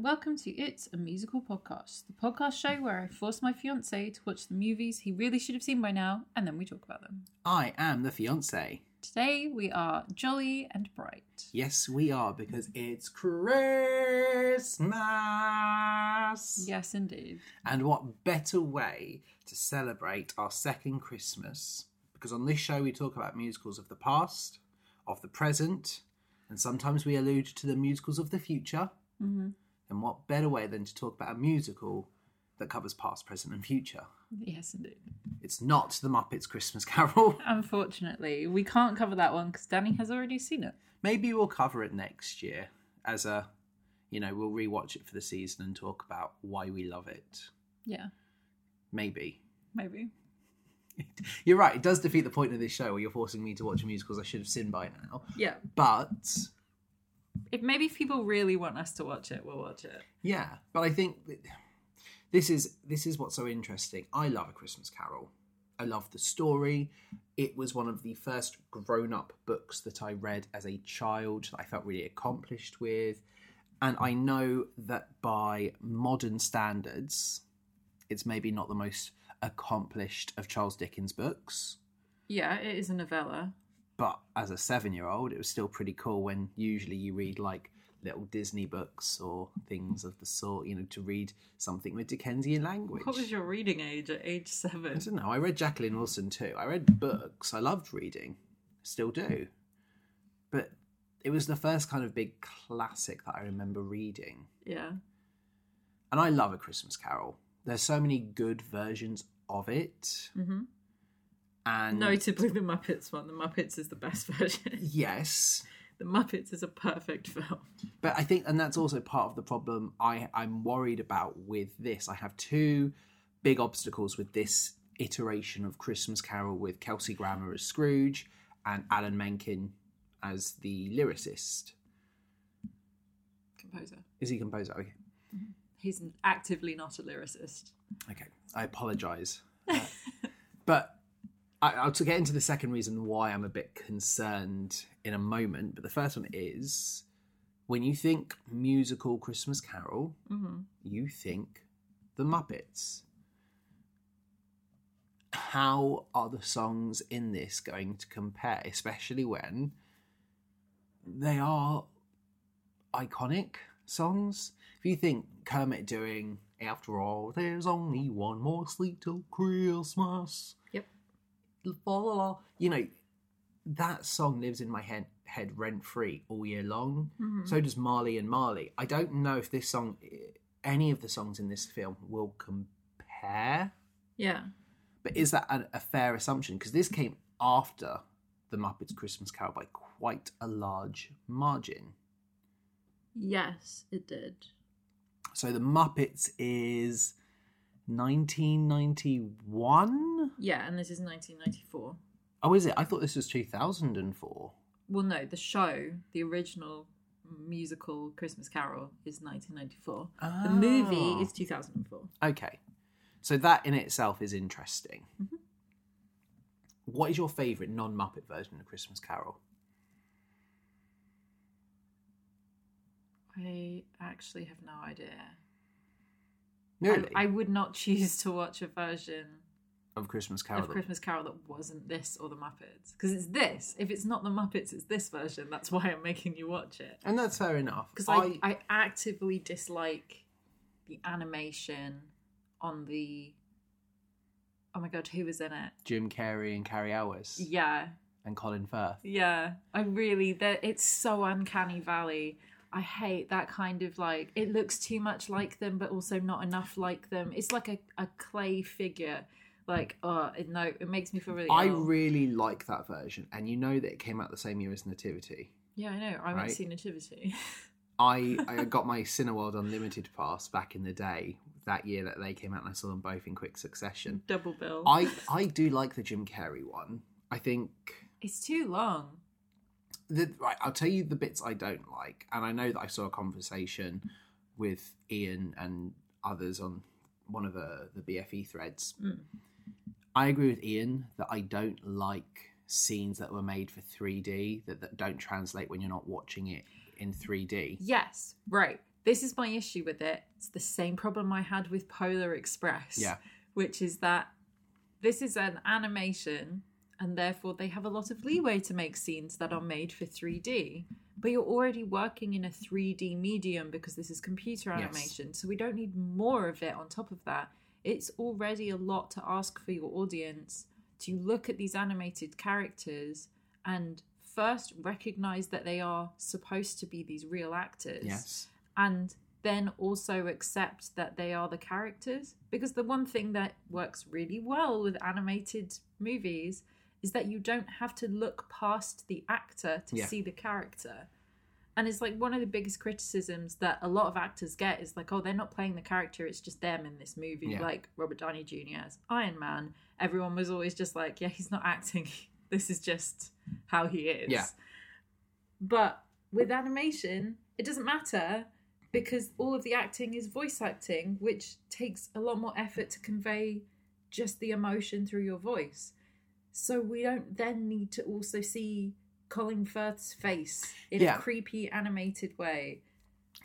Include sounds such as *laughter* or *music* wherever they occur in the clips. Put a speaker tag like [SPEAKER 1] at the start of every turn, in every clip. [SPEAKER 1] welcome to It's a Musical Podcast, the podcast show where I force my fiance to watch the movies he really should have seen by now, and then we talk about them.
[SPEAKER 2] I am the fiance.
[SPEAKER 1] Today we are jolly and bright.
[SPEAKER 2] Yes, we are because it's Christmas.
[SPEAKER 1] Yes, indeed.
[SPEAKER 2] And what better way to celebrate our second Christmas? Because on this show we talk about musicals of the past, of the present, and sometimes we allude to the musicals of the future.
[SPEAKER 1] Mm-hmm.
[SPEAKER 2] And what better way than to talk about a musical that covers past, present, and future?
[SPEAKER 1] Yes, indeed.
[SPEAKER 2] It's not The Muppets Christmas Carol.
[SPEAKER 1] Unfortunately, we can't cover that one because Danny has already seen it.
[SPEAKER 2] Maybe we'll cover it next year as a, you know, we'll rewatch it for the season and talk about why we love it.
[SPEAKER 1] Yeah,
[SPEAKER 2] Maybe.
[SPEAKER 1] maybe.
[SPEAKER 2] You're right, it does defeat the point of this show where you're forcing me to watch musicals I should have seen by now.
[SPEAKER 1] Yeah.
[SPEAKER 2] But,
[SPEAKER 1] If maybe if people really want us to watch it, we'll watch it.
[SPEAKER 2] yeah, but I think that this is this is what's so interesting. I love A Christmas Carol. I love the story. It was one of the first grown-up books that I read as a child that I felt really accomplished with. And I know that by modern standards, it's maybe not the most accomplished of Charles Dickens books.
[SPEAKER 1] Yeah, it is a novella.
[SPEAKER 2] but as a seven year old it was still pretty cool when usually you read like little disney books or things of the sort you know to read something with dickensian language
[SPEAKER 1] What was your reading age at age
[SPEAKER 2] i
[SPEAKER 1] seven?
[SPEAKER 2] don't know i read jacqueline wilson too i read books i loved reading still do but it was the first kind of big classic that i remember reading
[SPEAKER 1] Yeah.
[SPEAKER 2] and i love a christmas carol there's so many good versions of it
[SPEAKER 1] Mm-hmm.
[SPEAKER 2] and
[SPEAKER 1] Notably, the Muppets one. The Muppets is the best *laughs* version.
[SPEAKER 2] yes
[SPEAKER 1] the Muppets is a perfect *laughs* film.
[SPEAKER 2] But I think, and that's also part of the problem I, I'm worried about with this. I have two big obstacles with this iteration of Christmas Carol with Kelsey Grammer as Scrooge and Alan Menken as the lyricist.
[SPEAKER 1] Composer.
[SPEAKER 2] Is he composer? Okay.
[SPEAKER 1] He's n- actively not a lyricist.
[SPEAKER 2] Okay, I apologise. Uh, *laughs* but I, I'll to get into the second reason why I'm a bit concerned in a moment. But the first one is when you think musical Christmas Carol, you think the Muppets. How are the songs in this going to compare, especially when they are iconic songs. If you think Kermit doing After All, There's Only One More Sleep Till Christmas,
[SPEAKER 1] Yep.
[SPEAKER 2] la la la, you know, that song lives in my head, head rent free all year long. So does Marley and Marley. I don't know if this song, any of the songs in this film will compare,
[SPEAKER 1] Yeah.
[SPEAKER 2] but is that a, a fair assumption? Because this came after The Muppets Christmas Carol by quite a large margin.
[SPEAKER 1] Yes, it did.
[SPEAKER 2] So the Muppets is 1991.
[SPEAKER 1] Yeah, and this is 1994.
[SPEAKER 2] Oh, is it? I thought this was 2004.
[SPEAKER 1] Well, no, the show, the original musical Christmas Carol, is 1994. The
[SPEAKER 2] Oh.
[SPEAKER 1] movie is 2004.
[SPEAKER 2] Okay, so that in itself is interesting.
[SPEAKER 1] Mm-hmm.
[SPEAKER 2] What is your favourite non-Muppet version of Christmas Carol?
[SPEAKER 1] I actually have no idea.
[SPEAKER 2] Really,
[SPEAKER 1] I, I would not *laughs* choose to watch a version
[SPEAKER 2] of Christmas Carol.
[SPEAKER 1] of
[SPEAKER 2] that-
[SPEAKER 1] Christmas Carol that wasn't this or the Muppets. Because it's this. If it's not the Muppets, it's this version. That's why I'm making you watch it.
[SPEAKER 2] and that's fair enough.
[SPEAKER 1] Because I, I actively dislike the animation on the. Oh my god, who was in it?
[SPEAKER 2] Jim Carrey and Carrie Elwes
[SPEAKER 1] Yeah,
[SPEAKER 2] and Colin Firth.
[SPEAKER 1] yeah. I really that it's so uncanny valley. I hate that kind of like it looks too much like them, but also not enough like them. It's like a, a clay figure. Like, oh it, no, it makes me feel really.
[SPEAKER 2] I
[SPEAKER 1] ill.
[SPEAKER 2] really like that version, and you know that it came out the same year as Nativity.
[SPEAKER 1] Yeah, I know. I went
[SPEAKER 2] Right?
[SPEAKER 1] to see Nativity. *laughs*
[SPEAKER 2] I, I got my Cineworld Unlimited pass back in the day that year that they came out, and I saw them both in quick succession.
[SPEAKER 1] Double bill.
[SPEAKER 2] I I do like the Jim Carrey one. I think
[SPEAKER 1] It's too long.
[SPEAKER 2] the, right. I'll tell you the bits I don't like, and I know that I saw a conversation with Ian and others on one of the the BFE threads.
[SPEAKER 1] Mm.
[SPEAKER 2] I agree with Ian that I don't like scenes that were made for 3D that, that don't translate when you're not watching it in 3D.
[SPEAKER 1] Yes, right. This is my issue with it. It's the same problem I had with Polar Express.
[SPEAKER 2] Yeah.
[SPEAKER 1] Which is that this is an animation and therefore they have a lot of leeway to make scenes that are made for 3D. But you're already working in a 3D medium because this is computer
[SPEAKER 2] Yes.
[SPEAKER 1] animation. So we don't need more of it on top of that. It's already a lot to ask for your audience to look at these animated characters and first recognize that they are supposed to be these real actors
[SPEAKER 2] Yes.
[SPEAKER 1] and then also accept that they are the characters because the one thing that works really well with animated movies is that you don't have to look past the actor to
[SPEAKER 2] Yeah.
[SPEAKER 1] see the character and it's like one of the biggest criticisms that a lot of actors get is like oh they're not playing the character it's just them in this movie
[SPEAKER 2] Yeah.
[SPEAKER 1] like robert downey jr as iron man everyone was always just like yeah he's not acting *laughs* this is just how he is
[SPEAKER 2] Yeah.
[SPEAKER 1] but with animation, it doesn't matter because all of the acting is voice acting, which takes a lot more effort to convey just the emotion through your voice. So we don't then need to also see Colin Firth's face in
[SPEAKER 2] Yeah.
[SPEAKER 1] a creepy animated way.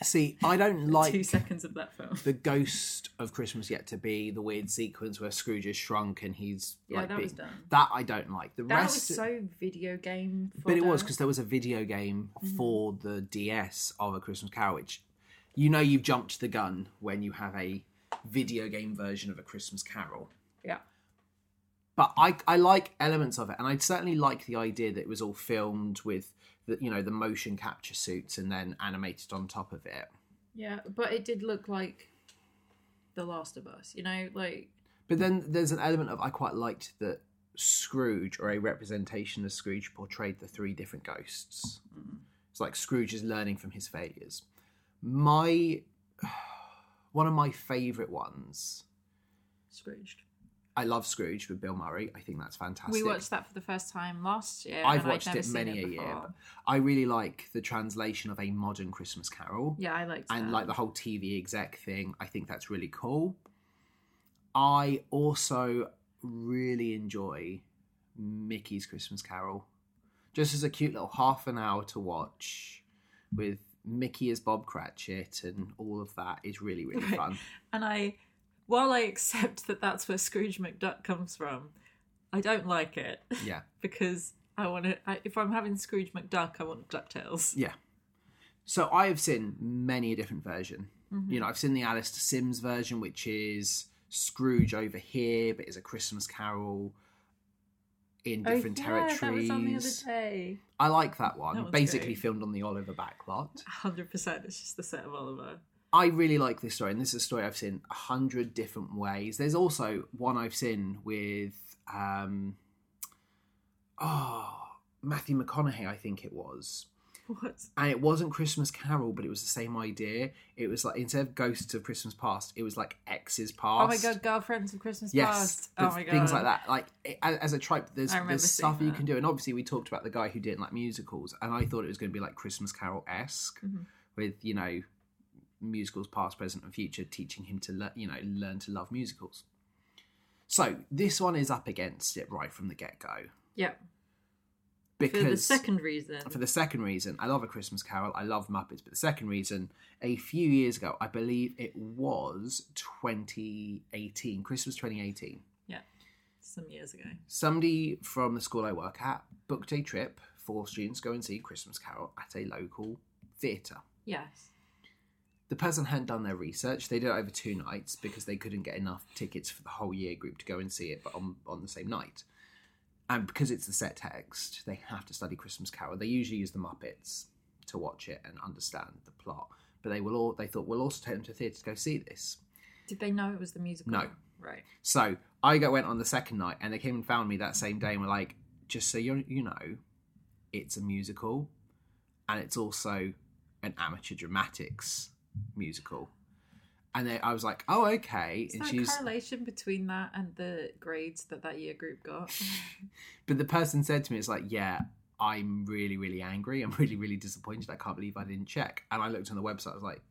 [SPEAKER 2] See, I don't like
[SPEAKER 1] *laughs* Two seconds of that film.
[SPEAKER 2] the ghost of Christmas yet to be, the weird sequence where Scrooge is shrunk and he's
[SPEAKER 1] Yeah,
[SPEAKER 2] like
[SPEAKER 1] that
[SPEAKER 2] being-
[SPEAKER 1] was done.
[SPEAKER 2] that I don't like. The
[SPEAKER 1] *laughs* That
[SPEAKER 2] rest
[SPEAKER 1] was so video game.
[SPEAKER 2] but it was
[SPEAKER 1] fodder.
[SPEAKER 2] because there was a video game
[SPEAKER 1] Mm-hmm.
[SPEAKER 2] for the DS of A Christmas Carol, which you know you've jumped the gun when you have a video game version of A Christmas Carol.
[SPEAKER 1] yeah,
[SPEAKER 2] But I, I like elements of it, and I certainly like the idea that it was all filmed with the, you know the motion capture suits and then animated on top of it.
[SPEAKER 1] yeah, but it did look like The Last of Us. You know, like
[SPEAKER 2] But then there's an element of I quite liked that Scrooge or a representation of Scrooge portrayed the three different ghosts.
[SPEAKER 1] Mm-hmm.
[SPEAKER 2] It's like Scrooge is learning from his failures. My *sighs* one of my favourite ones.
[SPEAKER 1] Scrooged.
[SPEAKER 2] I love Scrooge with Bill Murray. I think that's fantastic.
[SPEAKER 1] We watched that for the first time last year.
[SPEAKER 2] I've
[SPEAKER 1] and
[SPEAKER 2] watched
[SPEAKER 1] I'd never
[SPEAKER 2] it
[SPEAKER 1] seen
[SPEAKER 2] many a
[SPEAKER 1] before.
[SPEAKER 2] year. But I really like the translation of a modern Christmas Carol.
[SPEAKER 1] Yeah, I liked
[SPEAKER 2] and
[SPEAKER 1] that.
[SPEAKER 2] like the whole TV exec thing. I think that's really cool. I also really enjoy Mickey's Christmas Carol, just as a cute little half an hour to watch with Mickey as Bob Cratchit and all of that is really really
[SPEAKER 1] Right.
[SPEAKER 2] fun.
[SPEAKER 1] And I, while I accept that that's where Scrooge McDuck comes from, I don't like it *laughs*
[SPEAKER 2] Yeah,
[SPEAKER 1] because I want to. I, if I'm having Scrooge McDuck, I want Ducktales.
[SPEAKER 2] yeah. So I have seen many a different version.
[SPEAKER 1] Mm-hmm.
[SPEAKER 2] You know, I've seen the Alistair Sims version, which is Scrooge over here, but is a Christmas Carol in different territories.
[SPEAKER 1] Oh, that was on the other day.
[SPEAKER 2] I like that one.
[SPEAKER 1] That one's
[SPEAKER 2] Basically
[SPEAKER 1] great.
[SPEAKER 2] filmed on the Oliver backlot.
[SPEAKER 1] Hundred percent, it's just the set of Oliver.
[SPEAKER 2] I really like this story, and this is a story I've seen a hundred different ways. There's also one I've seen with um oh Matthew McConaughey, I think it was.
[SPEAKER 1] What?
[SPEAKER 2] And it wasn't Christmas Carol, but it was the same idea. It was like instead of ghosts of Christmas past, it was like X's past.
[SPEAKER 1] Oh my god, girlfriends of Christmas
[SPEAKER 2] Yes,
[SPEAKER 1] past. Oh
[SPEAKER 2] the
[SPEAKER 1] my god,
[SPEAKER 2] things like that. Like it- a- as a trope, there's
[SPEAKER 1] I remember
[SPEAKER 2] there's
[SPEAKER 1] seeing
[SPEAKER 2] stuff you
[SPEAKER 1] that.
[SPEAKER 2] can do, and obviously we talked about the guy who didn't like musicals, and I thought it was going to be like Christmas Carol esque,
[SPEAKER 1] Mhm.
[SPEAKER 2] with you know musicals past, present, and future, teaching him to le- you know learn to love musicals. So this one is up against it right from the get go
[SPEAKER 1] Yeah,
[SPEAKER 2] because
[SPEAKER 1] for the second reason.
[SPEAKER 2] for the second reason, I love A Christmas Carol, I love Muppets, but the second reason, a few years ago, I believe it was 2018, Christmas 2018.
[SPEAKER 1] yeah, some years ago.
[SPEAKER 2] Somebody from the school I work at booked a trip for students to go and see Christmas Carol at a local theatre.
[SPEAKER 1] Yes.
[SPEAKER 2] The person hadn't done their research. They did it over two nights because they couldn't get enough tickets for the whole year group to go and see it, but on, on the same night. And because it's the set text, they have to study Christmas Carol. They usually use the Muppets to watch it and understand the plot. But they will all they thought we'll also take them to theatre to go see this.
[SPEAKER 1] Did they know it was the musical?
[SPEAKER 2] No.
[SPEAKER 1] Right.
[SPEAKER 2] So I got went on the second night, and they came and found me that same day, and were like, "Just so you you know, it's a musical, and it's also an amateur dramatics musical." And they, I was like, "Oh, okay."
[SPEAKER 1] Is
[SPEAKER 2] and
[SPEAKER 1] there a
[SPEAKER 2] she's,
[SPEAKER 1] correlation between that and the grades that that year group
[SPEAKER 2] *laughs*
[SPEAKER 1] got?
[SPEAKER 2] but the person said to me, "It's like, yeah." I'm really, really angry. I'm *laughs* really, really disappointed. I can't believe I didn't check. And I looked on the website. I was like,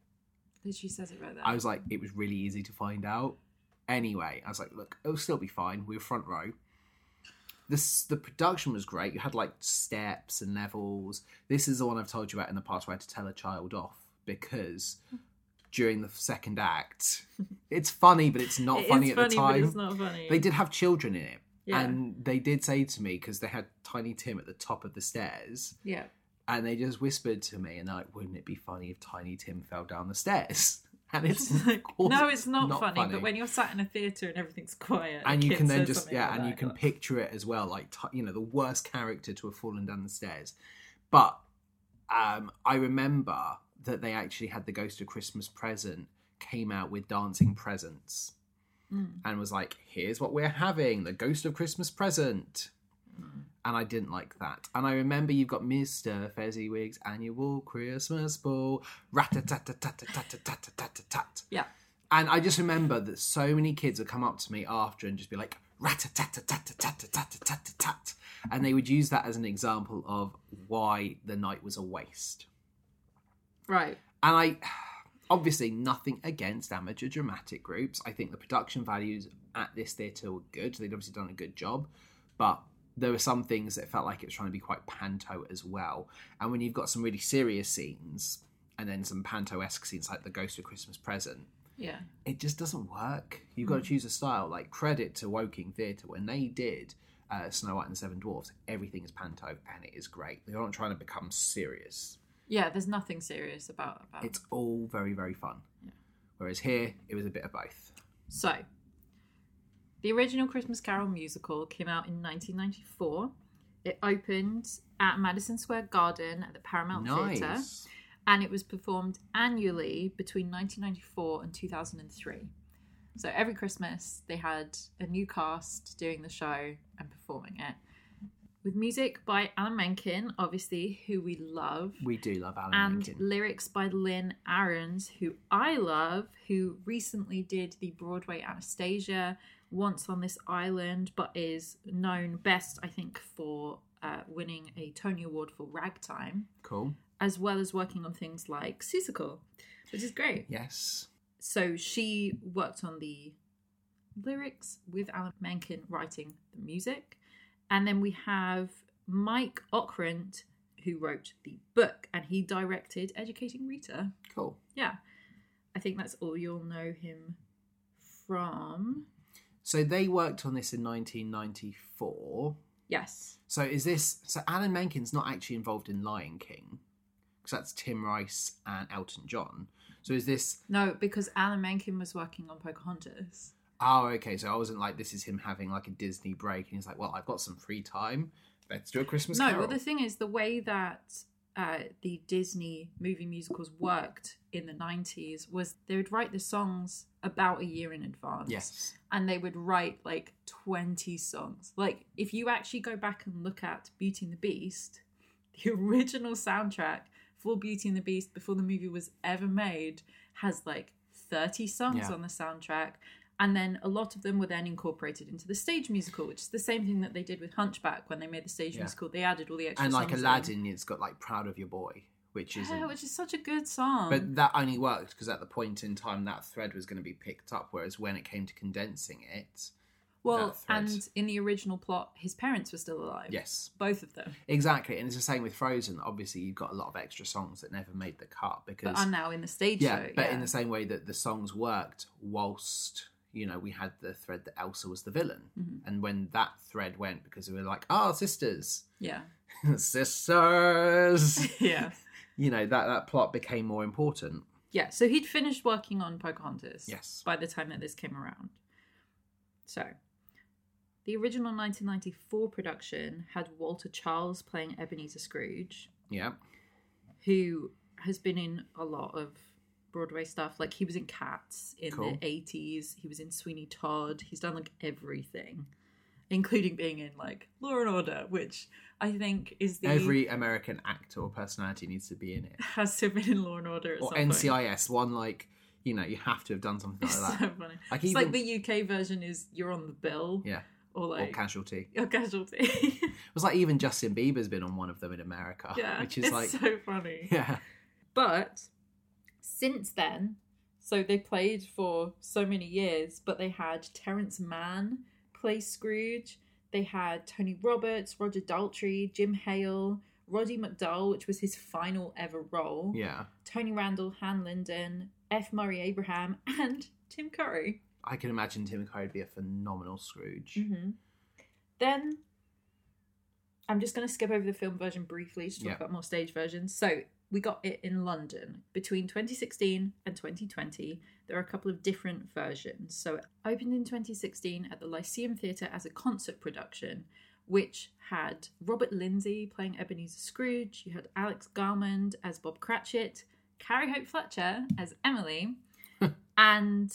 [SPEAKER 1] Did she says it right there?
[SPEAKER 2] I was like, it was really easy to find out. Anyway, I was like, look, it'll still be fine. We were front row. This the production was great. You had like steps and levels. This is the one I've told you about in the past where I had to tell a child off because during the second act.
[SPEAKER 1] *laughs*
[SPEAKER 2] It's funny, but it's not
[SPEAKER 1] It is
[SPEAKER 2] funny at the
[SPEAKER 1] but
[SPEAKER 2] time.
[SPEAKER 1] it's not funny.
[SPEAKER 2] They did have children in it.
[SPEAKER 1] Yeah.
[SPEAKER 2] And they did say to me, because they had Tiny Tim at the top of the stairs,
[SPEAKER 1] yeah.
[SPEAKER 2] and they just whispered to me, and they're like, wouldn't it be funny if Tiny Tim fell down the stairs? *laughs* And it's of
[SPEAKER 1] *laughs*
[SPEAKER 2] course,
[SPEAKER 1] No, it's not,
[SPEAKER 2] not
[SPEAKER 1] funny,
[SPEAKER 2] funny.
[SPEAKER 1] But when you're sat in a theatre and everything's quiet, a
[SPEAKER 2] and
[SPEAKER 1] *laughs*
[SPEAKER 2] you
[SPEAKER 1] kid
[SPEAKER 2] can then
[SPEAKER 1] says
[SPEAKER 2] just
[SPEAKER 1] something
[SPEAKER 2] yeah
[SPEAKER 1] like
[SPEAKER 2] and you
[SPEAKER 1] that,
[SPEAKER 2] can
[SPEAKER 1] like,
[SPEAKER 2] picture it as well like t- you know the worst character to have fallen down the stairs but um i remember that they actually had the ghost of christmas present came out with dancing presents
[SPEAKER 1] Mm.
[SPEAKER 2] and was like here's what we're having the ghost of christmas present
[SPEAKER 1] Hmm.
[SPEAKER 2] and I didn't like that. And I remember you've got Mr. Fezziwig's annual Christmas ball. Rat tat tat tat tat tat tat tat tat.
[SPEAKER 1] Yeah.
[SPEAKER 2] And I just remember that so many kids would come up to me after and just be like, rat tat tat tat tat tat tat tat. And they would use that as an example of why the night was a waste.
[SPEAKER 1] right.
[SPEAKER 2] And I, obviously, nothing against amateur dramatic groups. I think the production values at this theatre were good. They'd obviously done a good job, but there were some things that felt like it was trying to be quite panto as well. And when you've got some really serious scenes and then some panto esque scenes like the Ghost of Christmas Present,
[SPEAKER 1] Yeah.
[SPEAKER 2] it just doesn't work. You've
[SPEAKER 1] Hmm.
[SPEAKER 2] got to choose a style. Like credit to Woking Theatre when they did uh, Snow White and the Seven Dwarfs, everything is panto and it is great. They're not trying to become serious.
[SPEAKER 1] Yeah. There's nothing serious about about.
[SPEAKER 2] It's all very very fun. Whereas here, it was a bit of both.
[SPEAKER 1] So, the original Christmas Carol musical came out in 1994. It opened at Madison Square Garden at the Paramount Theatre,
[SPEAKER 2] Nice.
[SPEAKER 1] and it was performed annually between 1994 and 2003. So every Christmas, they had a new cast doing the show and performing it. With music by Alan Menken, obviously, who we love
[SPEAKER 2] We do love Alan
[SPEAKER 1] and
[SPEAKER 2] Menken.
[SPEAKER 1] lyrics by Lynn Ahrens, who I love, who recently did the Broadway Anastasia, once on this island, but is known best, I think, for uh, winning a Tony Award for Ragtime,
[SPEAKER 2] Cool.
[SPEAKER 1] as well as working on things like Seussical, which is great.
[SPEAKER 2] Yes.
[SPEAKER 1] So she worked on the lyrics with Alan Menken writing the music. And then we have Mike Ockrent, who wrote the book and he directed Educating Rita.
[SPEAKER 2] Cool.
[SPEAKER 1] Yeah. I think that's all you'll know him from.
[SPEAKER 2] So they worked on this in 1994.
[SPEAKER 1] Yes.
[SPEAKER 2] So is this? So Alan Menken's not actually involved in Lion King, because that's Tim Rice and Elton John. So is this?
[SPEAKER 1] No, because Alan Menken was working on Pocahontas.
[SPEAKER 2] Oh, okay. So I wasn't like this is him having like a Disney break, and he's like, well, I've got some free time. Let's do a Christmas
[SPEAKER 1] no,
[SPEAKER 2] Carol.
[SPEAKER 1] well, the thing is, the way that uh, the Disney movie musicals worked in the 90s was they would write the songs about a year in advance.
[SPEAKER 2] yes.
[SPEAKER 1] And they would write like 20 songs. Like, if you actually go back and look at Beauty and the Beast, *laughs* the original soundtrack for Beauty and the Beast before the movie was ever made has like 30 songs
[SPEAKER 2] Yeah.
[SPEAKER 1] on the soundtrack. And then a lot of them were then incorporated into the stage musical, which is the same thing that they did with Hunchback when they made the stage
[SPEAKER 2] Yeah.
[SPEAKER 1] musical. They added all the extra
[SPEAKER 2] And like
[SPEAKER 1] songs in.
[SPEAKER 2] Aladdin, it's got like "Proud of Your Boy," which is
[SPEAKER 1] Yeah, *laughs* which is such a good song.
[SPEAKER 2] But that only worked because at the point in time that thread was going to be picked up, whereas when it came to condensing it,
[SPEAKER 1] well,
[SPEAKER 2] that thread.
[SPEAKER 1] and in the original plot, his parents were still alive.
[SPEAKER 2] yes,
[SPEAKER 1] Both of them,
[SPEAKER 2] exactly. And it's the same with Frozen. Obviously, you've got a lot of extra songs that never made the cut because
[SPEAKER 1] but are now in the stage
[SPEAKER 2] yeah,
[SPEAKER 1] show.
[SPEAKER 2] but in the same way that the songs worked whilst you know we had the thread that Elsa was the villain,
[SPEAKER 1] Mm-hmm.
[SPEAKER 2] and when that thread went because we were like, oh, sisters, *laughs*
[SPEAKER 1] yeah,
[SPEAKER 2] sisters,
[SPEAKER 1] *laughs* yeah,
[SPEAKER 2] you know that that plot became more important.
[SPEAKER 1] yeah. So he'd finished working on Pocahontas.
[SPEAKER 2] Yes.
[SPEAKER 1] by the time that this came around. So, the original 1994 production had Walter Charles playing Ebenezer Scrooge,
[SPEAKER 2] Yeah,
[SPEAKER 1] who has been in a lot of Broadway stuff. Like, he was in Cats in
[SPEAKER 2] Cool.
[SPEAKER 1] the 80s, he was in Sweeney Todd, he's done like everything, including being in like Law and Order, which I think is the.
[SPEAKER 2] every American actor or personality needs to be in it.
[SPEAKER 1] has to have been in Law and Order *laughs* at
[SPEAKER 2] or
[SPEAKER 1] some point.
[SPEAKER 2] NCIS one like you know you have to have done something
[SPEAKER 1] *laughs* It's
[SPEAKER 2] like
[SPEAKER 1] so
[SPEAKER 2] that.
[SPEAKER 1] funny.
[SPEAKER 2] Like
[SPEAKER 1] *laughs* it's
[SPEAKER 2] even-
[SPEAKER 1] like the UK version is you're on the bill,
[SPEAKER 2] Yeah,
[SPEAKER 1] or
[SPEAKER 2] or
[SPEAKER 1] like
[SPEAKER 2] Casualty.
[SPEAKER 1] your casualty. *laughs*
[SPEAKER 2] It was like even Justin Bieber's been on one of them in America,
[SPEAKER 1] yeah,
[SPEAKER 2] Ah, which is
[SPEAKER 1] it's
[SPEAKER 2] like
[SPEAKER 1] so funny.
[SPEAKER 2] *laughs* yeah,
[SPEAKER 1] But since then, so they played for so many years, but they had Terrence Mann play Scrooge. They had Tony Roberts, Roger Daltrey, Jim Hale, Roddy McDowell, which was his final ever role.
[SPEAKER 2] yeah,
[SPEAKER 1] Tony Randall, Han Linden, F. Murray Abraham and Tim Curry.
[SPEAKER 2] I can imagine Tim Curry would be a phenomenal Scrooge.
[SPEAKER 1] hmm Then I'm just going to skip over the film version briefly to talk
[SPEAKER 2] Yeah.
[SPEAKER 1] about more stage versions. So we got it in London between 2016 and 2020. There are a couple of different versions. So it opened in 2016 at the Lyceum Theatre as a concert production, which had Robert Lindsay playing Ebenezer Scrooge. You had Alex Garmond as Bob Cratchit, Carrie Hope Fletcher as Emily, and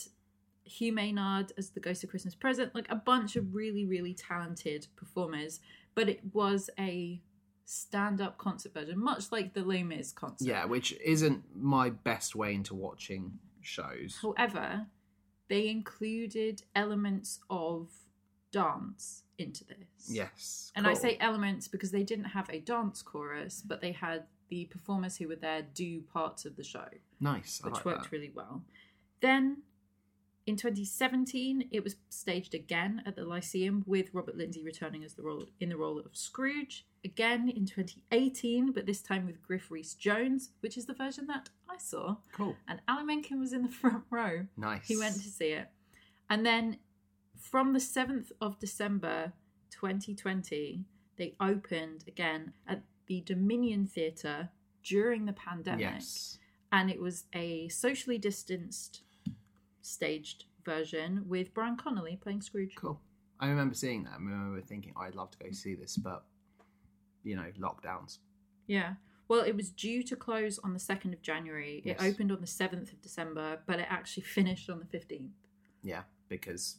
[SPEAKER 1] Hugh Maynard as the Ghost of Christmas Present, like a bunch of really, really talented performers. But it was a stand-up concert version, much like the Les Mis concert.
[SPEAKER 2] Yeah, which isn't my best way into watching shows.
[SPEAKER 1] However, they included elements of dance into this.
[SPEAKER 2] Yes.
[SPEAKER 1] And I
[SPEAKER 2] cool.
[SPEAKER 1] say elements because they didn't have a dance chorus, but they had the performers who were there do parts of the show,
[SPEAKER 2] nice. I
[SPEAKER 1] which
[SPEAKER 2] like
[SPEAKER 1] worked
[SPEAKER 2] that.
[SPEAKER 1] really well. Then in 2017, it was staged again at the Lyceum with Robert Lindsay returning as the role in the role of Scrooge. Again in 2018, but this time with Griff Rhys Jones, which is the version that I saw.
[SPEAKER 2] Cool.
[SPEAKER 1] And Alan Menken was in the *laughs* front row.
[SPEAKER 2] Nice.
[SPEAKER 1] He went to see it. And then from the 7th of December 2020, they opened again at the Dominion Theatre during the pandemic.
[SPEAKER 2] Yes.
[SPEAKER 1] And it was a socially distanced staged version with Brian Connolly playing Scrooge.
[SPEAKER 2] Cool. I remember seeing that. I remember thinking, I'd love to go see this, but, you know, lockdowns.
[SPEAKER 1] Yeah. Well, it was due to close on the 2nd of January.
[SPEAKER 2] Yes.
[SPEAKER 1] It opened on the 7th of December, but it actually finished on the 15th.
[SPEAKER 2] Yeah, because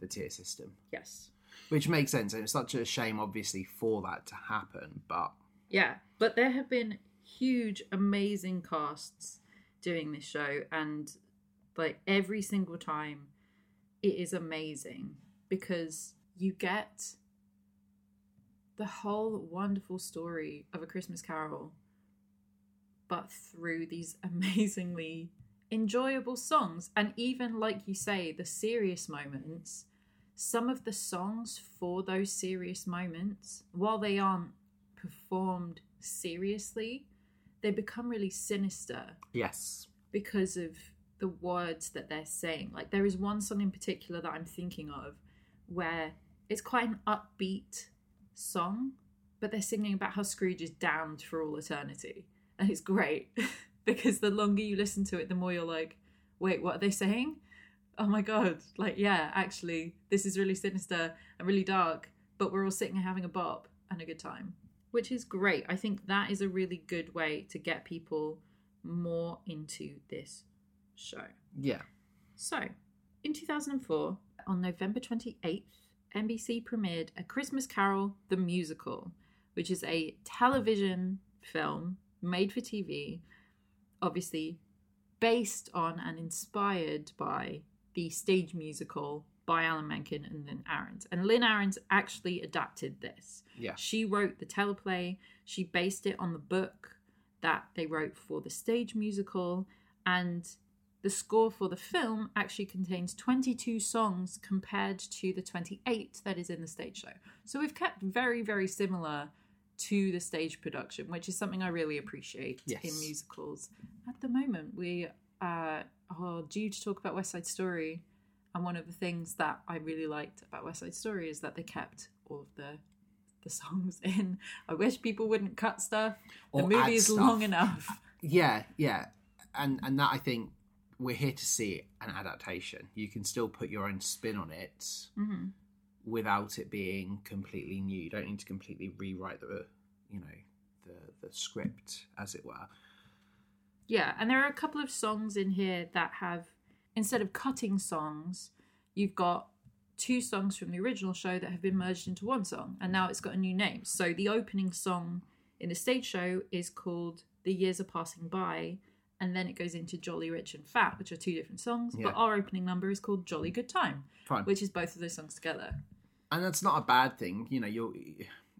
[SPEAKER 2] the tier system.
[SPEAKER 1] Yes.
[SPEAKER 2] Which makes sense. And it's such a shame, obviously, for that to happen, but
[SPEAKER 1] Yeah, but there have been huge, amazing casts doing this show, and like every single time, it is amazing because you get the whole wonderful story of a Christmas Carol, but through these *laughs* amazingly enjoyable songs, and even like you say, the serious moments. Some of the songs for those serious moments, while they aren't performed seriously, they become really sinister
[SPEAKER 2] yes.
[SPEAKER 1] because of the words that they're saying. Like there is one song in particular that I'm thinking of where it's quite an upbeat song, but they're singing about how Scrooge is damned for all eternity. And it's great *laughs* because the longer you listen to it, the more you're like, wait, what are they saying? Oh my god, like yeah, actually, this is really sinister and really dark, but we're all sitting and having a bop and a good time. Which is great. I think that is a really good way to get people more into this show.
[SPEAKER 2] Yeah.
[SPEAKER 1] So, in 2004, on November 28th, NBC premiered A Christmas Carol the Musical, which is a television film made for TV, obviously based on and inspired by the stage musical by Alan Menken and Lynn Ahrens. And Lynn Ahrens actually adapted this.
[SPEAKER 2] Yeah.
[SPEAKER 1] She wrote the teleplay. She based it on the book that they wrote for the stage musical. And the score for the film actually contains 22 songs compared to the 28 that is in the stage show. So we've kept very, very similar to the stage production, which is something I really appreciate
[SPEAKER 2] Yes.
[SPEAKER 1] in musicals. At the moment, we uh, are due to talk about West Side Story. And one of the things that I really liked about West Side Story is that they kept all of the the songs *laughs* in. I wish people wouldn't cut stuff. The
[SPEAKER 2] Or add
[SPEAKER 1] movie is
[SPEAKER 2] stuff.
[SPEAKER 1] long enough. *laughs*
[SPEAKER 2] Yeah, yeah. And and that I think we're here to see an adaptation. You can still put your own spin on it
[SPEAKER 1] Mhm.
[SPEAKER 2] without it being completely new. You don't need to completely rewrite the you know, the the script, as it were.
[SPEAKER 1] Yeah, and there are a couple of songs in here that have instead of cutting songs, you've got two songs from the original show that have been merged into one song, and now it's got a new name. So the opening song in the stage show is called "The Years Are Passing By," and then it goes into "Jolly Rich and Fat," which are two different songs.
[SPEAKER 2] Yeah.
[SPEAKER 1] But our opening number is called "Jolly Good Time,"
[SPEAKER 2] Fine.
[SPEAKER 1] which is both of those songs together.
[SPEAKER 2] and that's not a bad thing. You know, you're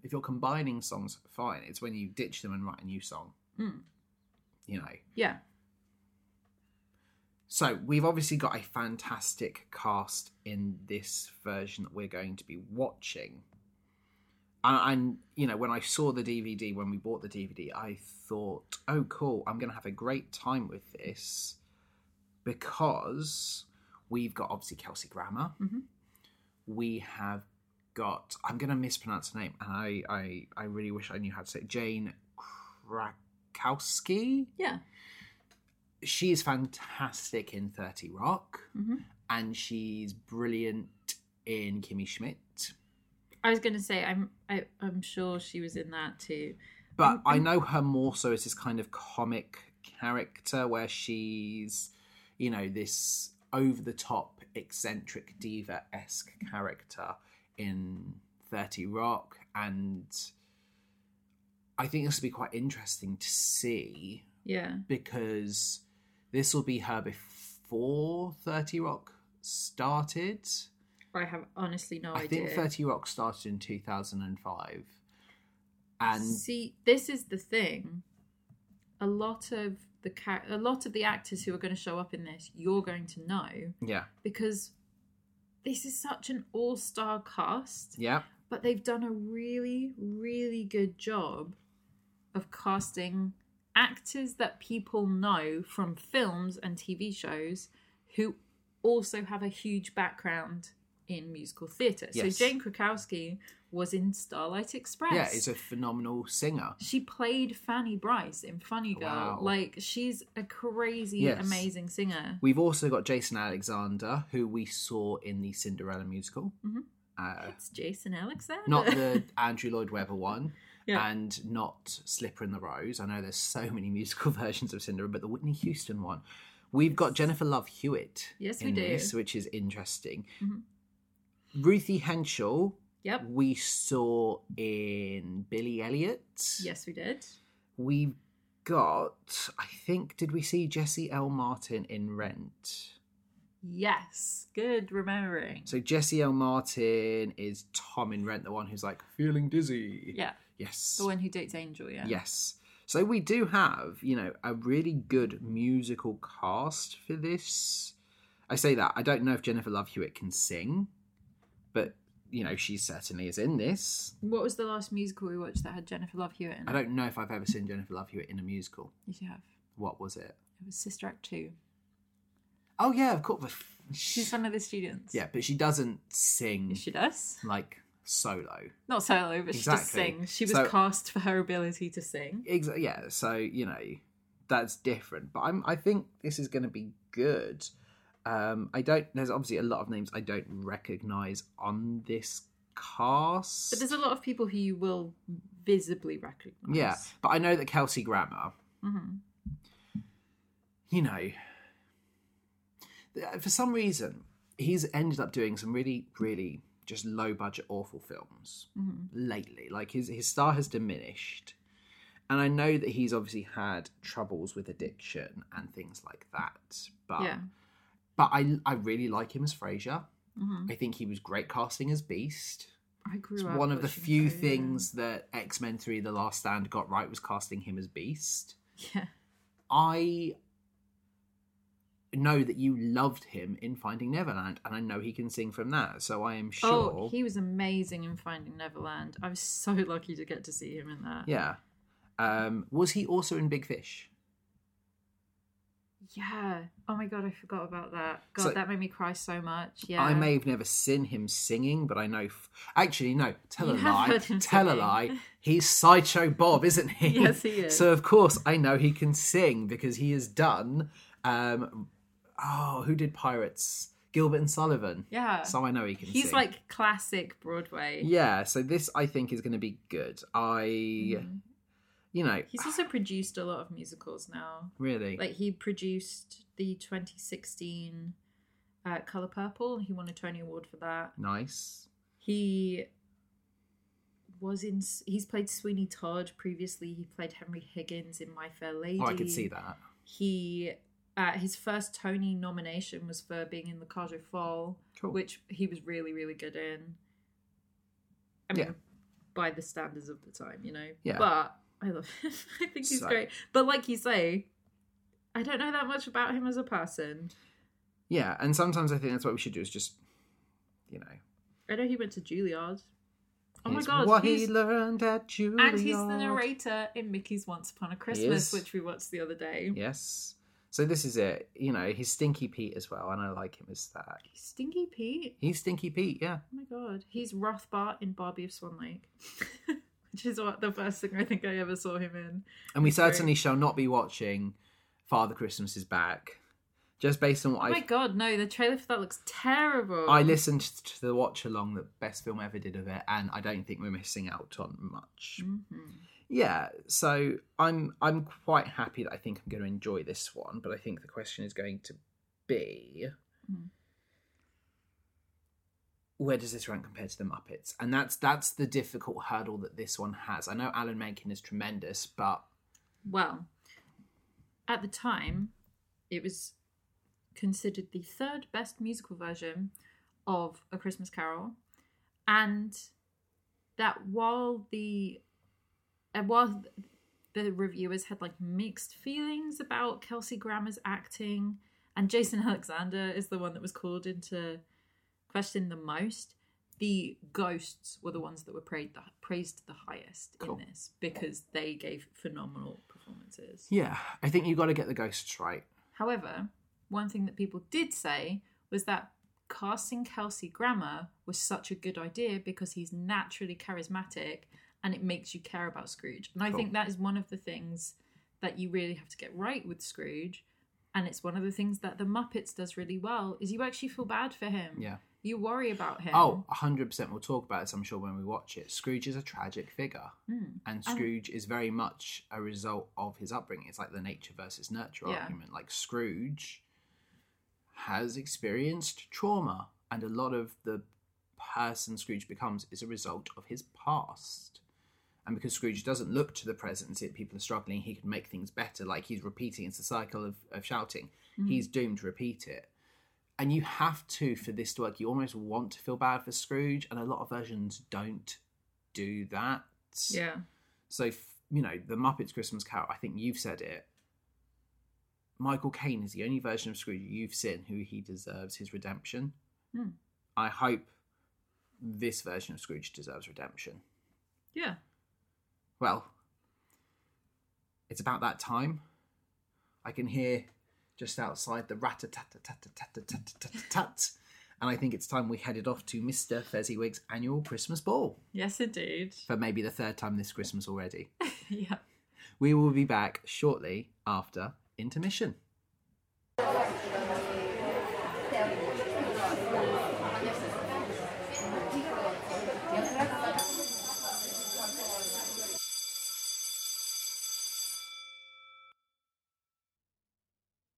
[SPEAKER 2] if you're combining songs, fine. It's when you ditch them and write a new song. You know.
[SPEAKER 1] Yeah,
[SPEAKER 2] So we've obviously got a fantastic cast in this version that we're going to be watching. And, and you know, when I saw the DVD, when we bought the DVD, I thought, "Oh, cool! I'm going to have a great time with this." because we've got obviously Kelsey Grammer.
[SPEAKER 1] Mhm.
[SPEAKER 2] We have got I'm going to mispronounce her name, and I I I really wish I knew how to say it. Jane Krakowski.
[SPEAKER 1] Yeah.
[SPEAKER 2] She is fantastic in Thirty Rock,
[SPEAKER 1] Mhm.
[SPEAKER 2] and she's brilliant in Kimmy Schmidt.
[SPEAKER 1] I was going to say I'm I, I'm sure she was in that too.
[SPEAKER 2] But I know her more so as this kind of comic character where she's, you know, this over the top, eccentric, diva esque character in 30 Rock. And I think this will be quite interesting to see
[SPEAKER 1] Yeah.
[SPEAKER 2] because this will be her before 30 Rock started.
[SPEAKER 1] I have honestly no
[SPEAKER 2] I
[SPEAKER 1] idea.
[SPEAKER 2] think 30 Rock started in 2005. And
[SPEAKER 1] See, this is the thing. A lot of the ca- a lot of the actors who are going to show up in this, you're going to know
[SPEAKER 2] yeah,
[SPEAKER 1] because this is such an all-star cast,
[SPEAKER 2] yeah.
[SPEAKER 1] but they've done a really really good job of casting actors that people know from films and TV shows who also have a huge background in musical theatre.
[SPEAKER 2] Yes.
[SPEAKER 1] So Jane Krakowski was in Starlight Express.
[SPEAKER 2] Yeah, is a phenomenal singer.
[SPEAKER 1] She played Fanny Bryce in Funny Girl.
[SPEAKER 2] Wow.
[SPEAKER 1] Like she's a crazy,
[SPEAKER 2] Yes.
[SPEAKER 1] amazing singer.
[SPEAKER 2] We've also got Jason Alexander, who we saw in the Cinderella musical.
[SPEAKER 1] Mhm.
[SPEAKER 2] Uh,
[SPEAKER 1] It's Jason Alexander.
[SPEAKER 2] not the
[SPEAKER 1] *laughs*
[SPEAKER 2] Andrew Lloyd Webber one,
[SPEAKER 1] Yeah.
[SPEAKER 2] and not Slipper in the Rose. I know there's so many musical *laughs* versions of Cinderella, but the Whitney Houston one. We've got Jennifer Love Hewitt.
[SPEAKER 1] Yes, we
[SPEAKER 2] in
[SPEAKER 1] do.
[SPEAKER 2] This, which is interesting.
[SPEAKER 1] Mhm.
[SPEAKER 2] Ruthie Henschel,
[SPEAKER 1] Yep.
[SPEAKER 2] we saw in Billy Elliot.
[SPEAKER 1] Yes, we did.
[SPEAKER 2] We've got, I think, did we see Jesse L. Martin in Rent?
[SPEAKER 1] Yes. Good remembering.
[SPEAKER 2] So Jesse L. Martin is Tom in Rent, the one who's like feeling dizzy.
[SPEAKER 1] yeah.
[SPEAKER 2] Yes.
[SPEAKER 1] The one who dates Angel, yeah.
[SPEAKER 2] Yes. So we do have, you know, a really good musical cast for this. I say that. I don't know if Jennifer Love Hewitt can sing, but you know, she certainly is in this.
[SPEAKER 1] What was the last musical we watched that had Jennifer Love Hewitt in
[SPEAKER 2] I
[SPEAKER 1] it?
[SPEAKER 2] don't know if I've ever seen Jennifer Love Hewitt in a musical.
[SPEAKER 1] You should have.
[SPEAKER 2] What was it?
[SPEAKER 1] It was Sister Act 2.
[SPEAKER 2] Oh yeah, of course.
[SPEAKER 1] She's one of the students.
[SPEAKER 2] Yeah, but she doesn't sing
[SPEAKER 1] She does.
[SPEAKER 2] like solo.
[SPEAKER 1] Not solo, but she does
[SPEAKER 2] Exactly.
[SPEAKER 1] sing. She was
[SPEAKER 2] So-
[SPEAKER 1] cast for her ability to sing.
[SPEAKER 2] Exa- yeah, so you know that's different. But I'm I think this is going to be good. Um, I don't. There's obviously a lot of names I don't recognize on this cast.
[SPEAKER 1] But there's a lot of people who you will visibly recognise.
[SPEAKER 2] yeah, but I know that Kelsey Grammer.
[SPEAKER 1] Mhm.
[SPEAKER 2] You know, th- for some reason, he's ended up doing some really, really just low budget, awful films lately. Like his his star has diminished. And I know that he's obviously had troubles with addiction and things like that. But
[SPEAKER 1] Yeah.
[SPEAKER 2] but I I really like him as Frasier.
[SPEAKER 1] Mhm.
[SPEAKER 2] I think he was great casting as Beast.
[SPEAKER 1] I grew
[SPEAKER 2] It's
[SPEAKER 1] up
[SPEAKER 2] one of the
[SPEAKER 1] watching
[SPEAKER 2] few
[SPEAKER 1] Frasier.
[SPEAKER 2] things that X Men Three: The Last Stand got right was casting him as Beast.
[SPEAKER 1] *laughs* Yeah.
[SPEAKER 2] I know that you loved him in Finding Neverland, and I know he can sing from that. So I am sure.
[SPEAKER 1] Oh, he was amazing in Finding Neverland. I was so lucky to get to see him in that.
[SPEAKER 2] Yeah. Um, was he also in Big Fish?
[SPEAKER 1] Yeah. Oh my god, I forgot about that. God,
[SPEAKER 2] So-
[SPEAKER 1] that made me cry so much. Yeah.
[SPEAKER 2] I may have never seen him singing, but I know. F- Actually, no. Tell
[SPEAKER 1] You
[SPEAKER 2] a
[SPEAKER 1] have
[SPEAKER 2] lie.
[SPEAKER 1] heard him
[SPEAKER 2] Tell a
[SPEAKER 1] singing.
[SPEAKER 2] lie. He's Sideshow Bob, isn't he?
[SPEAKER 1] Yes, he is.
[SPEAKER 2] So of course I know he can sing because he has done. Um, oh, who did Pirates? Gilbert and Sullivan.
[SPEAKER 1] Yeah.
[SPEAKER 2] So I know he can.
[SPEAKER 1] He's
[SPEAKER 2] sing.
[SPEAKER 1] like classic Broadway.
[SPEAKER 2] Yeah. So this I think is going to be good. I,
[SPEAKER 1] Mhm.
[SPEAKER 2] you know,
[SPEAKER 1] He's also produced a lot of musicals now.
[SPEAKER 2] *sighs* really.
[SPEAKER 1] Like he produced the 2016 uh, Color Purple. He won a Tony Award for that.
[SPEAKER 2] Nice.
[SPEAKER 1] He was in. He's played Sweeney Todd previously. He played Henry Higgins in My Fair Lady.
[SPEAKER 2] Oh, I could see that.
[SPEAKER 1] He uh, his first Tony nomination was for being in the Carjo Fall,
[SPEAKER 2] Cool.
[SPEAKER 1] which he was really really good in. I mean,
[SPEAKER 2] Yeah.
[SPEAKER 1] by the standards of the time, you know.
[SPEAKER 2] Yeah.
[SPEAKER 1] But I love *laughs* him. I think he's
[SPEAKER 2] So-
[SPEAKER 1] great. But like you say, I don't know that much about him as a person.
[SPEAKER 2] Yeah, and sometimes I think that's what we should do is just, you know,
[SPEAKER 1] I know he went to Juilliard. Oh my
[SPEAKER 2] Here's
[SPEAKER 1] god,
[SPEAKER 2] What
[SPEAKER 1] he's
[SPEAKER 2] he learned at Juilliard.
[SPEAKER 1] and he's the narrator in Mickey's Once Upon a Christmas,
[SPEAKER 2] is.
[SPEAKER 1] which we watched the other day.
[SPEAKER 2] Yes. So this is it. You know, he's Stinky Pete as well, and I like him as that.
[SPEAKER 1] Stinky Pete.
[SPEAKER 2] He's Stinky Pete, yeah.
[SPEAKER 1] Oh my god, he's Rothbart in Barbie of Swan Lake, *laughs* which is what the first thing I think I ever saw him in.
[SPEAKER 2] And we
[SPEAKER 1] He's great.
[SPEAKER 2] certainly shall not be watching Father Christmas is Back. Just based on
[SPEAKER 1] Oh
[SPEAKER 2] what
[SPEAKER 1] my
[SPEAKER 2] I
[SPEAKER 1] god, no! The trailer for that looks terrible.
[SPEAKER 2] I listened to the watch along that best film ever did of it, and I don't think we're missing out on much.
[SPEAKER 1] Mhm.
[SPEAKER 2] Yeah, so I'm I'm quite happy that I think I'm going to enjoy this one, but I think the question is going to be
[SPEAKER 1] Hmm.
[SPEAKER 2] where does this rank compared to the Muppets? And that's that's the difficult hurdle that this one has. I know Alan Menken is tremendous, but
[SPEAKER 1] Well, at the time, it was considered the third best musical version of A Christmas Carol, and that while the and while the reviewers had like mixed feelings about Kelsey Grammer's acting, and Jason Alexander is the one that was called into question the most. The ghosts were the ones that were praised the, praised the highest
[SPEAKER 2] Cool.
[SPEAKER 1] in this because they gave phenomenal performances.
[SPEAKER 2] yeah, I think you've got to get the ghosts right.
[SPEAKER 1] However, one thing that people did say was that casting Kelsey Grammer was such a good idea because he's naturally charismatic and it makes you care about Scrooge. And I
[SPEAKER 2] Cool.
[SPEAKER 1] think that is one of the things that you really have to get right with Scrooge. And it's one of the things that the Muppets does really well is you actually feel bad for him.
[SPEAKER 2] Yeah.
[SPEAKER 1] You worry about him.
[SPEAKER 2] Oh, 100% we'll talk about this, I'm sure, when we watch it. Scrooge is a tragic figure,
[SPEAKER 1] Hmm.
[SPEAKER 2] and
[SPEAKER 1] Um,
[SPEAKER 2] Scrooge is very much a result of his upbringing. It's like the nature versus nurture
[SPEAKER 1] Yeah.
[SPEAKER 2] argument. Like, Scrooge has experienced trauma, and a lot of the person Scrooge becomes is a result of his past. And because Scrooge doesn't look to the present and see that people are struggling, he can make things better. Like, he's repeating, it's a cycle of, of shouting. He's doomed to repeat it and you have to for this to work you almost want to feel bad for scrooge and a lot of versions don't do that
[SPEAKER 1] Yeah.
[SPEAKER 2] so f- you know the muppets christmas carol i think you've said it michael caine is the only version of scrooge you've seen who he deserves his redemption
[SPEAKER 1] Hmm.
[SPEAKER 2] i hope this version of scrooge deserves redemption
[SPEAKER 1] Yeah.
[SPEAKER 2] well, it's about that time. I can hear just outside the rat a tat a tat a tat a tat a tat a tat. And I think it's time we headed off to Mr. Fezziwig's annual Christmas ball
[SPEAKER 1] Yes, indeed.
[SPEAKER 2] for maybe the third time this Christmas already.
[SPEAKER 1] *laughs* yeah.
[SPEAKER 2] We will be back shortly after intermission.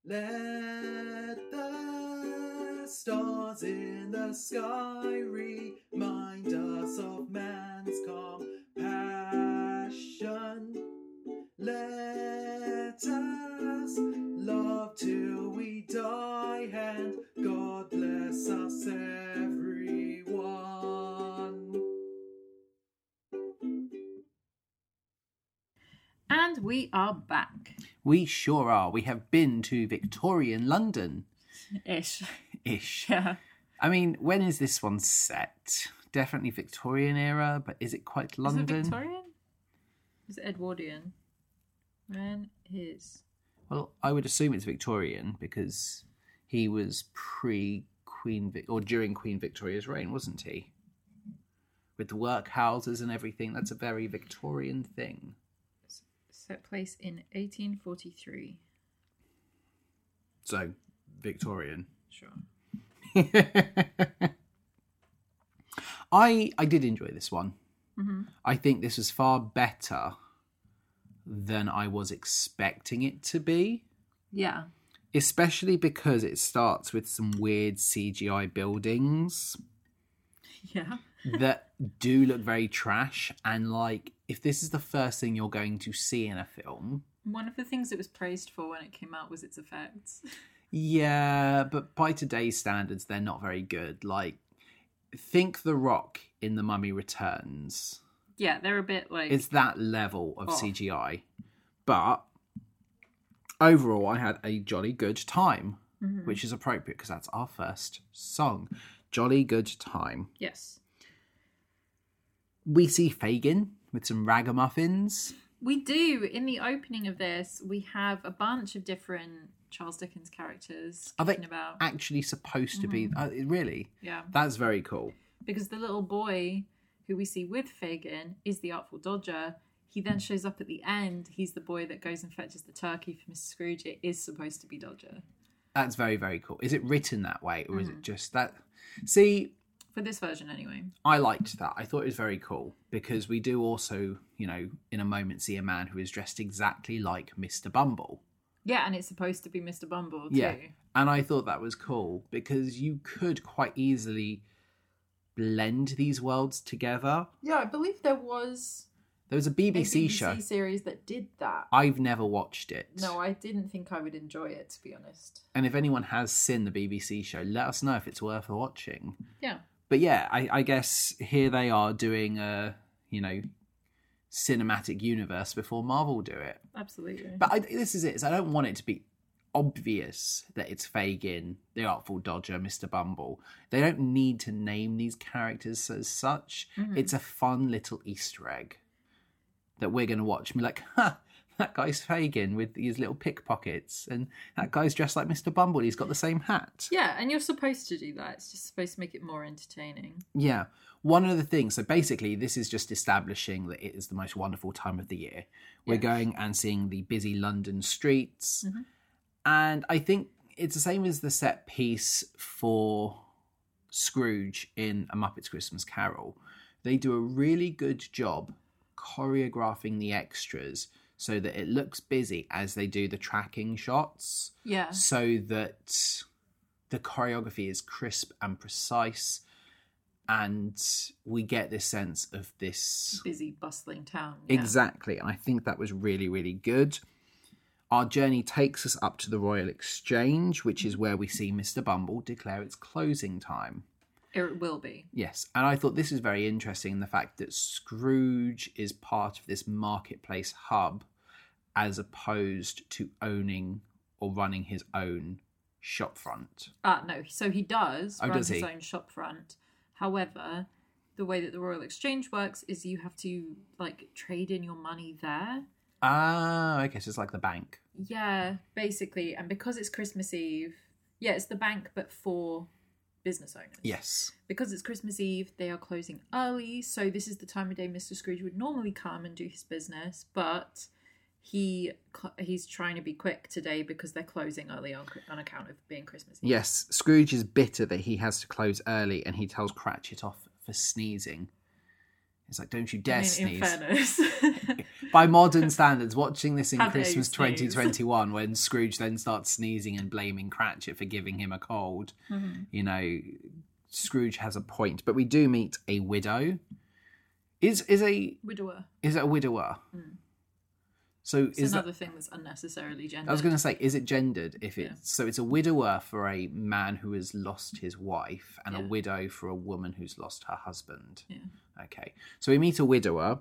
[SPEAKER 2] Let the stars in the sky remind us of man's compassion. Let us love till we die, and God bless us everyone.
[SPEAKER 1] And we are back.
[SPEAKER 2] We sure are. We have been to Victorian London
[SPEAKER 1] Ish.
[SPEAKER 2] ish.
[SPEAKER 1] Yeah.
[SPEAKER 2] I mean, when is this one set? Definitely Victorian era, but is it quite London?
[SPEAKER 1] Is it Victorian? Is it Edwardian? When is
[SPEAKER 2] Well, I would assume it's Victorian because he was pre Queen Vic- or during Queen Victoria's reign, wasn't he? With the workhouses and everything, that's a very Victorian thing.
[SPEAKER 1] set place in 1843?
[SPEAKER 2] So, Victorian. *laughs*
[SPEAKER 1] Sure.
[SPEAKER 2] I I did enjoy this one. I think this was far better than I was expecting it to be.
[SPEAKER 1] Yeah.
[SPEAKER 2] especially because it starts with some weird CGI buildings
[SPEAKER 1] Yeah.
[SPEAKER 2] that do look very trash. And like, if this is the first thing you're going to see in a film,
[SPEAKER 1] One of the things it was praised for when it came out was its effects.
[SPEAKER 2] yeah, but by today's standards, they're not very good. Like, think The Rock in The Mummy Returns.
[SPEAKER 1] Yeah, they're a bit like
[SPEAKER 2] It's that level of
[SPEAKER 1] Oh.
[SPEAKER 2] CGI. But overall, I had a jolly good time,
[SPEAKER 1] mm-hmm.
[SPEAKER 2] which is appropriate because that's our first song. Jolly good time.
[SPEAKER 1] yes.
[SPEAKER 2] we see Fagin with some ragamuffins.
[SPEAKER 1] We do in the opening of this. We have a bunch of different Charles Dickens characters
[SPEAKER 2] Are they-
[SPEAKER 1] kicking about.
[SPEAKER 2] Actually, supposed to be uh, really.
[SPEAKER 1] Yeah,
[SPEAKER 2] That's very cool.
[SPEAKER 1] because the little boy who we see with Fagin is the Artful Dodger. He then shows up at the end. He's the boy that goes and fetches the turkey for Mrs. Scrooge. It is supposed to be Dodger.
[SPEAKER 2] That's very very cool. Is it written that way, or is it just that? See,
[SPEAKER 1] For this version, anyway.
[SPEAKER 2] I liked that. I thought it was very cool because we do also, you know, in a moment see a man who is dressed exactly like Mr. Bumble.
[SPEAKER 1] Yeah, and it's supposed to be Mr. Bumble, too.
[SPEAKER 2] Yeah. And I thought that was cool because you could quite easily blend these worlds together.
[SPEAKER 1] Yeah, I believe there was
[SPEAKER 2] There was a
[SPEAKER 1] a
[SPEAKER 2] BBC,
[SPEAKER 1] BBC
[SPEAKER 2] show.
[SPEAKER 1] series that did that.
[SPEAKER 2] I've never watched it.
[SPEAKER 1] No, I didn't think I would enjoy it, to be honest.
[SPEAKER 2] And if anyone has seen the BBC show, let us know if it's worth watching.
[SPEAKER 1] Yeah.
[SPEAKER 2] But yeah, I, I guess here they are doing a, you know, cinematic universe before Marvel do it.
[SPEAKER 1] Absolutely.
[SPEAKER 2] But I, this is it. Is I don't want it to be obvious that it's Fagin, the Artful Dodger, Mister Bumble. They don't need to name these characters as such. It's a fun little Easter egg that we're going to watch and be like, huh. That guy's Fagin with his little pickpockets, and that guy's dressed like Mr. Bumble. He's got the same hat.
[SPEAKER 1] yeah, and you're supposed to do that. It's just supposed to make it more entertaining.
[SPEAKER 2] Yeah. One other thing. So basically, this is just establishing that it is the most wonderful time of the year. We're
[SPEAKER 1] Yeah.
[SPEAKER 2] going and seeing the busy London streets.
[SPEAKER 1] Mhm.
[SPEAKER 2] And I think it's the same as the set piece for Scrooge in A Muppet's Christmas Carol. They do a really good job choreographing the extras so that it looks busy as they do the tracking shots
[SPEAKER 1] Yeah.
[SPEAKER 2] so that the choreography is crisp and precise and we get this sense of this
[SPEAKER 1] Busy, bustling town. Yeah.
[SPEAKER 2] exactly and i think that was really really good our journey takes us up to the royal exchange which is where we see mr bumble declare it's closing time
[SPEAKER 1] It will be.
[SPEAKER 2] Yes, and I thought this is very interesting in the fact that Scrooge is part of this marketplace hub as opposed to owning or running his own shopfront.
[SPEAKER 1] Ah, no. So he does
[SPEAKER 2] Oh,
[SPEAKER 1] run
[SPEAKER 2] does
[SPEAKER 1] his
[SPEAKER 2] he?
[SPEAKER 1] own shopfront. However, the way that the Royal Exchange works is you have to like trade in your money there.
[SPEAKER 2] Ah, okay, so it's like the bank.
[SPEAKER 1] Yeah, basically, and because it's Christmas Eve, yeah, it's the bank, but for business owners.
[SPEAKER 2] Yes.
[SPEAKER 1] Because it's Christmas Eve, they are closing early, so this is the time of day Mr. Scrooge would normally come and do his business, but he cl- he's trying to be quick today because they're closing early on, on account of being Christmas Eve.
[SPEAKER 2] Yes, Scrooge is bitter that he has to close early and he tells Cratchit off for sneezing. It's like, don't you dare
[SPEAKER 1] I mean,
[SPEAKER 2] sneeze.
[SPEAKER 1] in fairness. *laughs*
[SPEAKER 2] *laughs* By modern standards, watching this in
[SPEAKER 1] How dare you
[SPEAKER 2] Christmas
[SPEAKER 1] sneeze.
[SPEAKER 2] 2021, when Scrooge then starts sneezing and blaming Cratchit for giving him a cold,
[SPEAKER 1] Mm-hmm.
[SPEAKER 2] you know, Scrooge has a point. But we do meet a widow. Is is a
[SPEAKER 1] Widower.
[SPEAKER 2] is it a widower?
[SPEAKER 1] Hmm.
[SPEAKER 2] So
[SPEAKER 1] It's
[SPEAKER 2] is that,
[SPEAKER 1] another thing that's unnecessarily gendered.
[SPEAKER 2] I was going to say, is it gendered? If it's
[SPEAKER 1] Yeah.
[SPEAKER 2] so, it's a widower for a man who has lost his wife, and a
[SPEAKER 1] Yeah.
[SPEAKER 2] widow for a woman who's lost her husband.
[SPEAKER 1] Yeah.
[SPEAKER 2] Okay. So we meet a widower.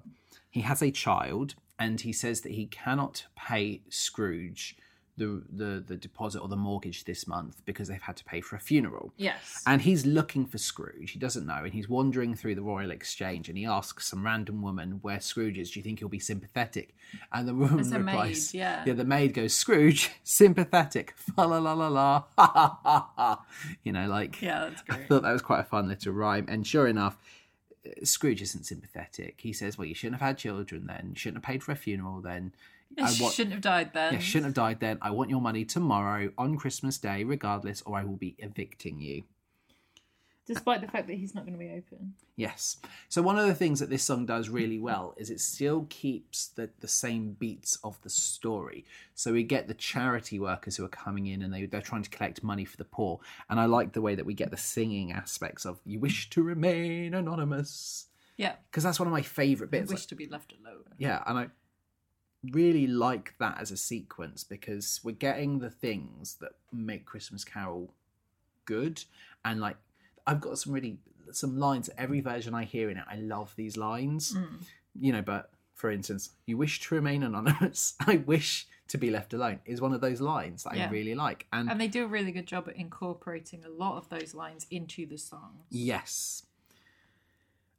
[SPEAKER 2] He has a child, and he says that he cannot pay Scrooge the the, the deposit or the mortgage this month because they've had to pay for a funeral.
[SPEAKER 1] Yes.
[SPEAKER 2] And he's looking for Scrooge. He doesn't know, and he's wandering through the Royal Exchange, and he asks some random woman where Scrooge is. Do you think he'll be sympathetic? And the woman
[SPEAKER 1] It's a maid,
[SPEAKER 2] replies,
[SPEAKER 1] yeah.
[SPEAKER 2] the maid goes, Scrooge, sympathetic, *laughs* fa la la la la, ha ha ha ha." *laughs* You know, like
[SPEAKER 1] yeah, that's
[SPEAKER 2] I
[SPEAKER 1] great. *laughs*
[SPEAKER 2] thought that was quite a fun little rhyme. And sure enough, uh, Scrooge isn't sympathetic. He says, "Well, you shouldn't have had children then. You shouldn't have paid for a funeral then. I
[SPEAKER 1] she
[SPEAKER 2] wa-
[SPEAKER 1] shouldn't have died then.
[SPEAKER 2] yeah, shouldn't have died then. I want your money tomorrow on Christmas Day, regardless, or I will be evicting you."
[SPEAKER 1] Despite the fact that he's not going to be open.
[SPEAKER 2] Yes. So one of the things that this song does really well is it still keeps the, the same beats of the story. So we get the charity workers who are coming in and they, they're trying to collect money for the poor. And I like the way that we get the singing aspects of you wish to remain anonymous.
[SPEAKER 1] Yeah.
[SPEAKER 2] Because that's one of my favourite
[SPEAKER 1] I
[SPEAKER 2] bits.
[SPEAKER 1] wish to be left alone.
[SPEAKER 2] Yeah, and I really like that as a sequence because we're getting the things that make Christmas Carol good. And like, I've got some really some lines. Every version I hear in it, I love these lines.
[SPEAKER 1] Mm.
[SPEAKER 2] You know, but for instance, "You wish to remain anonymous. *laughs* I wish to be left alone" is one of those lines that I
[SPEAKER 1] Yeah.
[SPEAKER 2] really like. And,
[SPEAKER 1] And they do a really good job at incorporating a lot of those lines into the song.
[SPEAKER 2] yes,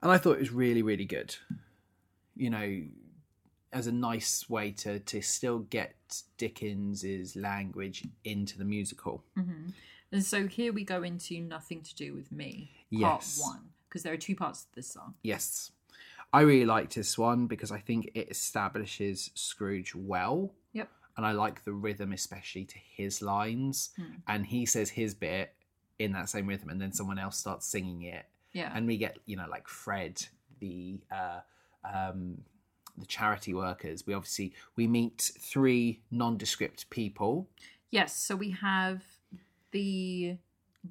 [SPEAKER 2] and I thought it was really really good. You know, as a nice way to to still get Dickens's language into the musical.
[SPEAKER 1] hmm And so here we go into Nothing to Do with Me,
[SPEAKER 2] Yes.
[SPEAKER 1] part one, because there are two parts to this song.
[SPEAKER 2] Yes. I really liked this one because I think it establishes Scrooge well.
[SPEAKER 1] Yep.
[SPEAKER 2] And I like the rhythm, especially to his lines.
[SPEAKER 1] Hmm.
[SPEAKER 2] And he says his bit in that same rhythm, and then someone else starts singing it.
[SPEAKER 1] Yeah.
[SPEAKER 2] And we get, you know, like Fred, the uh, um, the charity workers. We obviously we meet three nondescript people.
[SPEAKER 1] yes. So we have the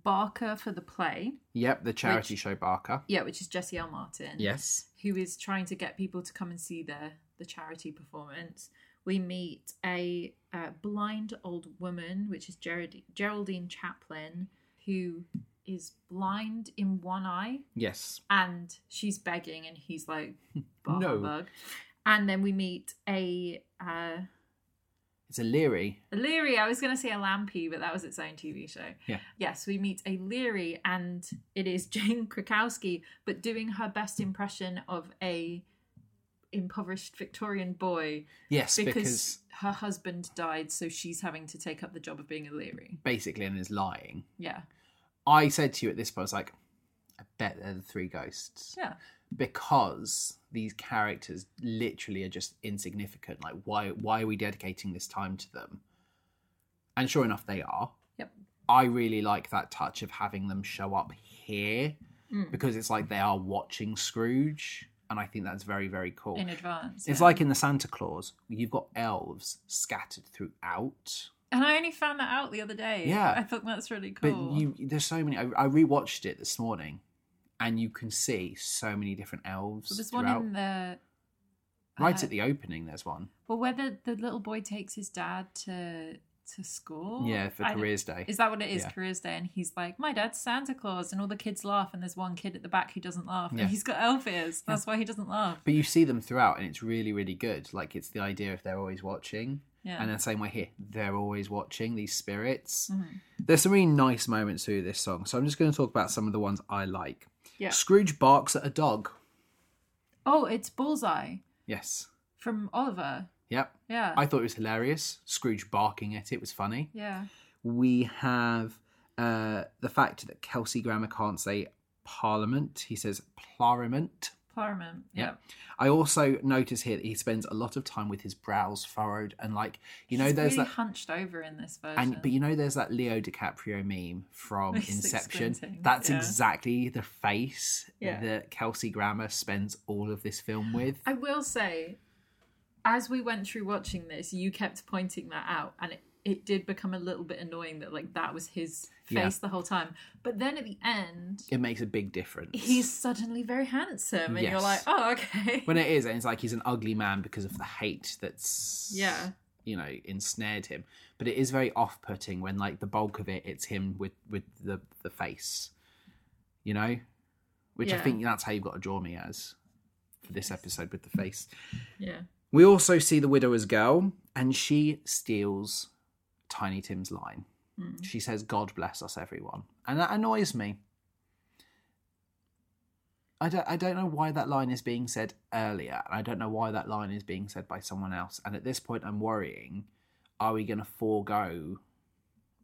[SPEAKER 1] Barker for the play,
[SPEAKER 2] Yep, the charity show Barker.
[SPEAKER 1] yeah, which is Jesse L. Martin.
[SPEAKER 2] Yes.
[SPEAKER 1] who is trying to get people to come and see the the charity performance. We meet a uh, blind old woman, which is Gerald, Geraldine Chaplin, who is blind in one eye,
[SPEAKER 2] Yes.
[SPEAKER 1] and she's begging, and he's like, "Bah,
[SPEAKER 2] No.
[SPEAKER 1] humbug." And then we meet a uh,
[SPEAKER 2] It's a Leary.
[SPEAKER 1] Leary. I was going to say a Lampy, but that was its own TV show.
[SPEAKER 2] Yeah.
[SPEAKER 1] Yes, we meet a Leary, and it is *laughs* Jane Krakowski, but doing her best impression of a impoverished Victorian boy
[SPEAKER 2] Yes,
[SPEAKER 1] because,
[SPEAKER 2] because
[SPEAKER 1] her husband died, so she's having to take up the job of being a Leary.
[SPEAKER 2] basically, and is lying.
[SPEAKER 1] Yeah.
[SPEAKER 2] I said to you at this point, I was like, I bet they're the three ghosts.
[SPEAKER 1] Yeah.
[SPEAKER 2] Because these characters literally are just insignificant. Like, why why are we dedicating this time to them? And sure enough, they are.
[SPEAKER 1] Yep.
[SPEAKER 2] I really like that touch of having them show up here
[SPEAKER 1] Mm.
[SPEAKER 2] because it's like they are watching Scrooge. And I think that's very, very cool.
[SPEAKER 1] In advance.
[SPEAKER 2] it's
[SPEAKER 1] yeah.
[SPEAKER 2] like in the Santa Claus, you've got elves scattered throughout.
[SPEAKER 1] And I only found that out the other day.
[SPEAKER 2] Yeah.
[SPEAKER 1] I thought that's really
[SPEAKER 2] But
[SPEAKER 1] cool.
[SPEAKER 2] you, there's so many. I, I rewatched it this morning, and you can see so many different elves.
[SPEAKER 1] Well, there's one
[SPEAKER 2] throughout.
[SPEAKER 1] in the
[SPEAKER 2] right
[SPEAKER 1] uh,
[SPEAKER 2] at the opening. There's one.
[SPEAKER 1] Well, where the, the little boy takes his dad to to school.
[SPEAKER 2] yeah, for
[SPEAKER 1] Oh, I don't-
[SPEAKER 2] careers day.
[SPEAKER 1] Is that what it is?
[SPEAKER 2] Yeah.
[SPEAKER 1] Careers Day, and he's like, "My dad's Santa Claus," and all the kids laugh, and there's one kid at the back who doesn't laugh,
[SPEAKER 2] Yeah.
[SPEAKER 1] and he's got elf ears. That's why he doesn't laugh.
[SPEAKER 2] But you see them throughout, and it's really, really good. Like it's the idea of they're always watching,
[SPEAKER 1] Yeah,
[SPEAKER 2] and the same way here, they're always watching these spirits.
[SPEAKER 1] Mhm.
[SPEAKER 2] There's some really nice moments through this song, so I'm just going to talk about some of the ones I like.
[SPEAKER 1] yeah.
[SPEAKER 2] Scrooge barks at a dog.
[SPEAKER 1] Oh, it's Bullseye
[SPEAKER 2] Yes.
[SPEAKER 1] from Oliver.
[SPEAKER 2] Yep.
[SPEAKER 1] Yeah,
[SPEAKER 2] I thought it was hilarious. Scrooge barking at it was funny.
[SPEAKER 1] yeah,
[SPEAKER 2] we have uh, the fact that Kelsey Grammer can't say parliament. He says parliament.
[SPEAKER 1] Parliament. Yeah,
[SPEAKER 2] I also notice here that he spends a lot of time with his brows furrowed and like you know
[SPEAKER 1] He's
[SPEAKER 2] there's
[SPEAKER 1] really
[SPEAKER 2] that
[SPEAKER 1] hunched over in this version.
[SPEAKER 2] and but you know there's that Leo DiCaprio meme from
[SPEAKER 1] *laughs* He's like
[SPEAKER 2] Inception.
[SPEAKER 1] squinting,
[SPEAKER 2] That's
[SPEAKER 1] yeah.
[SPEAKER 2] exactly the face
[SPEAKER 1] Yeah.
[SPEAKER 2] that Kelsey Grammer spends all of this
[SPEAKER 1] *gasps*
[SPEAKER 2] film with.
[SPEAKER 1] I will say, as we went through watching this, you kept pointing that out, and it, it did become a little bit annoying that like that was his face
[SPEAKER 2] Yeah.
[SPEAKER 1] the whole time. But then at the end,
[SPEAKER 2] It makes a big difference.
[SPEAKER 1] he's suddenly very handsome, and you're
[SPEAKER 2] Yes.
[SPEAKER 1] like, oh, *laughs* okay.
[SPEAKER 2] when it is, and it's like he's an ugly man because of the hate that's
[SPEAKER 1] Yeah.
[SPEAKER 2] you know ensnared him. But it is very off-putting when like the bulk of it, it's him with with the the face, you know, which I
[SPEAKER 1] Yeah.
[SPEAKER 2] think that's how you've got to draw me as for this episode with the face.
[SPEAKER 1] yeah.
[SPEAKER 2] We also see the widower's girl, and she steals Tiny Tim's line.
[SPEAKER 1] Mm.
[SPEAKER 2] She says, "God bless us, everyone," and that annoys me. I don't, I don't know why that line is being said earlier, and I don't know why that line is being said by someone else. And at this point, I'm worrying: Are we going to forego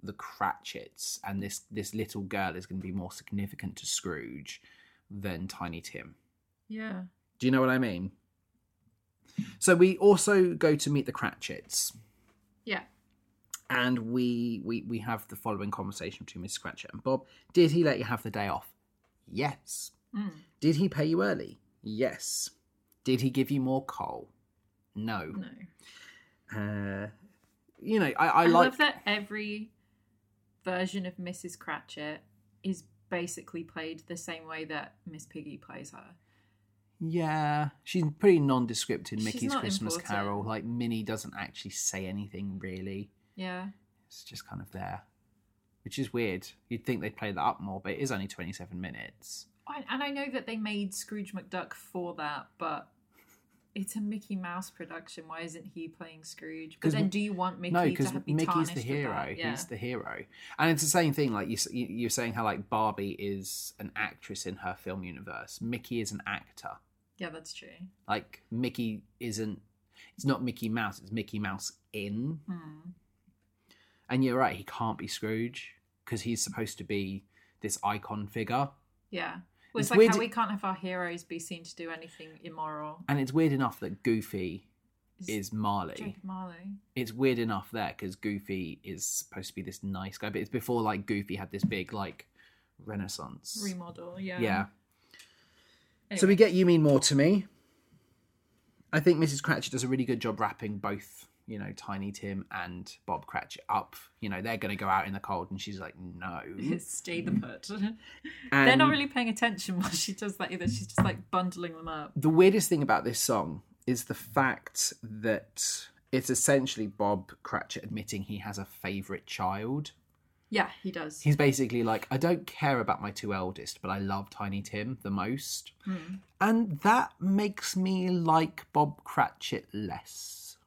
[SPEAKER 2] the Cratchits, and this this little girl is going to be more significant to Scrooge than Tiny Tim?
[SPEAKER 1] Yeah.
[SPEAKER 2] Do you know what I mean? So we also go to meet the Cratchits
[SPEAKER 1] Yeah.
[SPEAKER 2] and we we we have the following conversation between Miss Scratcher and Bob. Did he let you have the day off? Yes.
[SPEAKER 1] Mm.
[SPEAKER 2] Did he pay you early? Yes. Did he give you more coal? No.
[SPEAKER 1] No.
[SPEAKER 2] Uh, you know, I, I,
[SPEAKER 1] I,
[SPEAKER 2] like
[SPEAKER 1] love that every version of Mrs. Cratchit is basically played the same way that Miss Piggy plays her.
[SPEAKER 2] Yeah, she's pretty nondescript in
[SPEAKER 1] She's
[SPEAKER 2] Mickey's
[SPEAKER 1] not
[SPEAKER 2] Christmas
[SPEAKER 1] important.
[SPEAKER 2] Carol. Like Minnie doesn't actually say anything really.
[SPEAKER 1] Yeah.
[SPEAKER 2] It's just kind of there, which is weird. You'd think they'd play that up more, but it is only twenty-seven minutes.
[SPEAKER 1] I, and I know that they made Scrooge McDuck for that, but it's a Mickey Mouse production. Why isn't he playing Scrooge? But
[SPEAKER 2] 'Cause
[SPEAKER 1] then
[SPEAKER 2] Mi-
[SPEAKER 1] do you want Mickey
[SPEAKER 2] no,
[SPEAKER 1] to
[SPEAKER 2] because
[SPEAKER 1] have, be
[SPEAKER 2] Mickey's
[SPEAKER 1] tarnished
[SPEAKER 2] the
[SPEAKER 1] with
[SPEAKER 2] hero.
[SPEAKER 1] that? Yeah.
[SPEAKER 2] He's the hero, and it's the same thing. Like you, s- you- you're saying how like Barbie is an actress in her film universe. Mickey is an actor.
[SPEAKER 1] yeah, that's true.
[SPEAKER 2] Like Mickey isn't. It's not Mickey Mouse, it's Mickey Mouse in.
[SPEAKER 1] Hmm.
[SPEAKER 2] And you're right, he can't be Scrooge because he's supposed to be this icon figure.
[SPEAKER 1] Yeah. Well,
[SPEAKER 2] It's
[SPEAKER 1] it's, like
[SPEAKER 2] weird-
[SPEAKER 1] how we can't have our heroes be seen to do anything immoral.
[SPEAKER 2] And it's weird enough that Goofy
[SPEAKER 1] It's
[SPEAKER 2] is Marley.
[SPEAKER 1] Jacob Marley.
[SPEAKER 2] It's weird enough there because Goofy is supposed to be this nice guy, but it's before like Goofy had this big like renaissance.
[SPEAKER 1] Remodel, yeah.
[SPEAKER 2] yeah. So
[SPEAKER 1] Anyway.
[SPEAKER 2] we get You Mean More to Me. I think Mrs. Cratchit does a really good job wrapping both, you know, Tiny Tim and Bob Cratchit up. You know, they're going to go out in the cold, and she's like,
[SPEAKER 1] *laughs*
[SPEAKER 2] no.
[SPEAKER 1] Stay the put. *laughs* They're
[SPEAKER 2] Mm-hmm. And
[SPEAKER 1] not really paying attention *laughs* while she does that either. She's just like bundling them up.
[SPEAKER 2] the weirdest thing about this song is the fact that it's essentially Bob Cratchit admitting he has a favourite child.
[SPEAKER 1] Yeah, he does.
[SPEAKER 2] He's basically like, I don't care about my two eldest, but I love Tiny Tim the most. And that makes me like Bob Cratchit less.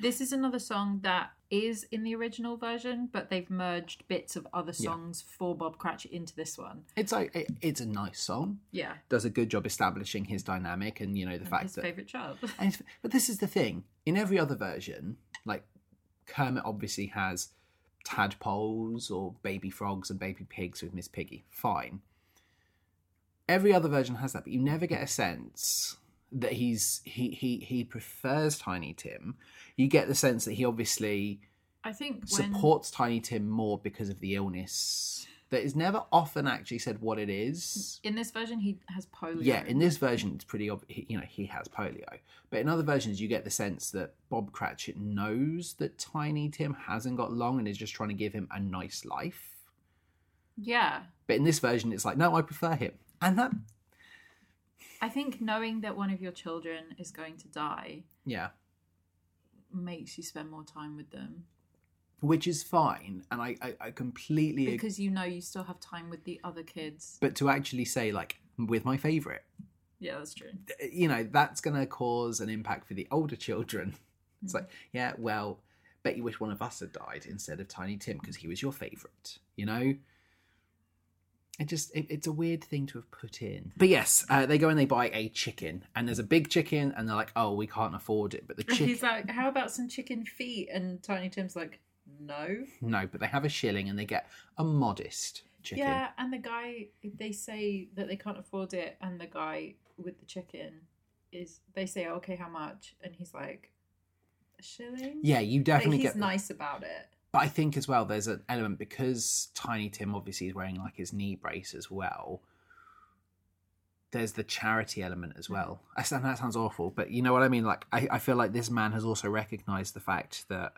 [SPEAKER 1] This is another song that is in the original version, but they've merged bits of other songs for Bob Cratchit into this one.
[SPEAKER 2] It's like it, it's a nice song.
[SPEAKER 1] Yeah.
[SPEAKER 2] Does a good job establishing his dynamic and you know the fact
[SPEAKER 1] His
[SPEAKER 2] that.
[SPEAKER 1] favourite child.
[SPEAKER 2] And it's- but this is the thing. In every other version, like Kermit obviously has tadpoles or baby frogs and baby pigs with Miss Piggy. Fine. Every other version has that, but you never get a sense that he's he he he prefers Tiny Tim. You get the sense that he obviously
[SPEAKER 1] *laughs* I think when
[SPEAKER 2] supports Tiny Tim more because of the illness that is never often actually said what it is.
[SPEAKER 1] in this version he has polio.
[SPEAKER 2] Yeah, in this version, it's pretty obvious. You know, he has polio, but in other versions, you get the sense that Bob Cratchit knows that Tiny Tim hasn't got long and is just trying to give him a nice life.
[SPEAKER 1] yeah.
[SPEAKER 2] But in this version, it's like, no, I prefer him, and that,
[SPEAKER 1] I think knowing that one of your children is going to die
[SPEAKER 2] yeah,
[SPEAKER 1] makes you spend more time with them
[SPEAKER 2] which is fine, and I, I, I completely. ag-
[SPEAKER 1] because you know you still have time with the other kids.
[SPEAKER 2] but to actually say like with my favorite,
[SPEAKER 1] Yeah, that's true.
[SPEAKER 2] you know, that's gonna cause an impact for the older children.
[SPEAKER 1] Mm.
[SPEAKER 2] It's like, yeah, well, bet you wish one of us had died instead of Tiny Tim because he was your favourite. You know, it just it, it's a weird thing to have put in. But yes, uh, they go and they buy a chicken, and there's a big chicken, and they're like, oh, we can't afford it. But the chicken,
[SPEAKER 1] He's like, "How about some chicken feet?" And Tiny Tim's like, "No."
[SPEAKER 2] no, but they have a shilling, and they get a modest chicken.
[SPEAKER 1] Yeah, and the guy they say that they can't afford it, and the guy with the chicken is they say, "Oh, "Okay, how much?" And he's like, "A shilling."
[SPEAKER 2] Yeah, you
[SPEAKER 1] Like,
[SPEAKER 2] definitely
[SPEAKER 1] he's
[SPEAKER 2] get. the-
[SPEAKER 1] nice about it.
[SPEAKER 2] But I think as well, there's an element because Tiny Tim obviously is wearing like his knee brace as well. There's the charity element as well. I sound that sounds awful, but you know what I mean. Like I, I feel like this man has also recognised the fact that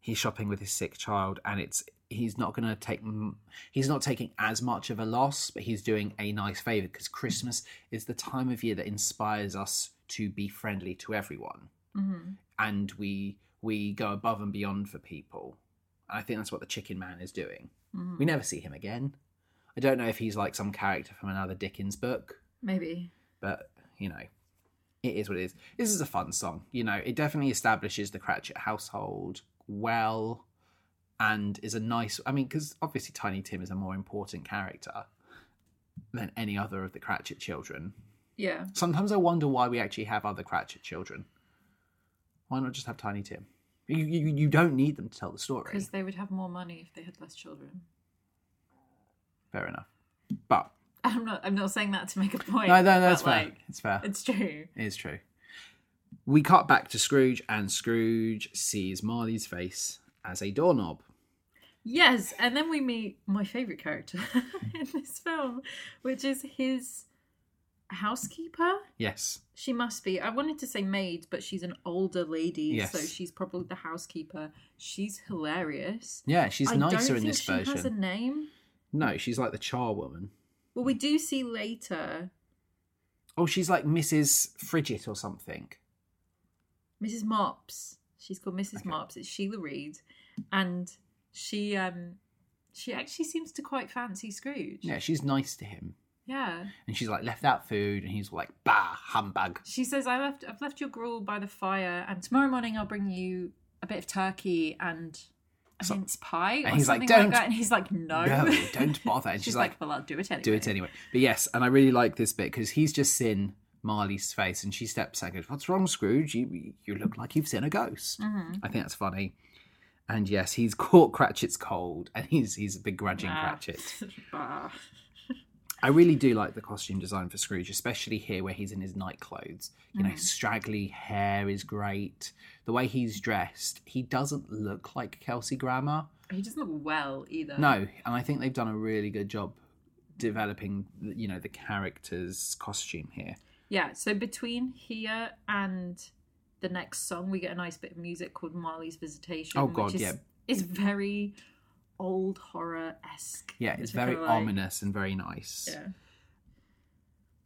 [SPEAKER 2] he's shopping with his sick child, and it's he's not going to take m- he's not taking as much of a loss, but he's doing a nice favour because Christmas is the time of year that inspires us to be friendly to everyone
[SPEAKER 1] hmm
[SPEAKER 2] and we we go above and beyond for people. And I think that's what the Chicken Man is doing.
[SPEAKER 1] mm-hmm.
[SPEAKER 2] We never see him again. I don't know if he's like some character from another Dickens book,
[SPEAKER 1] Maybe.
[SPEAKER 2] but you know, it is what it is. This is a fun song. You know, it definitely establishes the Cratchit household well, and is a nice. I mean, because obviously Tiny Tim is a more important character than any other of the Cratchit children.
[SPEAKER 1] Yeah.
[SPEAKER 2] Sometimes I wonder why we actually have other Cratchit children. Why not just have Tiny Tim? You, you, you don't need them to tell the story.
[SPEAKER 1] Because they would have more money if they had less children. *laughs*
[SPEAKER 2] Fair enough. But
[SPEAKER 1] I'm not. I'm not saying that to make a point.
[SPEAKER 2] no, no, that's
[SPEAKER 1] but,
[SPEAKER 2] fair.
[SPEAKER 1] Like,
[SPEAKER 2] it's fair.
[SPEAKER 1] it's true.
[SPEAKER 2] It is true. We cut back to Scrooge, and Scrooge sees Marley's face as a doorknob.
[SPEAKER 1] Yes, and then we meet my favorite character *laughs* in this film, which is his housekeeper.
[SPEAKER 2] Yes.
[SPEAKER 1] She must be. I wanted to say maid, but she's an older lady,
[SPEAKER 2] Yes.
[SPEAKER 1] so she's probably the housekeeper. She's hilarious.
[SPEAKER 2] Yeah, she's
[SPEAKER 1] I don't
[SPEAKER 2] nicer
[SPEAKER 1] think
[SPEAKER 2] in this
[SPEAKER 1] she
[SPEAKER 2] version.
[SPEAKER 1] has a name.
[SPEAKER 2] No, she's like the charwoman.
[SPEAKER 1] Well, we do see later
[SPEAKER 2] Oh, she's like Mrs. Fridget or something.
[SPEAKER 1] Mrs. Mops. She's called Mrs.
[SPEAKER 2] Okay.
[SPEAKER 1] Mops. It's Sheila Reed, and she um she actually seems to quite fancy Scrooge.
[SPEAKER 2] Yeah, she's nice to him.
[SPEAKER 1] Yeah.
[SPEAKER 2] And she's like left out food, and he's like, bah, humbug.
[SPEAKER 1] She says, "I left. I've left your gruel by the fire, and tomorrow morning I'll bring you a bit of turkey and a
[SPEAKER 2] So-
[SPEAKER 1] mince pie or
[SPEAKER 2] and he's like,
[SPEAKER 1] something
[SPEAKER 2] "Don't-
[SPEAKER 1] like that." And he's like, "No, *laughs*
[SPEAKER 2] No, don't bother. And she's
[SPEAKER 1] she's
[SPEAKER 2] like,
[SPEAKER 1] like, "Well, I'll do it anyway."
[SPEAKER 2] do it anyway. But yes, and I really like this bit because he's just seen Marley's face, and she steps out and goes, "What's wrong, Scrooge? You you look like you've seen a ghost."
[SPEAKER 1] Mm. Mm-hmm.
[SPEAKER 2] I think that's funny. And yes, he's *laughs* caught Cratchit's cold, and he's he's begrudging
[SPEAKER 1] Ah.
[SPEAKER 2] Cratchit.
[SPEAKER 1] *laughs* Bah.
[SPEAKER 2] I really do like the costume design for Scrooge, especially here where he's in his night clothes. You know, straggly hair is great. The way he's dressed, he doesn't look like Kelsey Grammer.
[SPEAKER 1] He doesn't look well either.
[SPEAKER 2] No, and I think they've done a really good job developing, you know, the character's costume here.
[SPEAKER 1] Yeah, so between here and the next song, we get a nice bit of music called Marley's Visitation.
[SPEAKER 2] Oh, God,
[SPEAKER 1] which is,
[SPEAKER 2] yeah.
[SPEAKER 1] Is very old horror esque.
[SPEAKER 2] Yeah, it's very ominous and very nice.
[SPEAKER 1] Yeah.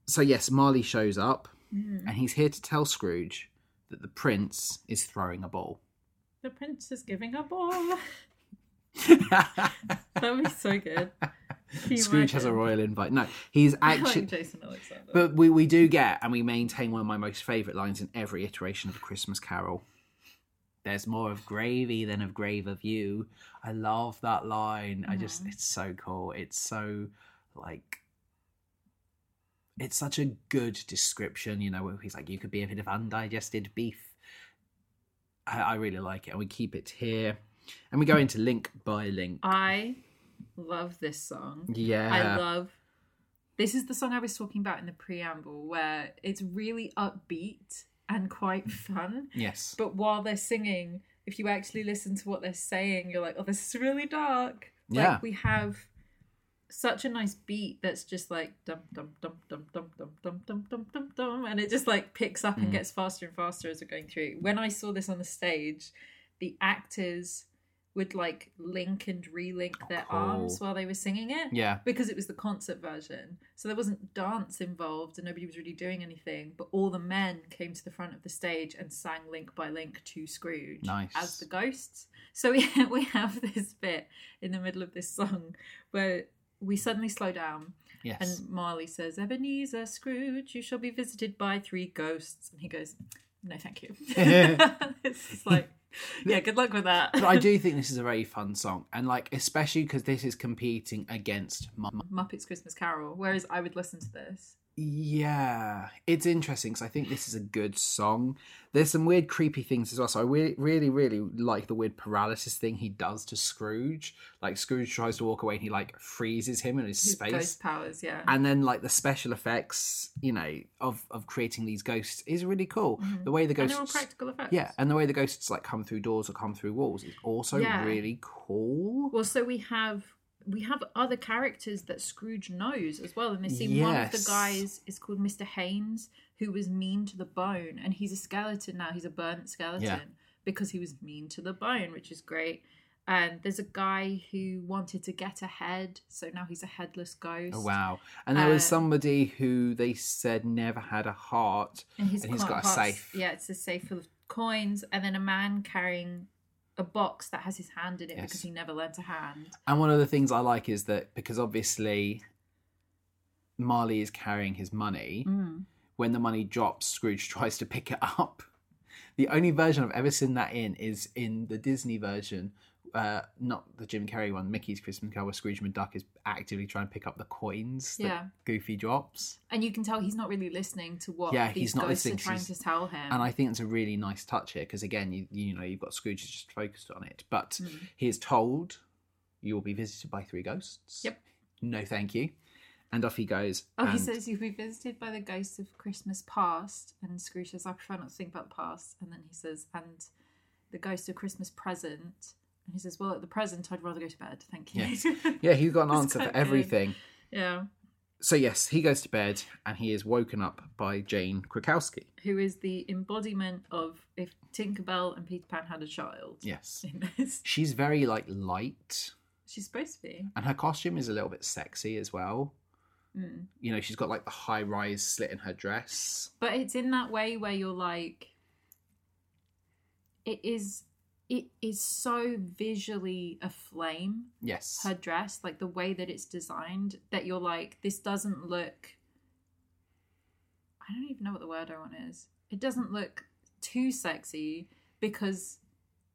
[SPEAKER 2] So yes, Marley shows up
[SPEAKER 1] Mm.
[SPEAKER 2] and he's here to tell Scrooge that the prince is throwing a ball. *laughs*
[SPEAKER 1] The prince is giving a *laughs* ball. *laughs* that would be so good. Can you
[SPEAKER 2] Scrooge has a
[SPEAKER 1] imagine?
[SPEAKER 2] royal invite. *laughs* No, he's
[SPEAKER 1] I *laughs* like
[SPEAKER 2] actually
[SPEAKER 1] Jason Alexander.
[SPEAKER 2] But we, we do get, and we maintain one of my most favourite lines in every iteration of A Christmas Carol. There's more of gravy than of grave of you. I love that line. I just,
[SPEAKER 1] Mhm.
[SPEAKER 2] it's so cool. It's so, like, it's such a good description, you know, where he's like, you could be a bit of undigested beef. I, I really like it. And we keep it here. And
[SPEAKER 1] Mm.
[SPEAKER 2] we go into link by link.
[SPEAKER 1] I love this song.
[SPEAKER 2] yeah.
[SPEAKER 1] I love. This is the song I was talking about in the preamble, where it's really upbeat and quite fun.
[SPEAKER 2] yes.
[SPEAKER 1] But while they're singing, if you actually listen to what they're saying, you're like, oh, this is really dark. Like,
[SPEAKER 2] Yeah.
[SPEAKER 1] we have such a nice beat that's just like dum dum dum dum dum dum dum dum dum dum dum and it just like picks up and
[SPEAKER 2] Mm.
[SPEAKER 1] gets faster and faster as we're going through. When I saw this on the stage, the actors would like link and relink their
[SPEAKER 2] cool.
[SPEAKER 1] arms while they were singing it
[SPEAKER 2] Yeah.
[SPEAKER 1] because it was the concert version. So there wasn't dance involved and nobody was really doing anything, but all the men came to the front of the stage and sang link by link to Scrooge
[SPEAKER 2] Nice.
[SPEAKER 1] as the ghosts. So we, we have this bit in the middle of this song where we suddenly slow down
[SPEAKER 2] Yes.
[SPEAKER 1] and Marley says, Ebenezer Scrooge, you shall be visited by three ghosts. And he goes, No, thank
[SPEAKER 2] *laughs*
[SPEAKER 1] you. *laughs* it's just like, yeah, good luck with that.
[SPEAKER 2] but I do think this is a very fun song, and like especially because this is competing against. Mum.
[SPEAKER 1] *laughs* Muppets Christmas Carol, whereas I would listen to this.
[SPEAKER 2] Yeah, it's interesting because I think this is a good song. There's some weird, creepy things as well. So I re- really, really like the weird paralysis thing he does to Scrooge. Like Scrooge tries to walk away, and he like freezes him in his
[SPEAKER 1] His
[SPEAKER 2] space.
[SPEAKER 1] Ghost powers, yeah.
[SPEAKER 2] And then like the special effects, you know, of of creating these ghosts is really cool.
[SPEAKER 1] Mhm.
[SPEAKER 2] The way the
[SPEAKER 1] And they're all
[SPEAKER 2] ghosts.
[SPEAKER 1] practical effects.
[SPEAKER 2] Yeah, and the way the ghosts like come through doors or come through walls is also
[SPEAKER 1] Yeah.
[SPEAKER 2] really cool.
[SPEAKER 1] Well, so we have we have other characters that Scrooge knows as well, and they see one of the
[SPEAKER 2] Yes.
[SPEAKER 1] guys is called Mister Haynes, who was mean to the bone, and he's a skeleton now. He's a burnt skeleton
[SPEAKER 2] Yeah.
[SPEAKER 1] because he was mean to the bone, which is great. And there's a guy who wanted to get ahead, so now he's a headless ghost.
[SPEAKER 2] Oh, wow. And there was
[SPEAKER 1] Uh,
[SPEAKER 2] somebody who they said never had a heart.
[SPEAKER 1] And he's,
[SPEAKER 2] And he's
[SPEAKER 1] got
[SPEAKER 2] got a safe.
[SPEAKER 1] Yeah, it's a safe full of coins, and then a man carrying a box that has his hand in it
[SPEAKER 2] Yes.
[SPEAKER 1] because he never learnt a hand.
[SPEAKER 2] And one of the things I like is that because obviously Marley is carrying his money,
[SPEAKER 1] Mm.
[SPEAKER 2] when the money drops, Scrooge *laughs* tries to pick it up. The only version I've ever seen that in is in the Disney version, uh, not the Jim Carrey one, Mickey's Christmas Carol, where Scrooge McDuck is actively trying to pick up the coins that
[SPEAKER 1] Yeah.
[SPEAKER 2] Goofy drops.
[SPEAKER 1] and you can tell he's not really listening to what
[SPEAKER 2] Yeah,
[SPEAKER 1] these
[SPEAKER 2] he's not
[SPEAKER 1] ghosts are
[SPEAKER 2] listening,
[SPEAKER 1] trying
[SPEAKER 2] she's-
[SPEAKER 1] to tell him.
[SPEAKER 2] And I think it's a really nice touch here because again, you you know you've got Scrooge is just focused on it, but
[SPEAKER 1] Hmm.
[SPEAKER 2] he is told you will be visited by three ghosts.
[SPEAKER 1] Yep.
[SPEAKER 2] No, thank you. And off he goes.
[SPEAKER 1] oh, he
[SPEAKER 2] and-
[SPEAKER 1] says you'll be visited by the ghosts of Christmas past, and Scrooge says, "I prefer not to think about the past." And then he says, "And the ghost of Christmas present." And he says, "Well, at the present, I'd rather go to bed. Thank you." *laughs*
[SPEAKER 2] Yes. "Yeah, he's got an
[SPEAKER 1] It's
[SPEAKER 2] answer
[SPEAKER 1] quite
[SPEAKER 2] for
[SPEAKER 1] good.
[SPEAKER 2] everything."
[SPEAKER 1] yeah.
[SPEAKER 2] So yes, he goes to bed and he is woken up by Jane Krakowski.
[SPEAKER 1] Who is the embodiment of if Tinkerbell and Peter Pan had a child?
[SPEAKER 2] Yes,
[SPEAKER 1] In this,
[SPEAKER 2] she's very like light,
[SPEAKER 1] she's supposed to be.
[SPEAKER 2] and her costume is a little bit sexy as well.
[SPEAKER 1] Mm.
[SPEAKER 2] You know, she's got like the high rise slit in her dress.
[SPEAKER 1] But it's in that way where you're like, it is, it is so visually aflame
[SPEAKER 2] Yes,
[SPEAKER 1] her dress, like the way that it's designed, that you're like, this doesn't look. I don't even know what the word I want is. It doesn't look too sexy because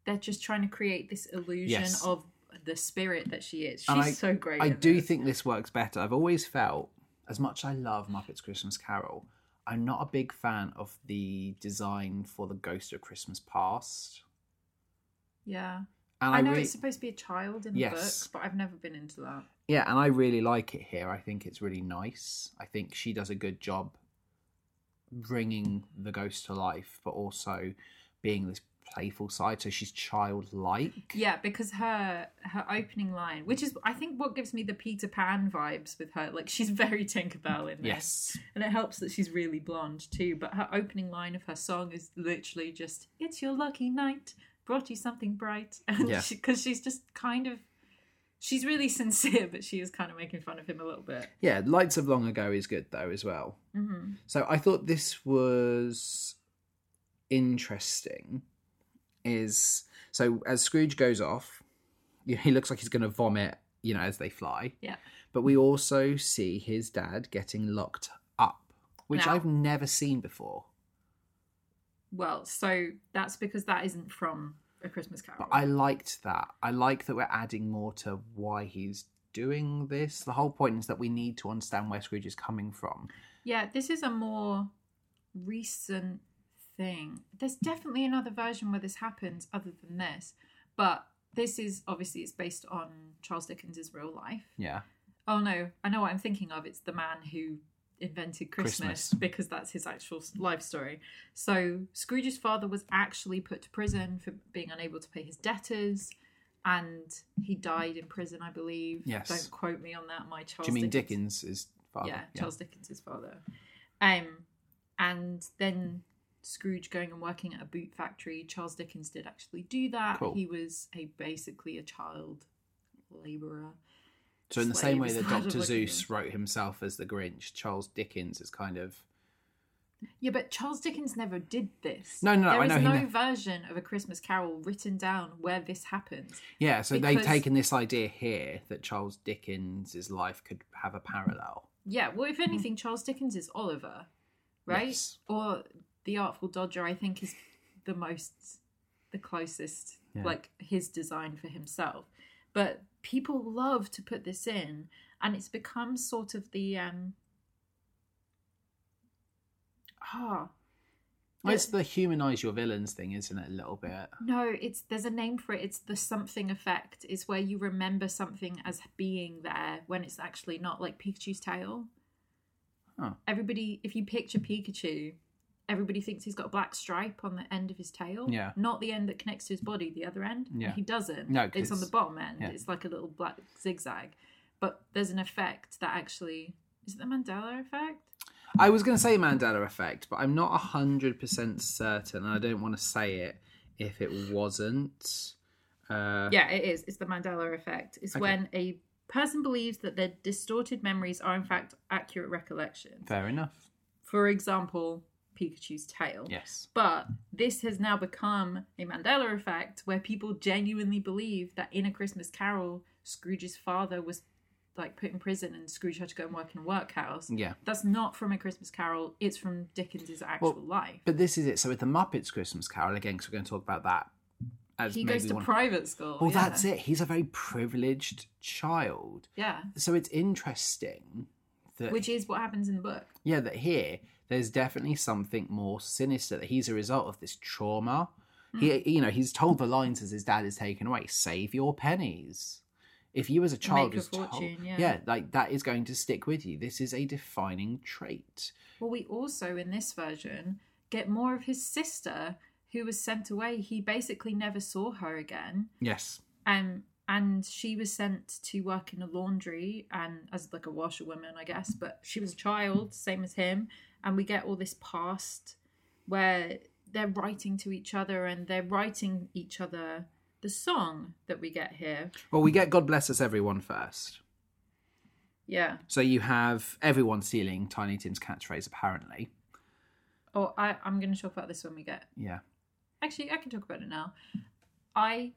[SPEAKER 1] they're just trying to create this illusion
[SPEAKER 2] Yes.
[SPEAKER 1] of the spirit that she is. She's
[SPEAKER 2] And I-
[SPEAKER 1] so great.
[SPEAKER 2] I
[SPEAKER 1] in
[SPEAKER 2] do
[SPEAKER 1] this.
[SPEAKER 2] think this works better. I've always felt, as much as I love Muppets Christmas Carol, I'm not a big fan of the design for the Ghost of Christmas Past.
[SPEAKER 1] Yeah.
[SPEAKER 2] And
[SPEAKER 1] I know
[SPEAKER 2] really,
[SPEAKER 1] it's supposed to be a child in the
[SPEAKER 2] Yes.
[SPEAKER 1] book, but I've never been into that.
[SPEAKER 2] yeah, and I really like it here. I think it's really nice. I think she does a good job bringing the ghost to life, but also being this playful side. So she's childlike.
[SPEAKER 1] Yeah, because her her opening line, which is I think what gives me the Peter Pan vibes with her, like she's *laughs* very Tinkerbell in this.
[SPEAKER 2] Yes.
[SPEAKER 1] And it helps that she's really blonde too, but her opening line of her song is literally just "It's your lucky night, brought you something bright," *laughs* and
[SPEAKER 2] Yeah.
[SPEAKER 1] because she's just kind of, she's really *laughs* sincere, but she is kind of making fun of him a little bit.
[SPEAKER 2] Yeah, Lights of Long Ago is good though as well.
[SPEAKER 1] Mm-hmm.
[SPEAKER 2] So I thought this was interesting. Is so as Scrooge goes off, *laughs* you know, he looks like he's going to vomit, you know, as they fly.
[SPEAKER 1] Yeah.
[SPEAKER 2] But we also see his dad getting locked up, which
[SPEAKER 1] Now-
[SPEAKER 2] I've never seen before.
[SPEAKER 1] Well, so that's because that isn't from a Christmas Carol.
[SPEAKER 2] But I liked that. I like that we're adding more to why he's doing this. The whole point is that we need to understand where Scrooge is coming from.
[SPEAKER 1] Yeah, this is a more recent thing. There's definitely another version where this happens other than this, but this is obviously it's based on Charles Dickens' real life.
[SPEAKER 2] Yeah.
[SPEAKER 1] Oh no, I know what I'm thinking of. It's the man who invented Christmas,
[SPEAKER 2] Christmas.
[SPEAKER 1] because that's his actual s- life story. So Scrooge's father was actually put to prison for being unable to pay his debtors. And he died in prison, I believe.
[SPEAKER 2] Yes.
[SPEAKER 1] Don't quote me on that. My Charles
[SPEAKER 2] Do you mean
[SPEAKER 1] Dickens
[SPEAKER 2] Dickens is father?
[SPEAKER 1] yeah, Charles Dickens' father. Um, and then Scrooge going and working at a boot factory. Charles Dickens did actually do that.
[SPEAKER 2] Cool.
[SPEAKER 1] He was a basically a child labourer.
[SPEAKER 2] So in the
[SPEAKER 1] slave
[SPEAKER 2] same way
[SPEAKER 1] is
[SPEAKER 2] that
[SPEAKER 1] *laughs* the word
[SPEAKER 2] Dr.
[SPEAKER 1] I'm looking
[SPEAKER 2] Zeus wrote himself as the Grinch, Charles Dickens is kind of
[SPEAKER 1] Yeah, but Charles Dickens never did this.
[SPEAKER 2] No, no, no,
[SPEAKER 1] There
[SPEAKER 2] I
[SPEAKER 1] is
[SPEAKER 2] know he
[SPEAKER 1] no
[SPEAKER 2] ne-
[SPEAKER 1] version of a Christmas Carol written down where this happens.
[SPEAKER 2] yeah. So they've
[SPEAKER 1] Because-
[SPEAKER 2] taken this idea here that Charles Dickens's life could have a parallel.
[SPEAKER 1] Yeah, well, if anything, Charles Dickens is Oliver, right?
[SPEAKER 2] Yes.
[SPEAKER 1] Or the Artful Dodger, I think, is the most, the closest,
[SPEAKER 2] Yeah.
[SPEAKER 1] like his design for himself. But people love to put this in, and it's become sort of the um. Ah,
[SPEAKER 2] Well, It's the humanize your villains thing, isn't it? A little bit.
[SPEAKER 1] no, it's there's a name for it. It's the something effect. It's where you remember something as being there when it's actually not, like Pikachu's tail.
[SPEAKER 2] Huh.
[SPEAKER 1] Everybody, if you picture Pikachu, everybody thinks he's got a black stripe on the end of his tail.
[SPEAKER 2] Yeah.
[SPEAKER 1] Not the end that connects to his body, the other end.
[SPEAKER 2] Yeah.
[SPEAKER 1] He doesn't.
[SPEAKER 2] No, 'cause-
[SPEAKER 1] it's on the bottom end.
[SPEAKER 2] yeah.
[SPEAKER 1] It's like a little black zigzag. But there's an effect that actually is it the Mandela effect?
[SPEAKER 2] I was going to say Mandela effect, but I'm not hundred percent certain, and I don't want to say it if it wasn't. Uh,
[SPEAKER 1] Yeah, it is. It's the Mandela effect. It's
[SPEAKER 2] Okay.
[SPEAKER 1] when a person believes that their distorted memories are in fact accurate recollections.
[SPEAKER 2] Fair enough.
[SPEAKER 1] For example, Pikachu's tail.
[SPEAKER 2] Yes.
[SPEAKER 1] But this has now become a Mandela effect where people genuinely believe that in a Christmas carol, Scrooge's father was like put in prison and Scrooge had to go and work in a workhouse.
[SPEAKER 2] Yeah.
[SPEAKER 1] That's not from a Christmas carol, it's from Dickens's actual
[SPEAKER 2] Mm. Well,
[SPEAKER 1] life.
[SPEAKER 2] But this is it. So with the Muppets Christmas Carol again, because we're going to talk about that. As
[SPEAKER 1] He goes
[SPEAKER 2] maybe
[SPEAKER 1] to
[SPEAKER 2] one-
[SPEAKER 1] private school.
[SPEAKER 2] Well,
[SPEAKER 1] Oh, yeah.
[SPEAKER 2] that's it. He's a very privileged child.
[SPEAKER 1] Yeah.
[SPEAKER 2] So it's interesting that
[SPEAKER 1] Which is what happens in the book.
[SPEAKER 2] yeah, that here there's definitely something more sinister that he's a result of this trauma.
[SPEAKER 1] Hmm.
[SPEAKER 2] He you know, he's told the lines as his dad is taken away, save your pennies. If you as a child
[SPEAKER 1] Make a
[SPEAKER 2] was told-
[SPEAKER 1] fortune, yeah.
[SPEAKER 2] like that is going to stick with you. This is a defining trait.
[SPEAKER 1] Well, we also, in this version, get more of his sister who was sent away. He basically never saw her again.
[SPEAKER 2] Yes.
[SPEAKER 1] Um, and she was sent to work in a laundry and as like a washerwoman, I guess. But she was a child, same as him. And we get all this past where they're writing to each other and they're writing each other the song that we get here.
[SPEAKER 2] Well, we get God bless us everyone first.
[SPEAKER 1] Yeah.
[SPEAKER 2] So you have everyone stealing Tiny Tim's catchphrase apparently.
[SPEAKER 1] Oh, I, I'm going to talk about this when we get
[SPEAKER 2] Yeah.
[SPEAKER 1] actually i can talk about it now i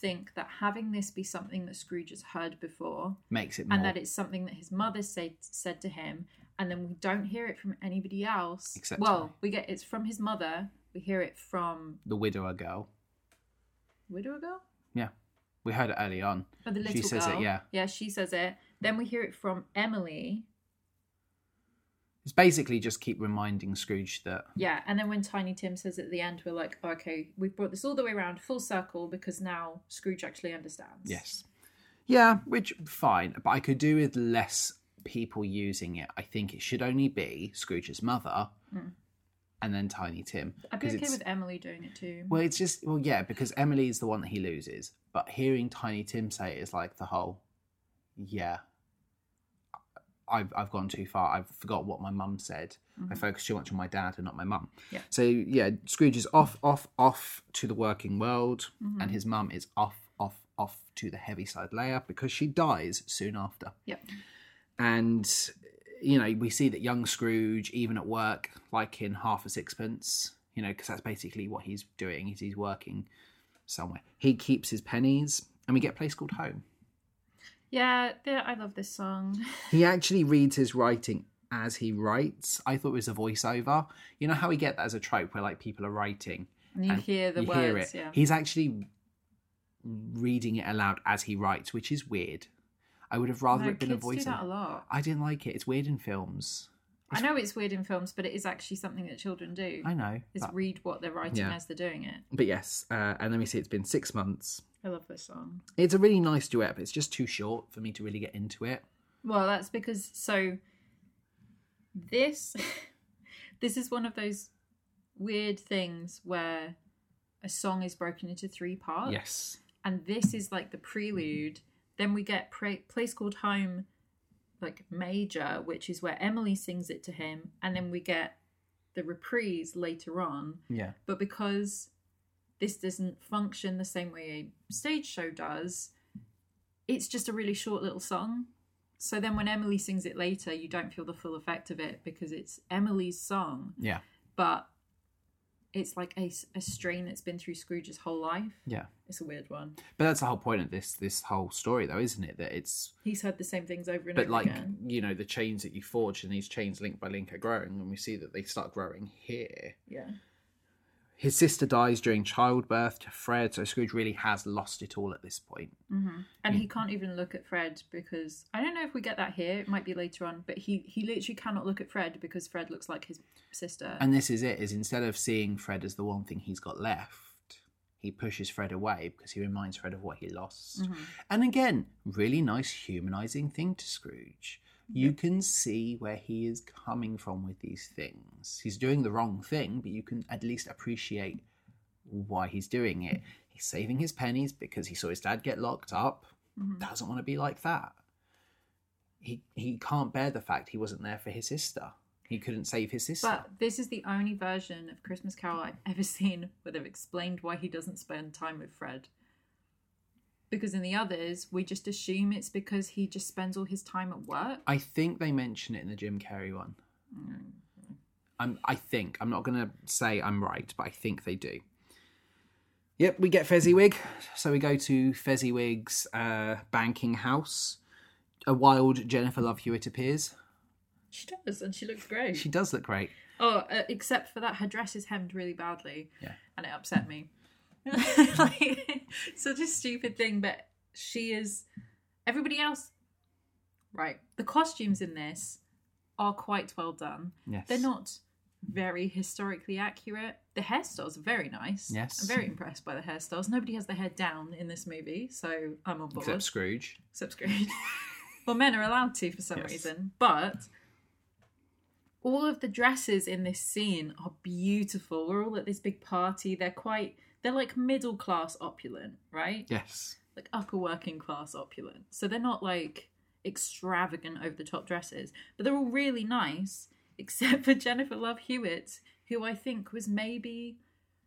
[SPEAKER 1] think that having this be something that scrooge has heard before
[SPEAKER 2] Makes it more
[SPEAKER 1] and that it's something that his mother said said to him and then we don't hear it from anybody else
[SPEAKER 2] Except
[SPEAKER 1] well
[SPEAKER 2] I.
[SPEAKER 1] we get it's from his mother we hear it from
[SPEAKER 2] the widower girl.
[SPEAKER 1] widow girl
[SPEAKER 2] Yeah. We heard it early on.
[SPEAKER 1] or the little
[SPEAKER 2] she says
[SPEAKER 1] girl
[SPEAKER 2] it, yeah.
[SPEAKER 1] yeah she says it then we hear it from emily
[SPEAKER 2] It's basically just keep reminding Scrooge that
[SPEAKER 1] Yeah, and then when Tiny Tim says at the end, we're like, oh, okay, we've brought this all the way around, full circle, because now Scrooge actually understands.
[SPEAKER 2] yes, yeah, which fine, but I could do with less people using it. I think it should only be Scrooge's mother, and then Tiny Tim.
[SPEAKER 1] I'd be
[SPEAKER 2] 'cause
[SPEAKER 1] okay
[SPEAKER 2] it's-
[SPEAKER 1] with Emily doing it too.
[SPEAKER 2] Well, it's just well, yeah, because Emily is the one that he loses, but hearing Tiny Tim say it is like the whole, yeah. I've I've gone too far. I've forgot what my mum said. I focused too much on my dad and not my mum.
[SPEAKER 1] Yeah.
[SPEAKER 2] So yeah, Scrooge is off, off, off to the working world,
[SPEAKER 1] Mm-hmm. Mm.
[SPEAKER 2] and his mum is off, off, off to the Heaviside Layer because she dies soon after
[SPEAKER 1] Yep.
[SPEAKER 2] and you know we see that young scrooge even at work like in half a sixpence you know because that's basically what he's doing is he's working somewhere he keeps his pennies and we get a place called home
[SPEAKER 1] Yeah, yeah, I love this song. *laughs*
[SPEAKER 2] he actually reads his writing as he writes i thought it was a voiceover you know how we get that as a trope where like people are writing
[SPEAKER 1] And you
[SPEAKER 2] and
[SPEAKER 1] hear the
[SPEAKER 2] you
[SPEAKER 1] words,
[SPEAKER 2] hear it
[SPEAKER 1] yeah.
[SPEAKER 2] he's actually reading it aloud as he writes which is weird i would have rather
[SPEAKER 1] No,
[SPEAKER 2] it been a
[SPEAKER 1] kids do that a
[SPEAKER 2] voiceover
[SPEAKER 1] lot.
[SPEAKER 2] i didn't like it it's weird in films
[SPEAKER 1] I know it's weird in films, but it is actually something that children do.
[SPEAKER 2] i know
[SPEAKER 1] Is
[SPEAKER 2] but-
[SPEAKER 1] read what they're writing
[SPEAKER 2] Yeah.
[SPEAKER 1] as they're doing it.
[SPEAKER 2] But yes, uh, and then we see it's been six months.
[SPEAKER 1] I love this song.
[SPEAKER 2] It's a really nice duet, but it's just too short for me to really get into it.
[SPEAKER 1] Well, that's because so this *laughs* this is one of those weird things where a song is broken into three parts.
[SPEAKER 2] Yes.
[SPEAKER 1] and this is like the prelude. Then we get pra- place called home, like major, which is where Emily sings it to him, and then we get the reprise later on.
[SPEAKER 2] Yeah.
[SPEAKER 1] But because this doesn't function the same way a stage show does, it's just a really short little song. So then when Emily sings it later, you don't feel the full effect of it because it's Emily's song,
[SPEAKER 2] Yeah.
[SPEAKER 1] but it's like a, s- a strain that's been through Scrooge's whole life.
[SPEAKER 2] Yeah.
[SPEAKER 1] It's a weird one.
[SPEAKER 2] But that's the whole point of this this whole story, though, isn't it? That it's
[SPEAKER 1] He's heard the same things over and
[SPEAKER 2] but
[SPEAKER 1] over
[SPEAKER 2] like
[SPEAKER 1] again.
[SPEAKER 2] you know the chains that you forge, and these chains link by link are growing, and we see that they start growing here.
[SPEAKER 1] Yeah.
[SPEAKER 2] His sister dies during childbirth to Fred, so Scrooge really has lost it all at this point.
[SPEAKER 1] And he can't even look at Fred because I don't know if we get that here. It might be later on, but he he literally cannot look at Fred because Fred looks like his sister.
[SPEAKER 2] And this is it: is instead of seeing Fred as the one thing he's got left, he pushes Fred away because he reminds Fred of what he lost. And again, really nice humanizing thing to Scrooge. You can see where he is coming from with these things. He's doing the wrong thing, but you can at least appreciate why he's doing it. He's saving his pennies because he saw his dad get locked up. Doesn't want to be like that. He he can't bear the fact he wasn't there for his sister. He couldn't save his sister.
[SPEAKER 1] but this is the only version of Christmas Carol I've ever *laughs* seen where they've explained why he doesn't spend time with Fred. Because in the others, we just assume it's because he just spends all his time at work.
[SPEAKER 2] I think they mention it in the Jim Carrey one. I'm, I think. I'm not going to say I'm right, but I think they do. Yep, we get Fezziwig. So we go to Fezziwig's uh, banking house. A wild Jennifer Love Hewitt appears.
[SPEAKER 1] She does, and she looks great.
[SPEAKER 2] She does look great.
[SPEAKER 1] Oh, uh, except for that, her dress is hemmed really badly.
[SPEAKER 2] Yeah.
[SPEAKER 1] And it upset
[SPEAKER 2] *laughs*
[SPEAKER 1] me. *laughs* like, such a stupid thing, but she is. Everybody else. Right. The costumes in this are quite well done.
[SPEAKER 2] Yes.
[SPEAKER 1] They're not very historically accurate. The hairstyles are very nice.
[SPEAKER 2] Yes.
[SPEAKER 1] I'm very impressed by the hairstyles. Nobody has their hair down in this movie, so I'm on board
[SPEAKER 2] Except Scrooge.
[SPEAKER 1] subscribe. well, men are allowed to for some
[SPEAKER 2] Yes.
[SPEAKER 1] reason, but all of the dresses in this scene are beautiful. We're all at this big party. They're quite. They're like middle class opulent, right?
[SPEAKER 2] Yes.
[SPEAKER 1] Like upper working class opulent. So they're not like extravagant over the top dresses, but they're all really nice, *laughs* except for Jennifer Love Hewitt, who I think was maybe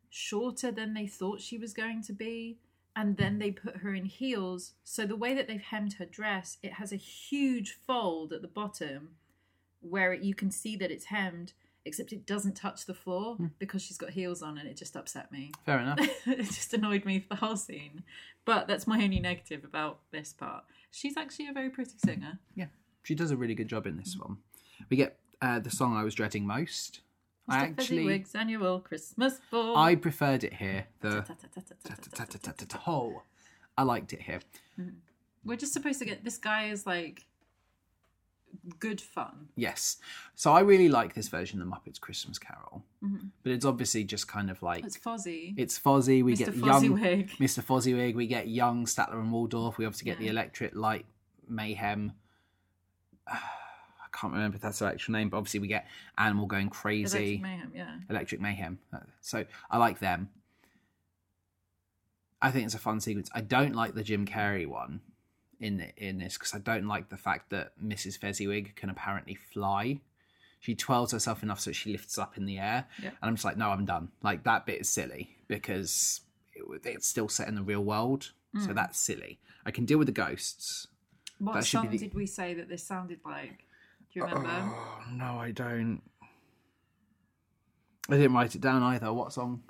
[SPEAKER 1] shorter than they thought she was going to be and then they put her in heels so the way that they've hemmed her dress it has a huge fold at the bottom where you can see that it's hemmed except it doesn't touch the floor because she's got heels on and it just upset me
[SPEAKER 2] Fair
[SPEAKER 1] *laughs*
[SPEAKER 2] enough.
[SPEAKER 1] it just annoyed me for the whole scene but that's my only negative about this part she's actually a very pretty singer
[SPEAKER 2] yeah. She does a really good job in this one. We get uh, the song I was dreading most. I
[SPEAKER 1] Mr.
[SPEAKER 2] actually.
[SPEAKER 1] Fezziwig's annual Christmas ball.
[SPEAKER 2] I preferred it here. The.
[SPEAKER 1] Ta-ta-ta-ta-ta-ta-ta-ta-ta-ta.
[SPEAKER 2] Oh, I liked it here.
[SPEAKER 1] We're just supposed to get this guy is like good fun.
[SPEAKER 2] Yes. So I really like this version of The Muppets Christmas Carol, but it's obviously just kind of like
[SPEAKER 1] It's Fozzie.
[SPEAKER 2] it's Fozzie. We
[SPEAKER 1] Mr.
[SPEAKER 2] get young
[SPEAKER 1] Fozziewig.
[SPEAKER 2] Mr. Fozziewig. We get young Statler and Waldorf. We obviously get the Electric Light Mayhem. *sighs* I can't remember if that's their actual name, but obviously we get Animal going crazy.
[SPEAKER 1] Electric Mayhem, yeah.
[SPEAKER 2] Electric Mayhem. Uh, So I like them. I think it's a fun sequence. I don't like the Jim Carrey one in in this because I don't like the fact that Mrs. Fezziwig can apparently fly. She twirls herself enough so she lifts up in the air,
[SPEAKER 1] Yeah.
[SPEAKER 2] and I'm just like, no, I'm done. Like that bit is silly because it, w- it's still set in the real world,
[SPEAKER 1] Hmm.
[SPEAKER 2] so that's silly. I can deal with the ghosts.
[SPEAKER 1] What
[SPEAKER 2] That should be
[SPEAKER 1] song
[SPEAKER 2] the-
[SPEAKER 1] did we say that this sounded like? Do you remember?
[SPEAKER 2] Oh no, I don't. I didn't write it down either. What song?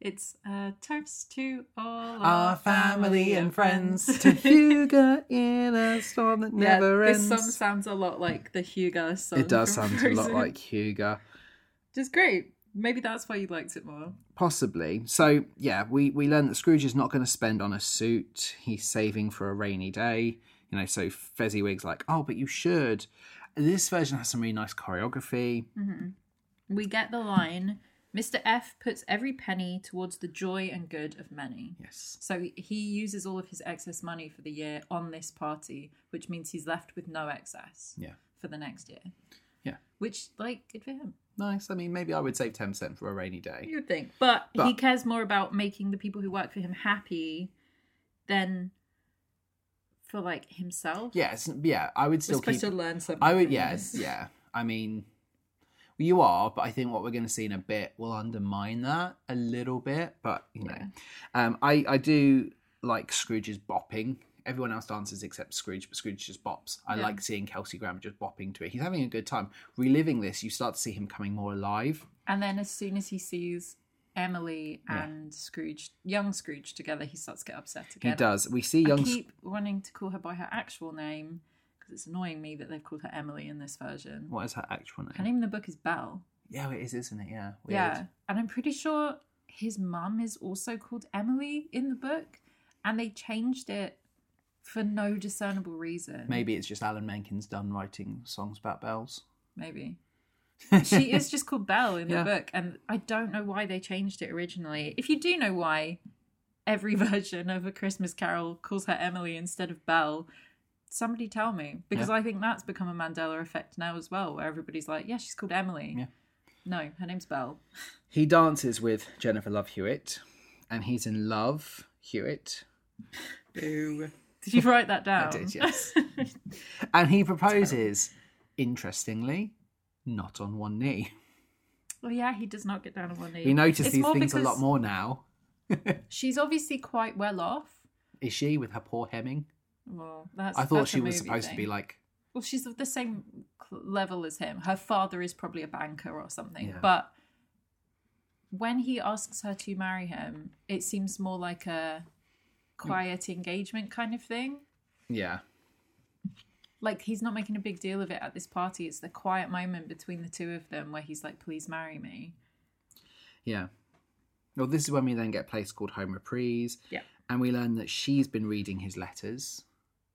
[SPEAKER 1] It's a toast to all
[SPEAKER 2] Our family and friends
[SPEAKER 1] *laughs*
[SPEAKER 2] to *laughs* Hugo in a storm that
[SPEAKER 1] yeah,
[SPEAKER 2] never
[SPEAKER 1] this
[SPEAKER 2] ends.
[SPEAKER 1] song sounds a lot like the Hugo song.
[SPEAKER 2] it does
[SPEAKER 1] from
[SPEAKER 2] sound a lot
[SPEAKER 1] Frozen,
[SPEAKER 2] like Hugo,
[SPEAKER 1] Which is great. Maybe that's why you liked it more.
[SPEAKER 2] possibly. So yeah, we we learn that Scrooge is not going to spend on a suit. He's saving for a rainy day. You know, so Fezziwig's like, oh, but you should. This version has some really nice choreography.
[SPEAKER 1] We get the line Mr. F puts every penny towards the joy and good of many.
[SPEAKER 2] Yes.
[SPEAKER 1] So he uses all of his excess money for the year on this party, which means he's left with no excess
[SPEAKER 2] Yeah.
[SPEAKER 1] for the next year.
[SPEAKER 2] Yeah.
[SPEAKER 1] Which, like, good for him,
[SPEAKER 2] Nice. I mean, maybe I would save ten percent for a rainy day.
[SPEAKER 1] you would think. But, he
[SPEAKER 2] But-
[SPEAKER 1] cares more about making the people who work for him happy than for, like, himself.
[SPEAKER 2] Yes. Yeah. I would
[SPEAKER 1] We're
[SPEAKER 2] still
[SPEAKER 1] supposed
[SPEAKER 2] keep
[SPEAKER 1] to learn something.
[SPEAKER 2] I would,
[SPEAKER 1] from
[SPEAKER 2] yes,
[SPEAKER 1] this.
[SPEAKER 2] yeah. I mean, well, you are, but I think what we're going to see in a bit will undermine that a little bit. But you know,
[SPEAKER 1] Yeah.
[SPEAKER 2] um, I I do like Scrooge's bopping. Everyone else dances except Scrooge, but Scrooge just bops. I
[SPEAKER 1] Yeah.
[SPEAKER 2] like seeing Kelsey Grammer just bopping to it. He's having a good time. Reliving this, you start to see him coming more alive.
[SPEAKER 1] And then as soon as he sees Emily
[SPEAKER 2] Yeah.
[SPEAKER 1] and Scrooge, young Scrooge together, he starts to get upset again.
[SPEAKER 2] He does. We see young.
[SPEAKER 1] I
[SPEAKER 2] Sc-
[SPEAKER 1] keep wanting to call her by her actual name because it's annoying me that they've called her Emily in this version.
[SPEAKER 2] what is her actual
[SPEAKER 1] Her
[SPEAKER 2] name?
[SPEAKER 1] name in the book is Belle.
[SPEAKER 2] Yeah, it is, isn't it? Yeah. Weird.
[SPEAKER 1] Yeah. And I'm pretty sure his mum is also called Emily in the book. And they changed it for no discernible reason.
[SPEAKER 2] Maybe it's just Alan Menken's done writing songs about bells.
[SPEAKER 1] Maybe.
[SPEAKER 2] *laughs*
[SPEAKER 1] she is just called Belle in the
[SPEAKER 2] Yeah.
[SPEAKER 1] book, and I don't know why they changed it originally. If you do know why every *laughs* version of A Christmas Carol calls her Emily instead of Belle, somebody tell me because I think that's become a Mandela effect now as well, where everybody's like, "Yeah, she's called Emily."
[SPEAKER 2] Yeah.
[SPEAKER 1] No, her name's Belle.
[SPEAKER 2] He dances with Jennifer Love Hewitt, and he's in love Hewitt,
[SPEAKER 1] Boo. Did you write that down? *laughs*
[SPEAKER 2] did, yes. and he proposes, interestingly, not on one knee.
[SPEAKER 1] well, yeah, he does not get down on one knee.
[SPEAKER 2] We notice
[SPEAKER 1] It's
[SPEAKER 2] these
[SPEAKER 1] more
[SPEAKER 2] things a lot
[SPEAKER 1] because
[SPEAKER 2] more now.
[SPEAKER 1] She's obviously quite well off.
[SPEAKER 2] Is she with her poor hemming?
[SPEAKER 1] Well, that's.
[SPEAKER 2] I thought
[SPEAKER 1] that's a
[SPEAKER 2] she was
[SPEAKER 1] movie
[SPEAKER 2] supposed
[SPEAKER 1] thing.
[SPEAKER 2] to be like,
[SPEAKER 1] Well, she's of the same cl- level as him. Her father is probably a banker or something.
[SPEAKER 2] Yeah.
[SPEAKER 1] But when he asks her to marry him, it seems more like a quiet engagement kind of thing.
[SPEAKER 2] yeah,
[SPEAKER 1] Like he's not making a big deal of it at this party. It's the quiet moment between the two of them where he's like, "Please marry me."
[SPEAKER 2] yeah. Well, this is when we then get a place called Home Reprise,
[SPEAKER 1] Yeah.
[SPEAKER 2] and we learn that she's been reading his letters,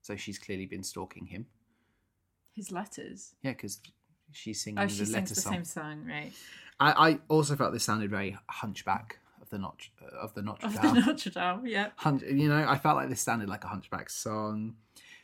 [SPEAKER 2] so she's clearly been stalking him.
[SPEAKER 1] His letters.
[SPEAKER 2] Yeah, because she's singing
[SPEAKER 1] Oh,
[SPEAKER 2] Mm, the
[SPEAKER 1] she sings
[SPEAKER 2] letter
[SPEAKER 1] the
[SPEAKER 2] song.
[SPEAKER 1] same song, right?
[SPEAKER 2] I, I also felt this sounded very Hunchback of the Notch of the Notre
[SPEAKER 1] Of
[SPEAKER 2] Dame.
[SPEAKER 1] the Notre Dame. Yeah.
[SPEAKER 2] Hunch, you know, I felt like this sounded like a Hunchback song,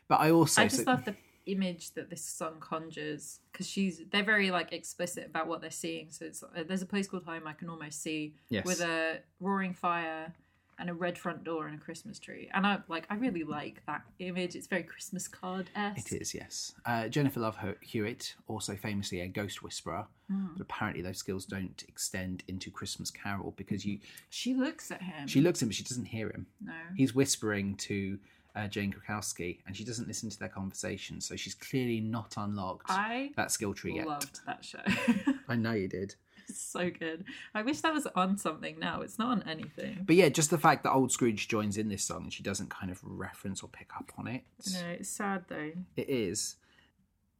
[SPEAKER 2] but I also
[SPEAKER 1] I just
[SPEAKER 2] so-
[SPEAKER 1] love the image that this song conjures because she's they're very like explicit about what they're seeing. So it's uh, there's a place called Home I can almost see
[SPEAKER 2] Yes.
[SPEAKER 1] with a roaring fire and a red front door and a Christmas tree. And I like I really like that image. It's very Christmas card esque.
[SPEAKER 2] it is yes. Uh, Jennifer Love Hew- Hewitt, also famously a ghost whisperer,
[SPEAKER 1] Mm.
[SPEAKER 2] but apparently those skills don't extend into Christmas Carol because you
[SPEAKER 1] She looks at him.
[SPEAKER 2] she looks at him but she doesn't hear him.
[SPEAKER 1] no.
[SPEAKER 2] He's whispering to uh, Jane Krakowski and she doesn't listen to their conversation, so she's clearly not unlocked
[SPEAKER 1] I
[SPEAKER 2] that skill tree yet.
[SPEAKER 1] loved that show. *laughs*
[SPEAKER 2] I know you did.
[SPEAKER 1] it's so good. I wish that was on something now. It's not on anything.
[SPEAKER 2] But yeah, just the fact that old Scrooge joins in this song and she doesn't kind of reference or pick up on it.
[SPEAKER 1] No, it's sad though.
[SPEAKER 2] It is.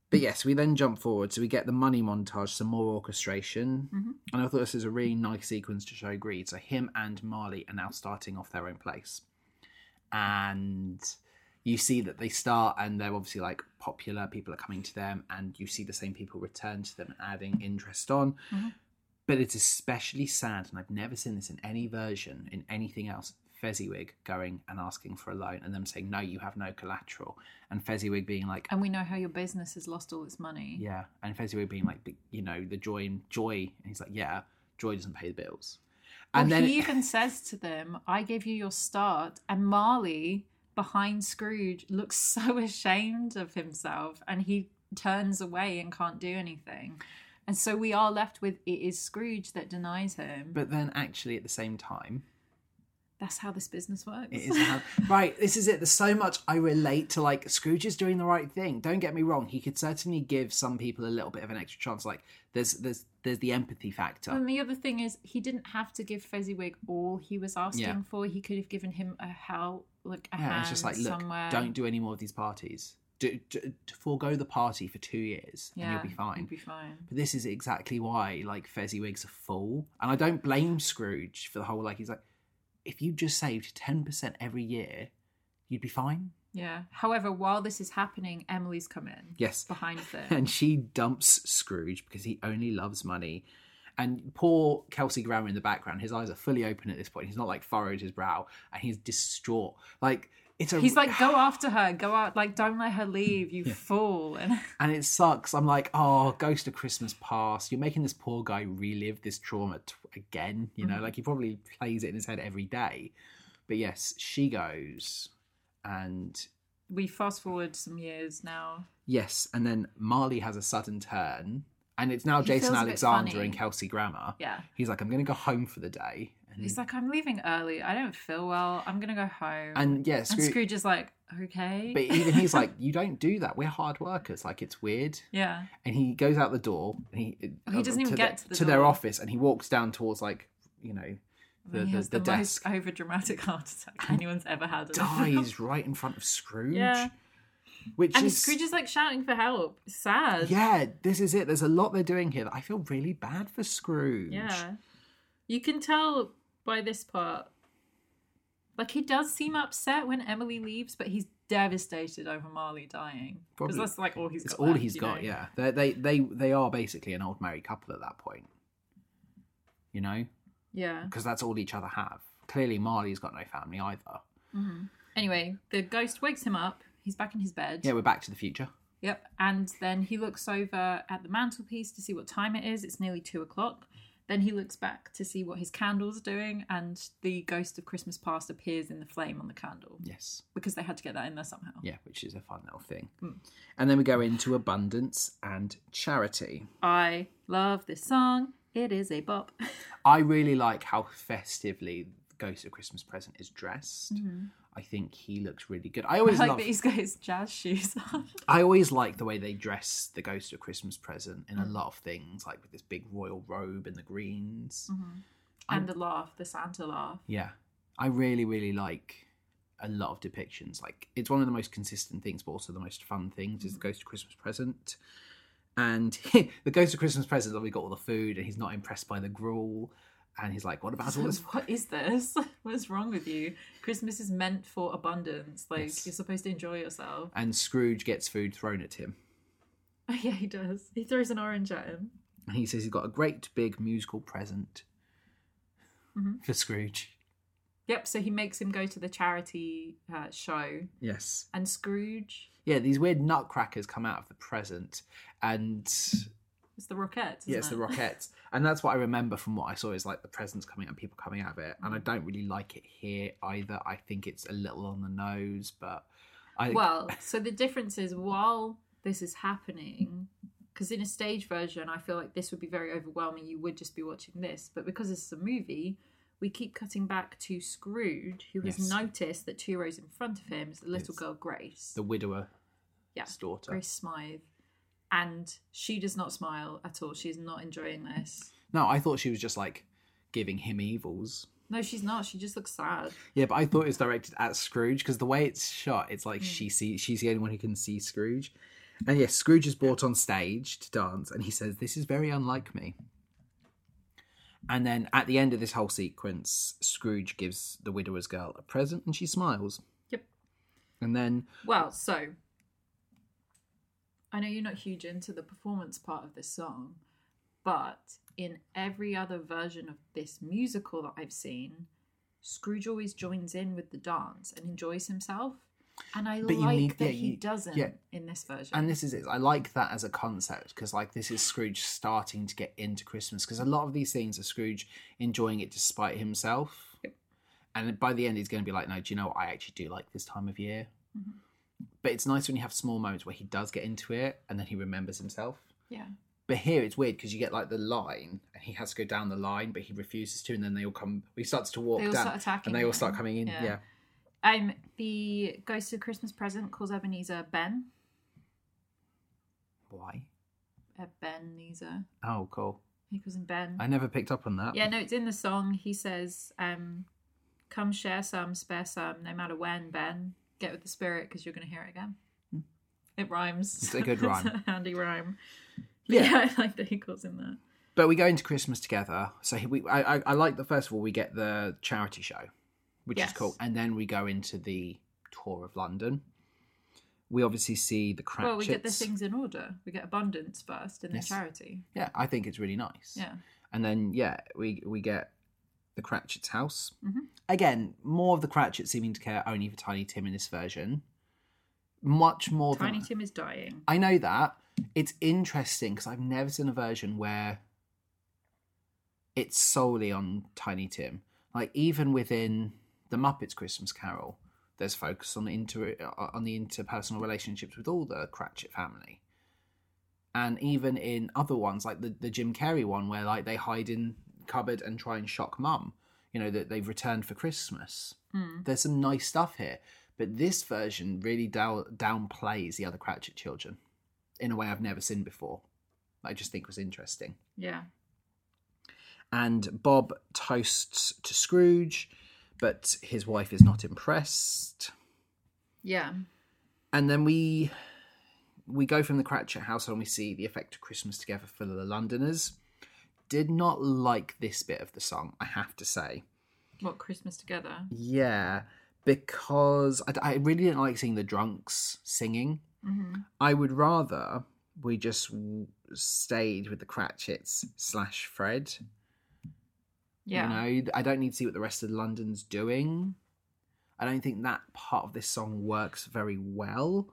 [SPEAKER 2] But yes, we then jump forward, so we get the money montage, some more orchestration, and I thought this is a really nice sequence to show greed. So him and Marley are now starting off their own place, and you see that they start and they're obviously like popular people are coming to them and you see the same people return to them and adding interest on
[SPEAKER 1] Mhm.
[SPEAKER 2] but it's especially sad and i've never seen this in any version in anything else fezziwig going and asking for a loan and them saying no you have no collateral and fezziwig being like
[SPEAKER 1] And we know how your business has lost all its money.
[SPEAKER 2] yeah and fezziwig being like "But, you know the joy and joy and he's like yeah joy doesn't pay the bills
[SPEAKER 1] Well,
[SPEAKER 2] and then
[SPEAKER 1] he even says to them, I gave you your start. And Marley, behind Scrooge, looks *laughs* so ashamed of himself and he turns away and can't do anything. And so we are left with it is Scrooge that denies him.
[SPEAKER 2] but then actually at the same time
[SPEAKER 1] That's how this business works.
[SPEAKER 2] It
[SPEAKER 1] *laughs*
[SPEAKER 2] is how- *laughs* right. This is it. There's so much I relate to. Like Scrooge is doing the right thing. Don't get me wrong. He could certainly give some people a little bit of an extra chance. Like there's there's there's the empathy factor.
[SPEAKER 1] And the other thing is, he didn't have to give Fezziwig all he was asking
[SPEAKER 2] Yeah.
[SPEAKER 1] for. He could have given him a help, like a
[SPEAKER 2] yeah,
[SPEAKER 1] hand
[SPEAKER 2] it's just like look,
[SPEAKER 1] somewhere.
[SPEAKER 2] don't do any more of these parties. Do, do, to forego the party for two years
[SPEAKER 1] yeah,
[SPEAKER 2] and you'll be fine.
[SPEAKER 1] You'll be fine.
[SPEAKER 2] But this is exactly why like Fezziwig's a fool, and I don't blame Scrooge for the whole like he's like, if you just saved ten percent every year, you'd be fine.
[SPEAKER 1] Yeah. However, while this is happening, Emily's come in
[SPEAKER 2] Yes.
[SPEAKER 1] behind them.
[SPEAKER 2] *laughs* and she dumps Scrooge because he only loves money. And poor Kelsey Grammer in the background, his eyes are fully open at this point. He's not like furrowed his brow, and he's distraught. Like it's a
[SPEAKER 1] He's like,
[SPEAKER 2] *sighs*
[SPEAKER 1] go after her, go out, like, don't let her leave, you fool. *laughs* And
[SPEAKER 2] and it sucks. I'm like, oh, Ghost of Christmas Past. You're making this poor guy relive this trauma t- again. You
[SPEAKER 1] Mm.
[SPEAKER 2] know, like he probably plays it in his head every day. But yes, she goes, and
[SPEAKER 1] we fast forward some years now.
[SPEAKER 2] yes, and then Marley has a sudden turn, and it's now
[SPEAKER 1] He feels a
[SPEAKER 2] Jason
[SPEAKER 1] bit
[SPEAKER 2] Alexander
[SPEAKER 1] funny.
[SPEAKER 2] and Kelsey Grammer.
[SPEAKER 1] Yeah.
[SPEAKER 2] He's like, I'm going to go home for the day. And,
[SPEAKER 1] He's like, I'm leaving early. I don't feel well. I'm going to go home.
[SPEAKER 2] and yeah,
[SPEAKER 1] And
[SPEAKER 2] Scrooge.
[SPEAKER 1] Scrooge is like, okay.
[SPEAKER 2] but even he's like, you don't do that. We're hard workers. Like it's weird.
[SPEAKER 1] *laughs* yeah.
[SPEAKER 2] And he goes out the door. And he uh,
[SPEAKER 1] He doesn't even
[SPEAKER 2] to
[SPEAKER 1] get to the
[SPEAKER 2] their
[SPEAKER 1] door.
[SPEAKER 2] office, and he walks down towards like you know
[SPEAKER 1] I mean,
[SPEAKER 2] the
[SPEAKER 1] he
[SPEAKER 2] the,
[SPEAKER 1] has
[SPEAKER 2] the,
[SPEAKER 1] the,
[SPEAKER 2] desk.
[SPEAKER 1] most overdramatic *laughs* heart attack anyone's ever had. in their life. *laughs*
[SPEAKER 2] Dies right in front of Scrooge.
[SPEAKER 1] Yeah.
[SPEAKER 2] Which
[SPEAKER 1] And
[SPEAKER 2] is
[SPEAKER 1] Scrooge is like shouting for help. It's Sad.
[SPEAKER 2] yeah. This is it. There's a lot they're doing here. that I feel really bad for Scrooge.
[SPEAKER 1] Yeah. You can tell by this part. Like he does seem upset when Emily leaves, but he's devastated over Marley dying. Because
[SPEAKER 2] Probably.
[SPEAKER 1] that's like all he's
[SPEAKER 2] It's
[SPEAKER 1] got.
[SPEAKER 2] all
[SPEAKER 1] left,
[SPEAKER 2] he's
[SPEAKER 1] you
[SPEAKER 2] got.
[SPEAKER 1] know?
[SPEAKER 2] Yeah. They they they they are basically an old married couple at that point. You know.
[SPEAKER 1] Yeah.
[SPEAKER 2] because that's all each other have. Clearly, Marley's got no family either.
[SPEAKER 1] Mm-hmm. Anyway, the ghost wakes him up. He's back in his bed.
[SPEAKER 2] Yeah, we're back to the future.
[SPEAKER 1] Yep. And then he looks over at the mantelpiece to see what time it is. It's nearly two o'clock. Then he looks back to see what his candle's doing, and the ghost of Christmas past appears in the flame on the candle
[SPEAKER 2] Yes.
[SPEAKER 1] because they had to get that in there somehow.
[SPEAKER 2] Yeah, which is a fun little thing.
[SPEAKER 1] Hmm.
[SPEAKER 2] And then we go into abundance and charity.
[SPEAKER 1] I love this song. It is a bop. *laughs*
[SPEAKER 2] I really like how festively Ghost of Christmas Present is dressed. I think he looks really good.
[SPEAKER 1] Mm-hmm. *laughs* I
[SPEAKER 2] I always
[SPEAKER 1] like
[SPEAKER 2] love.
[SPEAKER 1] that he's got his jazz shoes *laughs* on.
[SPEAKER 2] I always like the way they dress the Ghost of Christmas Present in a
[SPEAKER 1] Mm.
[SPEAKER 2] lot of things, like with this big royal robe and the greens.
[SPEAKER 1] Mm-hmm. and the laugh, the Santa laugh.
[SPEAKER 2] Yeah. I really, really like a lot of depictions. Like it's one of the most consistent things, but also the most fun things
[SPEAKER 1] Mm-hmm.
[SPEAKER 2] is the Ghost of Christmas Present. And *laughs* the Ghost of Christmas Present's obviously got all the food and he's not impressed by the gruel. And he's like, What about
[SPEAKER 1] *laughs*
[SPEAKER 2] all this
[SPEAKER 1] What is this? What's wrong with you? Christmas is meant for abundance. Like
[SPEAKER 2] Yes.
[SPEAKER 1] you're supposed to enjoy yourself. *laughs*
[SPEAKER 2] and Scrooge gets food thrown at him.
[SPEAKER 1] Oh yeah, he does. He throws an orange at him.
[SPEAKER 2] And he says he's got a great big musical present
[SPEAKER 1] Mm-hmm.
[SPEAKER 2] for Scrooge.
[SPEAKER 1] Yep. So he makes him go to the charity uh, show,
[SPEAKER 2] Yes.
[SPEAKER 1] and Scrooge
[SPEAKER 2] Yeah, these weird nutcrackers come out of the present and
[SPEAKER 1] it's the Rockettes. Isn't
[SPEAKER 2] Yeah, it's
[SPEAKER 1] it?
[SPEAKER 2] the Rockettes. and that's what I remember from what I saw is like the presents coming and people coming out of it.
[SPEAKER 1] Mm-hmm.
[SPEAKER 2] And I don't really like it here either. I think it's a little on the nose, but I
[SPEAKER 1] Well, so the difference is while this is happening, because in a stage version, I feel like this would be very overwhelming. You would just be watching this. But because this is a movie, we keep cutting back to Scrooge, who
[SPEAKER 2] Yes.
[SPEAKER 1] has noticed that two rows in front of him is the little
[SPEAKER 2] Yes.
[SPEAKER 1] girl Grace.
[SPEAKER 2] the widower's
[SPEAKER 1] yeah,
[SPEAKER 2] daughter.
[SPEAKER 1] Grace Smythe. And she does not smile at all. She's not enjoying this.
[SPEAKER 2] No, I thought she was just like giving him evils.
[SPEAKER 1] No, she's not. She just looks sad.
[SPEAKER 2] Yeah, but I thought it was directed at Scrooge because the way it's shot, it's like she see she's the only one who can see Scrooge. And yes, Scrooge is brought on stage to dance, and he says, "This is very unlike me." And then at the end of this whole sequence, Scrooge gives the widower's girl a present, and she smiles.
[SPEAKER 1] Yep.
[SPEAKER 2] And then
[SPEAKER 1] Well, so I know you're not huge into the performance part of this song, but in every other version of this musical that I've seen, Scrooge always joins in with the dance and enjoys himself. And I
[SPEAKER 2] But you
[SPEAKER 1] like
[SPEAKER 2] need-
[SPEAKER 1] that
[SPEAKER 2] yeah,
[SPEAKER 1] he
[SPEAKER 2] you-
[SPEAKER 1] doesn't
[SPEAKER 2] yeah.
[SPEAKER 1] in this version.
[SPEAKER 2] and this is it. I like that as a concept because like this is Scrooge starting to get into Christmas because a lot of these things are Scrooge enjoying it despite himself. And by the end, he's going to be like, "No, do you know what? I actually do like this time of year."
[SPEAKER 1] Mm-hmm.
[SPEAKER 2] But it's nice when you have small moments where he does get into it and then he remembers himself.
[SPEAKER 1] yeah.
[SPEAKER 2] But here it's weird because you get like the line, and he has to go down the line, but he refuses to, and then they all come. He starts to walk
[SPEAKER 1] They all
[SPEAKER 2] down,
[SPEAKER 1] start attacking
[SPEAKER 2] and they all
[SPEAKER 1] him.
[SPEAKER 2] start coming in.
[SPEAKER 1] Yeah.
[SPEAKER 2] yeah.
[SPEAKER 1] Um, the Ghost of Christmas Present calls Ebenezer Ben.
[SPEAKER 2] Why?
[SPEAKER 1] Ebenezer.
[SPEAKER 2] Oh, cool.
[SPEAKER 1] He calls him Ben.
[SPEAKER 2] I never picked up on that.
[SPEAKER 1] Yeah, no, it's in the song. He says, um, "Come share some, spare some, no matter when, Ben. Get with the spirit because you're going to hear it again." It rhymes.
[SPEAKER 2] Hmm. It's a good
[SPEAKER 1] *laughs*
[SPEAKER 2] rhyme.
[SPEAKER 1] it's a handy rhyme.
[SPEAKER 2] Yeah.
[SPEAKER 1] Yeah. *laughs* I like that he calls him that.
[SPEAKER 2] But we go into Christmas together. So he- we, I, I, I like that. First of all, we get the charity show, which is
[SPEAKER 1] Yes.
[SPEAKER 2] cool, and then we go into the tour of London. We obviously see the Cratchits.
[SPEAKER 1] Well, we get the things in order. We get abundance first, and then
[SPEAKER 2] Yes.
[SPEAKER 1] charity.
[SPEAKER 2] Yeah, I think it's really nice.
[SPEAKER 1] Yeah,
[SPEAKER 2] and then yeah, we we get the Cratchits' house
[SPEAKER 1] Mhm.
[SPEAKER 2] again. More of the Cratchits seeming to care only for Tiny Tim in this version. Much more
[SPEAKER 1] Tiny
[SPEAKER 2] than
[SPEAKER 1] Tim is dying.
[SPEAKER 2] I know that it's interesting because I've never seen a version where it's solely on Tiny Tim. Like even within the Muppets Christmas Carol, there's focus on inter uh, on the interpersonal relationships with all the Cratchit family, and even in other ones like the the Jim Carrey one where like they hide in cupboard and try and shock mum. You know that they've returned for Christmas.
[SPEAKER 1] Hmm.
[SPEAKER 2] There's some nice stuff here, but this version really dow- downplays the other Cratchit children in a way I've never seen before. I just think was interesting.
[SPEAKER 1] Yeah,
[SPEAKER 2] And Bob toasts to Scrooge, but his wife is not impressed.
[SPEAKER 1] yeah.
[SPEAKER 2] And then we we go from the Cratchit house and we see the effect of Christmas together for the Londoners. Did not like this bit of the song, I have to say.
[SPEAKER 1] What Christmas together?
[SPEAKER 2] Yeah, because I, I really didn't like seeing the drunks singing.
[SPEAKER 1] hmm
[SPEAKER 2] I would rather we just w- stayed with the Cratchits slash Fred.
[SPEAKER 1] Yeah,
[SPEAKER 2] You know, I don't need to see what the rest of London's doing. I don't think that part of this song works very well.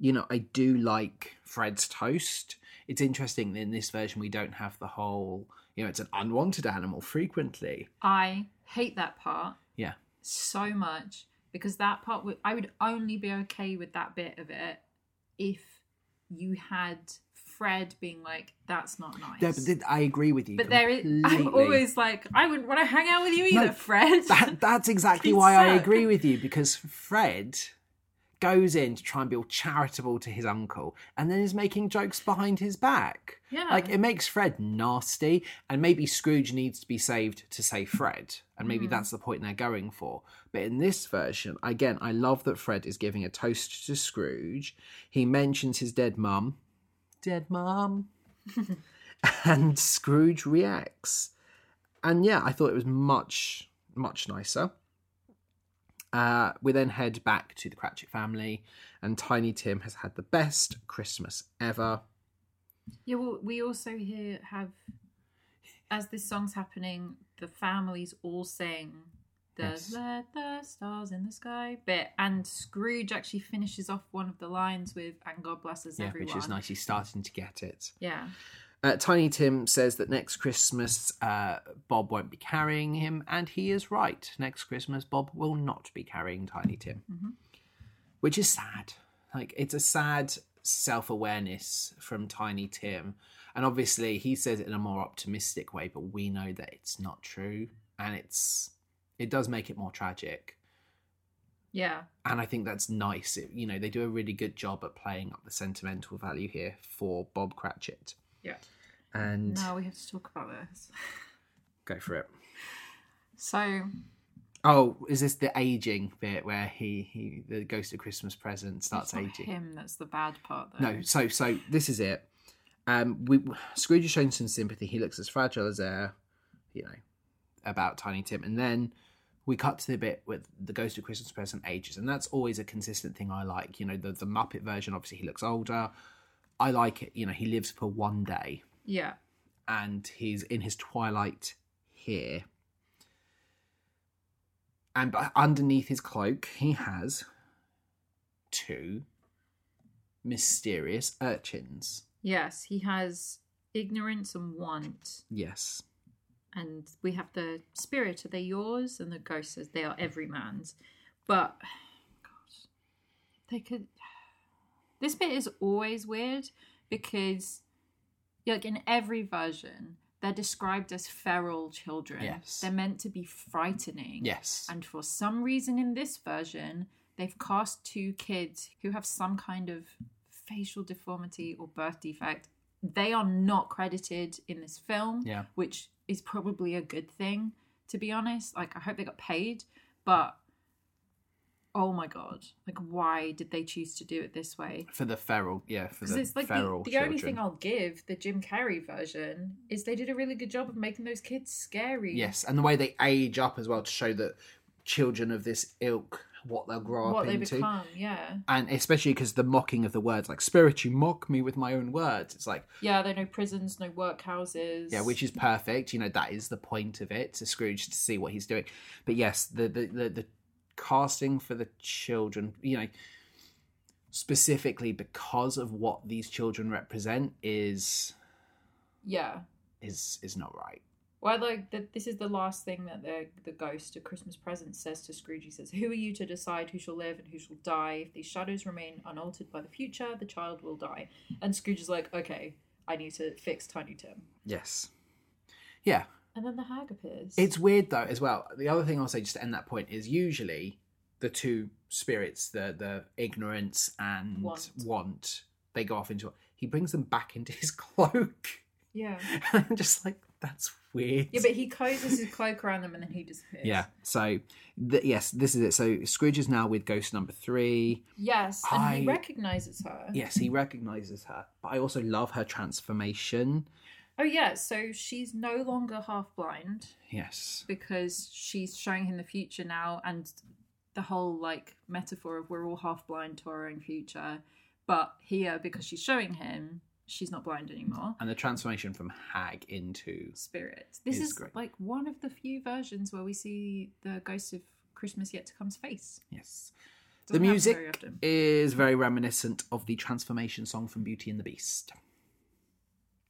[SPEAKER 2] You know, I do like Fred's toast. It's interesting that in this version we don't have the whole, you know, it's an unwanted animal frequently.
[SPEAKER 1] I hate that part.
[SPEAKER 2] Yeah.
[SPEAKER 1] so much because that part would I would only be okay with that bit of it if you had Fred being like, "That's not nice."
[SPEAKER 2] Yeah, but th- I agree with you.
[SPEAKER 1] But there is.
[SPEAKER 2] completely.
[SPEAKER 1] I'm always like, I wouldn't want to hang out with you either,
[SPEAKER 2] No,
[SPEAKER 1] Fred.
[SPEAKER 2] That, that's exactly
[SPEAKER 1] Please,
[SPEAKER 2] why I
[SPEAKER 1] sir.
[SPEAKER 2] agree with you because Fred goes in to try and be all charitable to his uncle and then is making jokes behind his back.
[SPEAKER 1] Yeah.
[SPEAKER 2] Like it makes Fred nasty and maybe Scrooge needs to be saved to save Fred and maybe that's the point they're going for. But in this version, again, I love that Fred is giving a toast to Scrooge. He mentions his dead mum. Dead mum. and Scrooge reacts and yeah, I thought it was much much nicer. Uh, we then head back to the Cratchit family, and Tiny Tim has had the best Christmas ever.
[SPEAKER 1] yeah. Well, we also here have, as this song's happening, the families all sing the
[SPEAKER 2] Yes.
[SPEAKER 1] "Let the stars in the sky" bit, and Scrooge actually finishes off one of the lines with "And God blesses
[SPEAKER 2] Yeah,
[SPEAKER 1] everyone."
[SPEAKER 2] which is nice. He's starting to get it.
[SPEAKER 1] Yeah.
[SPEAKER 2] Uh, Tiny Tim says that next Christmas uh, Bob won't be carrying him, and he is right. Next Christmas Bob will not be carrying Tiny Tim,
[SPEAKER 1] Mhm.
[SPEAKER 2] which is sad. Like it's a sad self awareness from Tiny Tim, and obviously he says it in a more optimistic way, but we know that it's not true, and it's it does make it more tragic.
[SPEAKER 1] Yeah.
[SPEAKER 2] And I think that's nice. It, you know, they do a really good job at playing up the sentimental value here for Bob Cratchit.
[SPEAKER 1] Yeah.
[SPEAKER 2] And
[SPEAKER 1] Now we have to talk about this. *laughs*
[SPEAKER 2] go for it.
[SPEAKER 1] So
[SPEAKER 2] Oh, is this the aging bit where he, he the ghost of Christmas present starts
[SPEAKER 1] it's not
[SPEAKER 2] aging?
[SPEAKER 1] him. That's the bad part, though.
[SPEAKER 2] No, so so this is it. Um, we Scrooge is showing some sympathy. He looks as fragile as air, you know, about Tiny Tim, and then we cut to the bit with the ghost of Christmas present ages, and that's always a consistent thing I like. You know, the the Muppet version, obviously he looks older. I like it. You know, he lives for one day,
[SPEAKER 1] Yeah.
[SPEAKER 2] and he's in his twilight here. And but underneath his cloak, he has two mysterious urchins.
[SPEAKER 1] Yes, he has ignorance and want,
[SPEAKER 2] Yes.
[SPEAKER 1] and we have the spirit. Are they yours? And the ghost says they are every man's. But God, they could. This bit is always weird because, like in every version, they're described as feral children.
[SPEAKER 2] Yes.
[SPEAKER 1] they're meant to be frightening.
[SPEAKER 2] Yes.
[SPEAKER 1] And for some reason in this version, they've cast two kids who have some kind of facial deformity or birth defect. They are not credited in this film,
[SPEAKER 2] Yeah.
[SPEAKER 1] which is probably a good thing, to be honest. Like, I hope they got paid, but oh my god, like, why did they choose to do it this way?
[SPEAKER 2] For the feral, yeah, for
[SPEAKER 1] Because
[SPEAKER 2] the
[SPEAKER 1] it's like the,
[SPEAKER 2] feral
[SPEAKER 1] the only thing
[SPEAKER 2] children.
[SPEAKER 1] I'll give the Jim Carrey version is they did a really good job of making those kids scary.
[SPEAKER 2] Yes, and the way they age up as well to show that children of this ilk what they'll grow
[SPEAKER 1] What
[SPEAKER 2] up
[SPEAKER 1] they
[SPEAKER 2] into,
[SPEAKER 1] become, yeah.
[SPEAKER 2] and especially because the mocking of the words, like "spirit, you mock me with my own words." It's like,
[SPEAKER 1] Yeah, there are no prisons, no workhouses.
[SPEAKER 2] yeah, which is perfect. You know, that is the point of it to Scrooge to see what he's doing. But yes, the the the, the casting for the children, you know, specifically because of what these children represent is
[SPEAKER 1] yeah.
[SPEAKER 2] is is not right.
[SPEAKER 1] Well, like the, this is the last thing that the the ghost of Christmas Present says to Scrooge. He says, "Who are you to decide who shall live and who shall die? If these shadows remain unaltered by the future, the child will die." And Scrooge is like, "Okay, I need to fix Tiny Tim."
[SPEAKER 2] Yes, yeah,
[SPEAKER 1] And then the hag appears.
[SPEAKER 2] It's weird though as well. The other thing I'll say just to end that point is usually the two spirits, the the ignorance and
[SPEAKER 1] Want.
[SPEAKER 2] want, they go off into. He brings them back into his *laughs* cloak.
[SPEAKER 1] yeah,
[SPEAKER 2] *laughs* I'm just like, that's weird.
[SPEAKER 1] yeah, but he closes his cloak around them and then he disappears.
[SPEAKER 2] Yeah, So th- yes, this is it. So Scrooge is now with ghost number three.
[SPEAKER 1] Yes, and he
[SPEAKER 2] I-
[SPEAKER 1] recognizes her.
[SPEAKER 2] Yes, he recognizes her, but I also love her transformation.
[SPEAKER 1] Oh yeah, so she's no longer half blind.
[SPEAKER 2] Yes.
[SPEAKER 1] because she's showing him the future now and the whole like metaphor of we're all half blind to our own future but here because she's showing him she's not blind anymore
[SPEAKER 2] And the transformation from hag into
[SPEAKER 1] spirit this
[SPEAKER 2] It's
[SPEAKER 1] is
[SPEAKER 2] great.
[SPEAKER 1] like one of the few versions where we see the ghost of christmas yet to come's face
[SPEAKER 2] yes. The
[SPEAKER 1] Doesn't happen
[SPEAKER 2] music
[SPEAKER 1] very often.
[SPEAKER 2] is very reminiscent of the transformation song from Beauty and the Beast.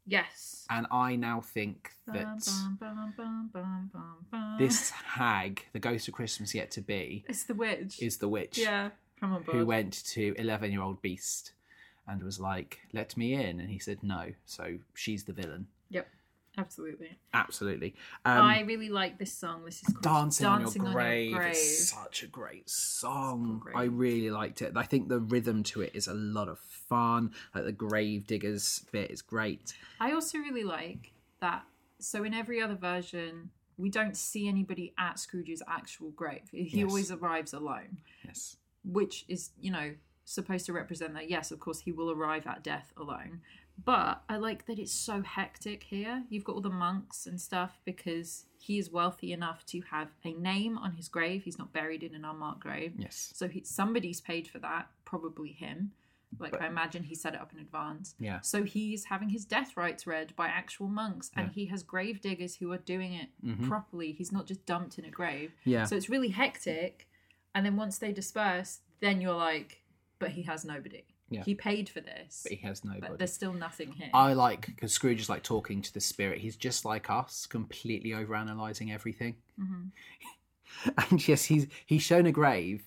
[SPEAKER 1] yes
[SPEAKER 2] And I now think that
[SPEAKER 1] Bum, bum, bum, bum, bum, bum.
[SPEAKER 2] this hag, the ghost of Christmas yet to be,
[SPEAKER 1] it's the witch
[SPEAKER 2] is the witch
[SPEAKER 1] yeah come on board.
[SPEAKER 2] who went to 11 year old Beast and was like, let me in. And he said no. So she's the villain.
[SPEAKER 1] yep absolutely
[SPEAKER 2] Absolutely. Um,
[SPEAKER 1] i really like this song this is called
[SPEAKER 2] Dancing,
[SPEAKER 1] Dancing
[SPEAKER 2] on Your Grave.
[SPEAKER 1] Grave.
[SPEAKER 2] It's such a great song.
[SPEAKER 1] great.
[SPEAKER 2] I really liked it. I think the rhythm to it is a lot of fun. Like the grave diggers bit is great.
[SPEAKER 1] I also really like that. So in every other version, we don't see anybody at Scrooge's actual grave. He
[SPEAKER 2] Yes.
[SPEAKER 1] always arrives alone,
[SPEAKER 2] Yes.
[SPEAKER 1] which is, you know, supposed to represent that. Yes, of course, he will arrive at death alone. But I like that it's so hectic here. You've got all the monks and stuff because he is wealthy enough to have a name on his grave. He's not buried in an unmarked grave.
[SPEAKER 2] Yes.
[SPEAKER 1] So he, somebody's paid for that, probably him. Like
[SPEAKER 2] But-
[SPEAKER 1] I imagine he set it up in advance.
[SPEAKER 2] Yeah.
[SPEAKER 1] So he's having his death rites read by actual monks, and
[SPEAKER 2] Yeah.
[SPEAKER 1] he has grave diggers who are doing it
[SPEAKER 2] Mhm.
[SPEAKER 1] properly. He's not just dumped in a grave.
[SPEAKER 2] Yeah.
[SPEAKER 1] So it's really hectic. And then once they disperse, then you're like, but he has nobody.
[SPEAKER 2] Yeah.
[SPEAKER 1] He paid for this,
[SPEAKER 2] but he has no
[SPEAKER 1] but
[SPEAKER 2] body.
[SPEAKER 1] there's still nothing here.
[SPEAKER 2] I like because Scrooge is like talking to the spirit. He's just like us, completely overanalyzing everything.
[SPEAKER 1] Mhm.
[SPEAKER 2] *laughs* And yes, he's he's shown a grave,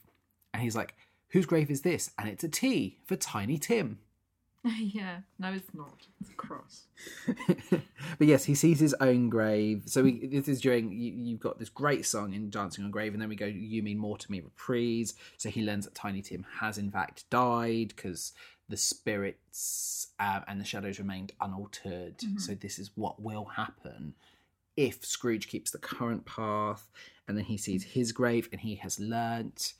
[SPEAKER 2] and he's like, "Whose grave is this?" And it's a T for Tiny Tim.
[SPEAKER 1] *laughs* yeah. No, it's not. It's a cross.
[SPEAKER 2] *laughs* but yes, he sees his own grave. So we, this is during you, you've got this great song in Dancing on Grave, and then we go "You Mean More to Me" reprise. So he learns that Tiny Tim has in fact died because the spirits um, and the shadows remained unaltered.
[SPEAKER 1] Mhm.
[SPEAKER 2] So this is what will happen if Scrooge keeps the current path, and then he sees his grave, and he has learnt.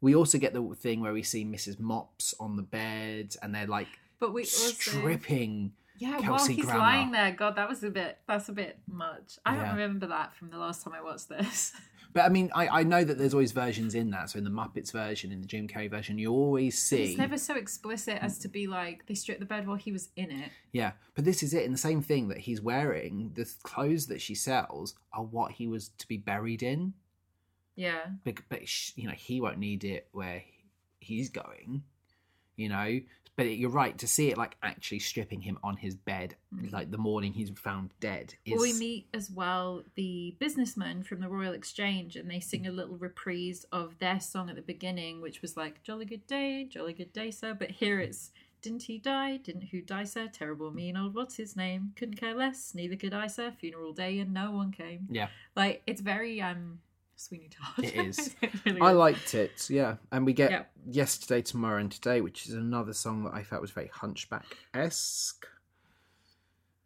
[SPEAKER 2] We also get the thing where we see Mrs. Mops on the bed, and they're like
[SPEAKER 1] But we also
[SPEAKER 2] stripping.
[SPEAKER 1] Yeah, while
[SPEAKER 2] Kelsey
[SPEAKER 1] he's
[SPEAKER 2] Grammer.
[SPEAKER 1] lying there, God, that was a bit. That's a bit much. I
[SPEAKER 2] Yeah.
[SPEAKER 1] don't remember that from the last time I watched this. *laughs*
[SPEAKER 2] But I mean, I, I know that there's always versions in that. So in the Muppets version, in the Jim Carrey version, you always see.
[SPEAKER 1] It's never so explicit as to be like they stripped the bed while he was in it.
[SPEAKER 2] Yeah, but this is it. And the same thing that he's wearing, the clothes that she sells are what he was to be buried in.
[SPEAKER 1] Yeah.
[SPEAKER 2] But, but sh- you know, he won't need it where he's going, you know. But it, you're right to see it like actually stripping him on his bed, like the morning he's found dead. Is,
[SPEAKER 1] Mm. Well, Mm-hmm. we meet as well the businessman from the Royal Exchange, and they sing a little reprise of their song at the beginning, which was like "Jolly Good Day, Jolly Good Day, Sir." But here it's "Didn't he die? Didn't who die, sir? Terrible, mean old what's his name? Couldn't care less, neither could I, sir. Funeral day, and no one came."
[SPEAKER 2] yeah,
[SPEAKER 1] Like it's very um Sweeney Todd.
[SPEAKER 2] It
[SPEAKER 1] *laughs*
[SPEAKER 2] is.
[SPEAKER 1] It really
[SPEAKER 2] I
[SPEAKER 1] is.
[SPEAKER 2] liked it. Yeah, and we get
[SPEAKER 1] Yeah.
[SPEAKER 2] yesterday, tomorrow, and today, which is another song that I felt was very Hunchback esque,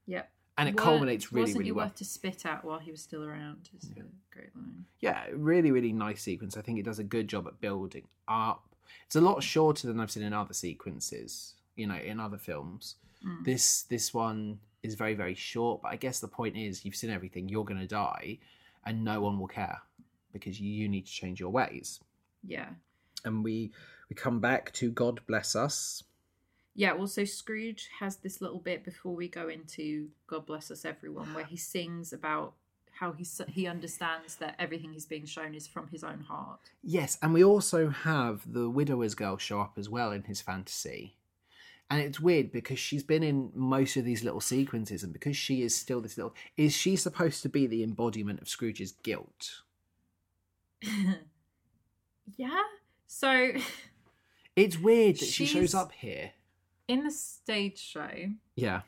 [SPEAKER 1] Yep.
[SPEAKER 2] and it
[SPEAKER 1] Wa-
[SPEAKER 2] culminates really,
[SPEAKER 1] wasn't
[SPEAKER 2] really
[SPEAKER 1] you
[SPEAKER 2] well.
[SPEAKER 1] worth to spit at while he was still around? Is a great line.
[SPEAKER 2] yeah, really, really nice sequence. I think it does a good job at building up. It's a lot shorter than I've seen in other sequences, you know, in other films.
[SPEAKER 1] Mm.
[SPEAKER 2] This this one is very, very short, but I guess the point is you've seen everything, you're gonna die, and no one will care because you need to change your ways.
[SPEAKER 1] Yeah.
[SPEAKER 2] And we we come back to God bless us.
[SPEAKER 1] Yeah, well, so Scrooge has this little bit before we go into God Bless Us Everyone, where he sings about how he s- he understands that everything he's being shown is from his own heart. *laughs*
[SPEAKER 2] Yes, and we also have the widower's girl show up as well in his fantasy. And it's weird because she's been in most of these little sequences, and because she is still this little. Is she supposed to be the embodiment of Scrooge's guilt?
[SPEAKER 1] yeah. So *laughs*
[SPEAKER 2] It's weird that she
[SPEAKER 1] She's-
[SPEAKER 2] shows up here.
[SPEAKER 1] in the stage show,
[SPEAKER 2] Yeah.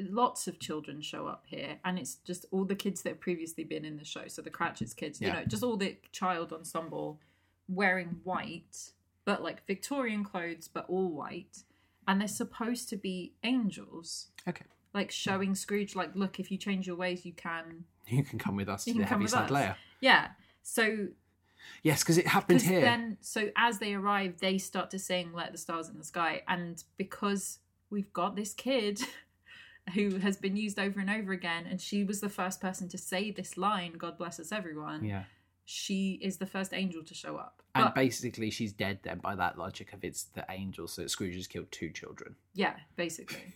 [SPEAKER 1] lots of children show up here, and it's just all the kids that have previously been in the show. So the Cratchits kids, you
[SPEAKER 2] Yeah.
[SPEAKER 1] know, just all the child ensemble wearing white, but like Victorian clothes, but all white. And they're supposed to be angels.
[SPEAKER 2] Okay.
[SPEAKER 1] like showing Scrooge, like, look, if you change your ways, you can.
[SPEAKER 2] You can come with us to
[SPEAKER 1] You can
[SPEAKER 2] the
[SPEAKER 1] come with
[SPEAKER 2] Heaviside
[SPEAKER 1] us.
[SPEAKER 2] Layer.
[SPEAKER 1] Yeah. So
[SPEAKER 2] Yes, because it happened
[SPEAKER 1] 'cause
[SPEAKER 2] here.
[SPEAKER 1] then, so as they arrive, they start to sing "Let the Stars in the Sky," and because we've got this kid *laughs* who has been used over and over again, and she was the first person to say this line, "God bless us, everyone."
[SPEAKER 2] Yeah.
[SPEAKER 1] She is the first angel to show up.
[SPEAKER 2] And
[SPEAKER 1] But-
[SPEAKER 2] basically, she's dead then by that logic of it's the angel, so Scrooge has killed two children.
[SPEAKER 1] yeah, basically.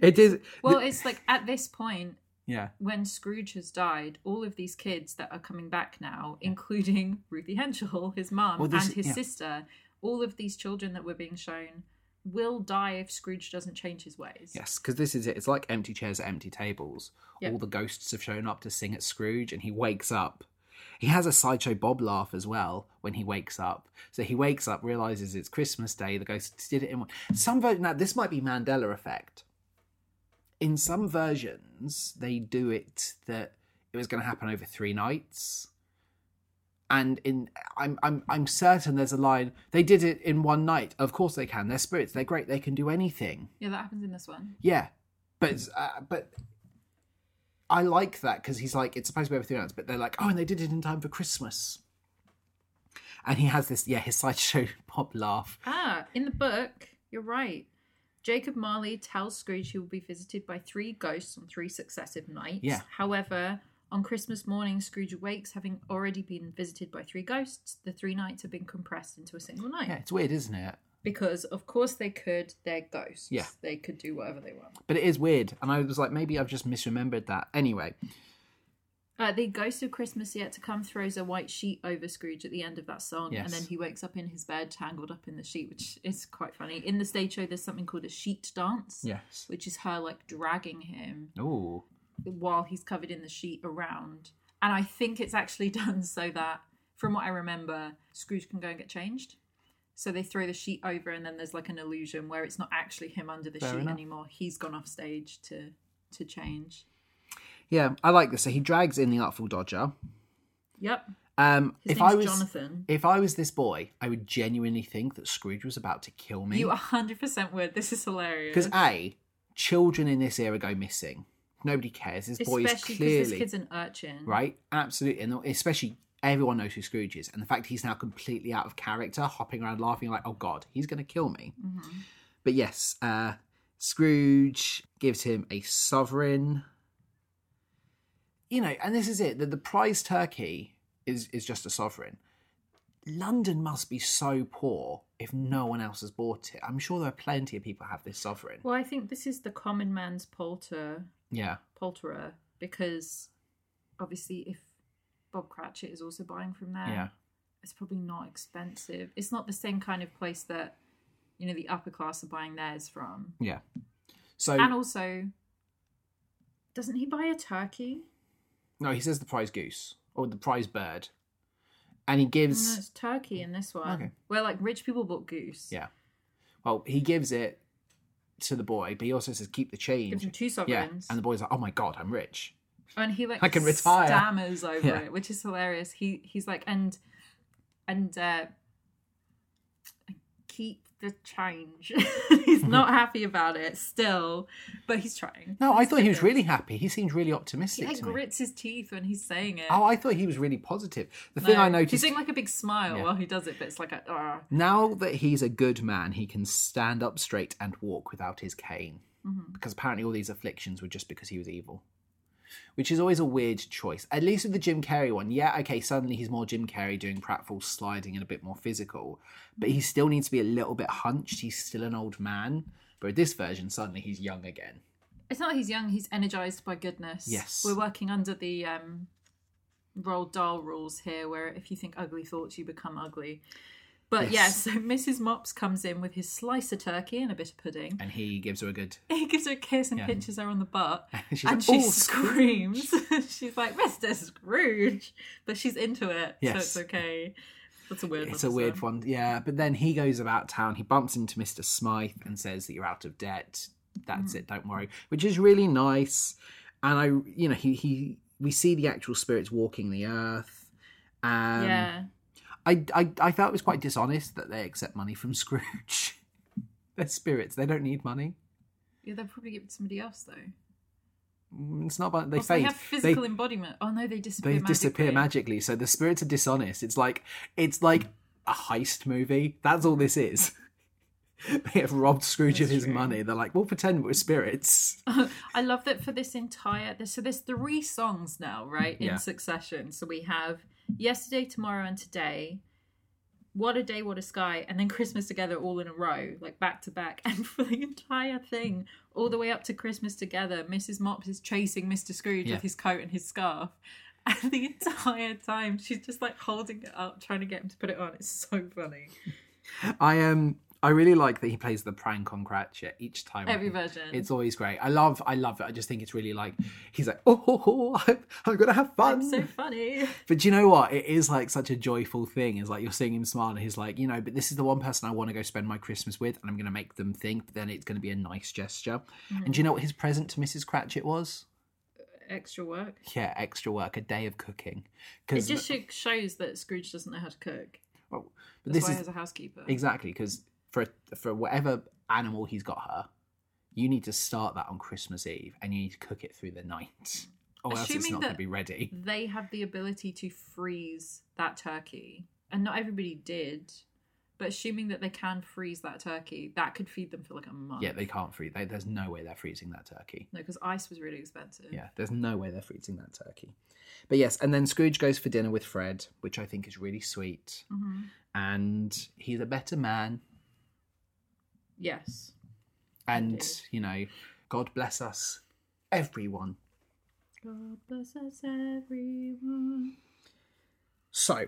[SPEAKER 2] It is.
[SPEAKER 1] Well, it's like at this point,
[SPEAKER 2] yeah.
[SPEAKER 1] when Scrooge has died, all of these kids that are coming back now, including *laughs* Ruthie Henschel, his mum,
[SPEAKER 2] Well, this
[SPEAKER 1] and his
[SPEAKER 2] is- yeah.
[SPEAKER 1] sister, all of these children that were being shown will die if Scrooge doesn't change his ways.
[SPEAKER 2] Yes, because this is it. It's like empty chairs at empty tables.
[SPEAKER 1] Yeah.
[SPEAKER 2] All the ghosts have shown up to sing at Scrooge, and he wakes up. He has a sideshow Bob laugh as well when he wakes up. So he wakes up, realizes it's Christmas Day. The ghosts did it in one. Some version now this might be Mandela effect. In some versions, they do it that it was going to happen over three nights. And in I'm I'm I'm certain there's a line they did it in one night. Of course they can. They're spirits. They're great. They can do anything.
[SPEAKER 1] Yeah, that happens in this one.
[SPEAKER 2] Yeah, but it's, uh, but I like that because he's like it's supposed to be over three nights, but they're like, oh, and they did it in time for Christmas. And he has this, yeah, his *laughs* sideshow pop laugh.
[SPEAKER 1] Ah, in the book, you're right. Jacob Marley tells Scrooge he will be visited by three ghosts on three successive nights.
[SPEAKER 2] Yeah.
[SPEAKER 1] However, on Christmas morning, Scrooge awakes having already been visited by three ghosts. The three nights have been compressed into a single night.
[SPEAKER 2] Yeah, it's weird, isn't it?
[SPEAKER 1] because of course they could they're ghosts
[SPEAKER 2] Yeah.
[SPEAKER 1] they could do whatever they want
[SPEAKER 2] But it is weird. And I was like, maybe I've just misremembered that. Anyway,
[SPEAKER 1] uh, the ghost of christmas yet to come throws a white sheet over scrooge at the end of that song
[SPEAKER 2] Yes.
[SPEAKER 1] and then he wakes up in his bed tangled up in the sheet which is quite funny in the stage show there's something called a sheet dance
[SPEAKER 2] yes.
[SPEAKER 1] which is her like dragging him
[SPEAKER 2] Oh,
[SPEAKER 1] while he's covered in the sheet around and i think it's actually *laughs* done so that from what i remember scrooge can go and get changed so they throw the sheet over and then there's like an illusion where it's not actually him under the
[SPEAKER 2] Fair
[SPEAKER 1] sheet
[SPEAKER 2] enough.
[SPEAKER 1] anymore he's gone off stage to to change
[SPEAKER 2] yeah, I like this. So he drags in the Artful Dodger.
[SPEAKER 1] Yep.
[SPEAKER 2] Um,
[SPEAKER 1] His
[SPEAKER 2] if
[SPEAKER 1] name's
[SPEAKER 2] I was
[SPEAKER 1] Jonathan.
[SPEAKER 2] if I was this boy, I would genuinely think that Scrooge was about to kill me.
[SPEAKER 1] You 100% would. This is hilarious.
[SPEAKER 2] Because a, children in this era go missing. Nobody cares. This boy is
[SPEAKER 1] Especially because this
[SPEAKER 2] clearly
[SPEAKER 1] kid's an urchin.
[SPEAKER 2] right, absolutely, and especially everyone knows who Scrooge is, and the fact he's now completely out of character, hopping around laughing like, "Oh God, he's going to kill me."
[SPEAKER 1] Mm-hmm.
[SPEAKER 2] But yes, uh, Scrooge gives him a sovereign. You know, and this is it. The, the prize turkey is is just a sovereign. London must be so poor if no one else has bought it. I'm sure there are plenty of people who have this sovereign.
[SPEAKER 1] Well, I think this is the common man's polter
[SPEAKER 2] Yeah,
[SPEAKER 1] polterer because obviously if Bob Cratchit is also buying from there,
[SPEAKER 2] yeah,
[SPEAKER 1] it's probably not expensive. It's not the same kind of place that you know the upper class are buying theirs from.
[SPEAKER 2] yeah. So
[SPEAKER 1] And also, doesn't he buy a turkey?
[SPEAKER 2] no, he says the prize goose or the prize bird, and he
[SPEAKER 1] No,
[SPEAKER 2] gives
[SPEAKER 1] it's turkey in this one.
[SPEAKER 2] Okay.
[SPEAKER 1] Where like rich people bought goose.
[SPEAKER 2] yeah. Well, he gives it to the boy, but he also says keep the
[SPEAKER 1] Gives
[SPEAKER 2] change.
[SPEAKER 1] him two
[SPEAKER 2] Yeah,
[SPEAKER 1] sovereigns.
[SPEAKER 2] and the boy's like, oh my god, I'm rich.
[SPEAKER 1] and he like
[SPEAKER 2] I can retire.
[SPEAKER 1] stammers over
[SPEAKER 2] Yeah.
[SPEAKER 1] it, which is hilarious. He he's like and and uh keep the change. *laughs* he's
[SPEAKER 2] *laughs*
[SPEAKER 1] not happy about it still, but he's trying.
[SPEAKER 2] No, I thought he was really happy. He seemed really optimistic
[SPEAKER 1] He like
[SPEAKER 2] to me.
[SPEAKER 1] grits his teeth when he's saying it.
[SPEAKER 2] Oh, I thought he was really positive. The thing
[SPEAKER 1] No,
[SPEAKER 2] I noticed
[SPEAKER 1] Um, He's doing like a big smile
[SPEAKER 2] Yeah.
[SPEAKER 1] while he does it, but it's like a ah.
[SPEAKER 2] now that he's a good man, he can stand up straight and walk without his cane. Because apparently, all these afflictions were just because he was evil, which is always a weird choice. At least with the Jim Carrey one, yeah, okay, suddenly he's more Jim Carrey doing pratfalls, sliding, and a bit more physical, but he still needs to be a little bit hunched. He's still an old man. But with this version, suddenly he's young again.
[SPEAKER 1] It's not he's young, he's energized by goodness.
[SPEAKER 2] Yes.
[SPEAKER 1] We're working under the um Roald Dahl rules here where if you think ugly thoughts you become ugly. But
[SPEAKER 2] Yes.
[SPEAKER 1] *laughs* yeah, so Mrs. Mops comes in with his slice of turkey and a bit of pudding. *laughs*
[SPEAKER 2] And he gives her a good. *laughs*
[SPEAKER 1] He gives her a kiss and
[SPEAKER 2] Yeah.
[SPEAKER 1] pinches her on the butt.
[SPEAKER 2] *laughs* She's
[SPEAKER 1] and
[SPEAKER 2] like,
[SPEAKER 1] she *laughs*
[SPEAKER 2] "Oh,
[SPEAKER 1] screams. *laughs* she's like, Mr. Scrooge. But she's into it, so
[SPEAKER 2] Yes.
[SPEAKER 1] it's okay. That's a weird one.
[SPEAKER 2] It's a
[SPEAKER 1] this
[SPEAKER 2] weird
[SPEAKER 1] one.
[SPEAKER 2] one, yeah. But then he goes about town. He bumps into Mister Smythe and says that you're out of debt. That's
[SPEAKER 1] Hmm.
[SPEAKER 2] it. Don't worry, which is really nice. And I, you know, he he we see the actual spirits walking the earth. Um,
[SPEAKER 1] yeah.
[SPEAKER 2] I, I I felt it was quite dishonest that they accept money from *laughs* Scrooge. They're spirits. They don't need money.
[SPEAKER 1] Yeah, they'll probably give it to somebody else though.
[SPEAKER 2] Mm, It's not. about They
[SPEAKER 1] Also,
[SPEAKER 2] fade.
[SPEAKER 1] They have physical embodiment. Oh no, they disappear.
[SPEAKER 2] they disappear
[SPEAKER 1] magically.
[SPEAKER 2] magically. So the spirits are dishonest. It's like it's like a heist movie. That's all this is. *laughs* they have robbed Scrooge of
[SPEAKER 1] That's
[SPEAKER 2] his
[SPEAKER 1] true.
[SPEAKER 2] money. They're like, we'll pretend we're spirits.
[SPEAKER 1] I love that for this entire. there's- So there's three songs now, right, in
[SPEAKER 2] Yeah.
[SPEAKER 1] succession. So we have yesterday, tomorrow, and today. What a day, what a sky, and then Christmas together all in a row, like back to back. *laughs* And for the entire thing, all the way up to Christmas together, Mrs. Mops is chasing Mr. Scrooge
[SPEAKER 2] Yeah.
[SPEAKER 1] with his coat and his scarf. *laughs* And the entire time, she's just like holding it up, trying to get him to put it on. It's so funny.
[SPEAKER 2] I um I really like that he plays the prank on Cratchit each time.
[SPEAKER 1] Every version.
[SPEAKER 2] It's always great. I love I love it. I just think it's really like he's like, oh ho, ho, I'm, I'm gonna have fun.
[SPEAKER 1] so funny. *laughs*
[SPEAKER 2] But do you know what? It is like such a joyful thing. Is like you're seeing him smile, and he's like, you know, but this is the one person I want to go spend my Christmas with, and I'm going to make them think. But then it's going to be a nice gesture. And
[SPEAKER 1] Mm.
[SPEAKER 2] do you know what his present to Mrs. Cratchit was?
[SPEAKER 1] Extra work.
[SPEAKER 2] Yeah, extra work, a day of cooking.
[SPEAKER 1] It
[SPEAKER 2] Because
[SPEAKER 1] just sho- shows that Scrooge doesn't know how to cook. That's
[SPEAKER 2] this
[SPEAKER 1] why
[SPEAKER 2] is
[SPEAKER 1] he has a housekeeper.
[SPEAKER 2] exactly because for for whatever animal he's got her, you need to start that on Christmas Eve, and you need to cook it through the night, or else it's
[SPEAKER 1] Assuming
[SPEAKER 2] not going
[SPEAKER 1] that-
[SPEAKER 2] to be ready.
[SPEAKER 1] They have the ability to freeze that turkey, and not everybody did. But assuming that they can freeze that turkey, that could feed them for like a month.
[SPEAKER 2] Yeah, they can't freeze. They, there's no way they're freezing that turkey.
[SPEAKER 1] no, because ice was really expensive.
[SPEAKER 2] Yeah, there's no way they're eating that turkey. But yes, and then Scrooge goes for dinner with Fred, which I think is really sweet.
[SPEAKER 1] hmm
[SPEAKER 2] And he's a better man.
[SPEAKER 1] Yes.
[SPEAKER 2] And,
[SPEAKER 1] Indeed.
[SPEAKER 2] you know, God bless us, everyone.
[SPEAKER 1] God bless us, everyone.
[SPEAKER 2] So,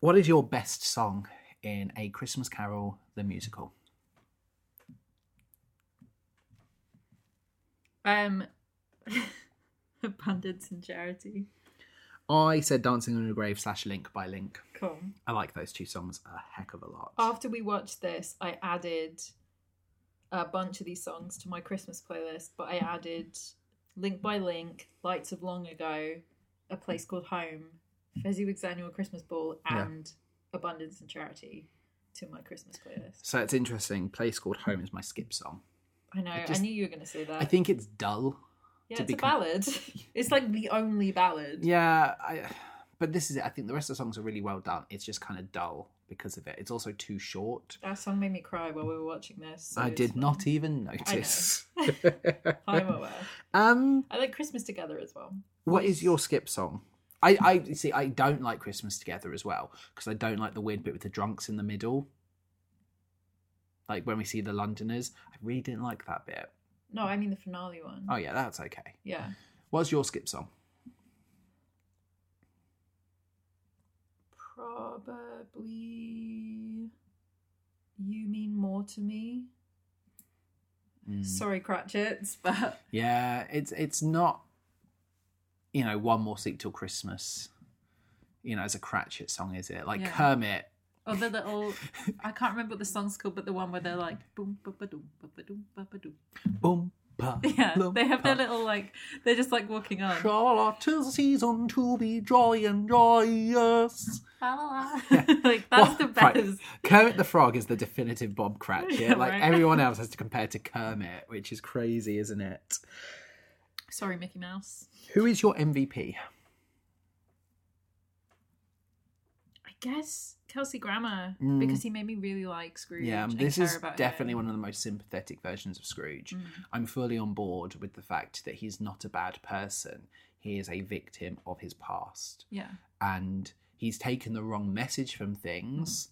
[SPEAKER 2] what is your best song in A Christmas Carol, the musical?
[SPEAKER 1] Um, *laughs* abundance and charity.
[SPEAKER 2] I said Dancing on a Grave slash Link by Link.
[SPEAKER 1] Cool.
[SPEAKER 2] I like those two songs a heck of a lot.
[SPEAKER 1] after we watched this, I added a bunch of these songs to my Christmas playlist, but I added Link by Link, Lights of Long Ago, A Place Called Home, Fezziwig's Annual Christmas Ball,
[SPEAKER 2] Yeah.
[SPEAKER 1] and Abundance and Charity to my Christmas playlist.
[SPEAKER 2] So, it's interesting. Place Called Home is my skip song.
[SPEAKER 1] I know,
[SPEAKER 2] I just-
[SPEAKER 1] I knew you were going to say that.
[SPEAKER 2] I think it's dull.
[SPEAKER 1] yeah,
[SPEAKER 2] to
[SPEAKER 1] it's a
[SPEAKER 2] become-
[SPEAKER 1] ballad. *laughs* it's like the only ballad.
[SPEAKER 2] Yeah, I, but this is it. I think the rest of the songs are really well done. It's just kind of dull because of it. It's also too short.
[SPEAKER 1] That song made me cry while we were watching this. so
[SPEAKER 2] I
[SPEAKER 1] it's
[SPEAKER 2] did
[SPEAKER 1] fine.
[SPEAKER 2] not even notice.
[SPEAKER 1] I'm aware.
[SPEAKER 2] um,
[SPEAKER 1] I like Christmas Together as well.
[SPEAKER 2] what is your skip song? I, I see. I don't like Christmas together as well because I don't like the weird bit with the drunks in the middle. Like when we see the Londoners, I really didn't like that bit.
[SPEAKER 1] No, I mean the finale one.
[SPEAKER 2] Oh yeah, that's okay.
[SPEAKER 1] Yeah.
[SPEAKER 2] What's your skip song?
[SPEAKER 1] Probably. You mean more to me?
[SPEAKER 2] Hmm.
[SPEAKER 1] Sorry, Cratchits, *laughs* but
[SPEAKER 2] Yeah, it's it's not. You know, one more sleep till Christmas. You know, as a Cratchit song, is it like
[SPEAKER 1] Yeah.
[SPEAKER 2] Kermit?
[SPEAKER 1] or the little I can't remember what the song's called, but the one where they're like boom ba ba doom ba ba doom ba ba doom. *laughs*
[SPEAKER 2] Boom, pa,
[SPEAKER 1] Yeah,
[SPEAKER 2] blum,
[SPEAKER 1] they have
[SPEAKER 2] pa.
[SPEAKER 1] their little like they're just like walking on.
[SPEAKER 2] Charlotte, 'tis the season to be joy and joyous.
[SPEAKER 1] La, la,
[SPEAKER 2] *laughs*
[SPEAKER 1] la. *laughs* like that's the
[SPEAKER 2] Well,
[SPEAKER 1] best.
[SPEAKER 2] right. Kermit the Frog is the definitive Bob
[SPEAKER 1] *laughs*
[SPEAKER 2] Cratchit.
[SPEAKER 1] Yeah,
[SPEAKER 2] like
[SPEAKER 1] right.
[SPEAKER 2] everyone else has to compare to Kermit, which is crazy, isn't it?
[SPEAKER 1] Sorry, Mickey Mouse.
[SPEAKER 2] Who is your MVP?
[SPEAKER 1] I guess Kelsey Grammer because he made me really like Scrooge.
[SPEAKER 2] Hmm. Yeah,
[SPEAKER 1] and
[SPEAKER 2] this
[SPEAKER 1] care
[SPEAKER 2] is
[SPEAKER 1] about
[SPEAKER 2] definitely
[SPEAKER 1] him. Mm.
[SPEAKER 2] one of the most sympathetic versions of Scrooge. I'm fully on board with the fact that he's not a bad person. He is a victim of his past,
[SPEAKER 1] Yeah,
[SPEAKER 2] and he's taken the wrong message from things.
[SPEAKER 1] Mm,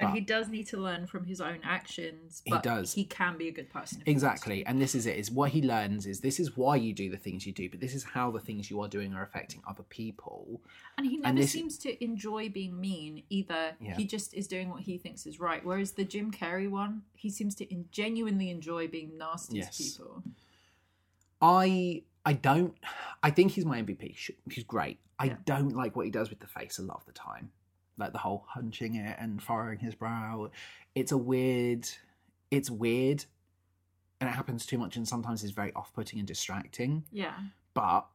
[SPEAKER 1] and
[SPEAKER 2] But-
[SPEAKER 1] he does need to learn from his own actions.
[SPEAKER 2] He
[SPEAKER 1] But
[SPEAKER 2] does.
[SPEAKER 1] He can be a good person. if he wants to.
[SPEAKER 2] Exactly. And this is it, is what he learns is this is why you do the things you do, but this is how the things you are doing are affecting other people.
[SPEAKER 1] And he never
[SPEAKER 2] this-
[SPEAKER 1] seems to enjoy being mean either.
[SPEAKER 2] Yeah.
[SPEAKER 1] He just is doing what he thinks is right. Whereas the Jim Carrey one, he seems to in- genuinely enjoy being nasty
[SPEAKER 2] Yes.
[SPEAKER 1] to people.
[SPEAKER 2] I I don't I think he's my MVP. Sh- He's great. I
[SPEAKER 1] Yeah.
[SPEAKER 2] don't like what he does with the face a lot of the time. Like the whole hunching it and furrowing his brow. It's a weird it's weird and it happens too much and sometimes is very off-putting and distracting,
[SPEAKER 1] Yeah.
[SPEAKER 2] but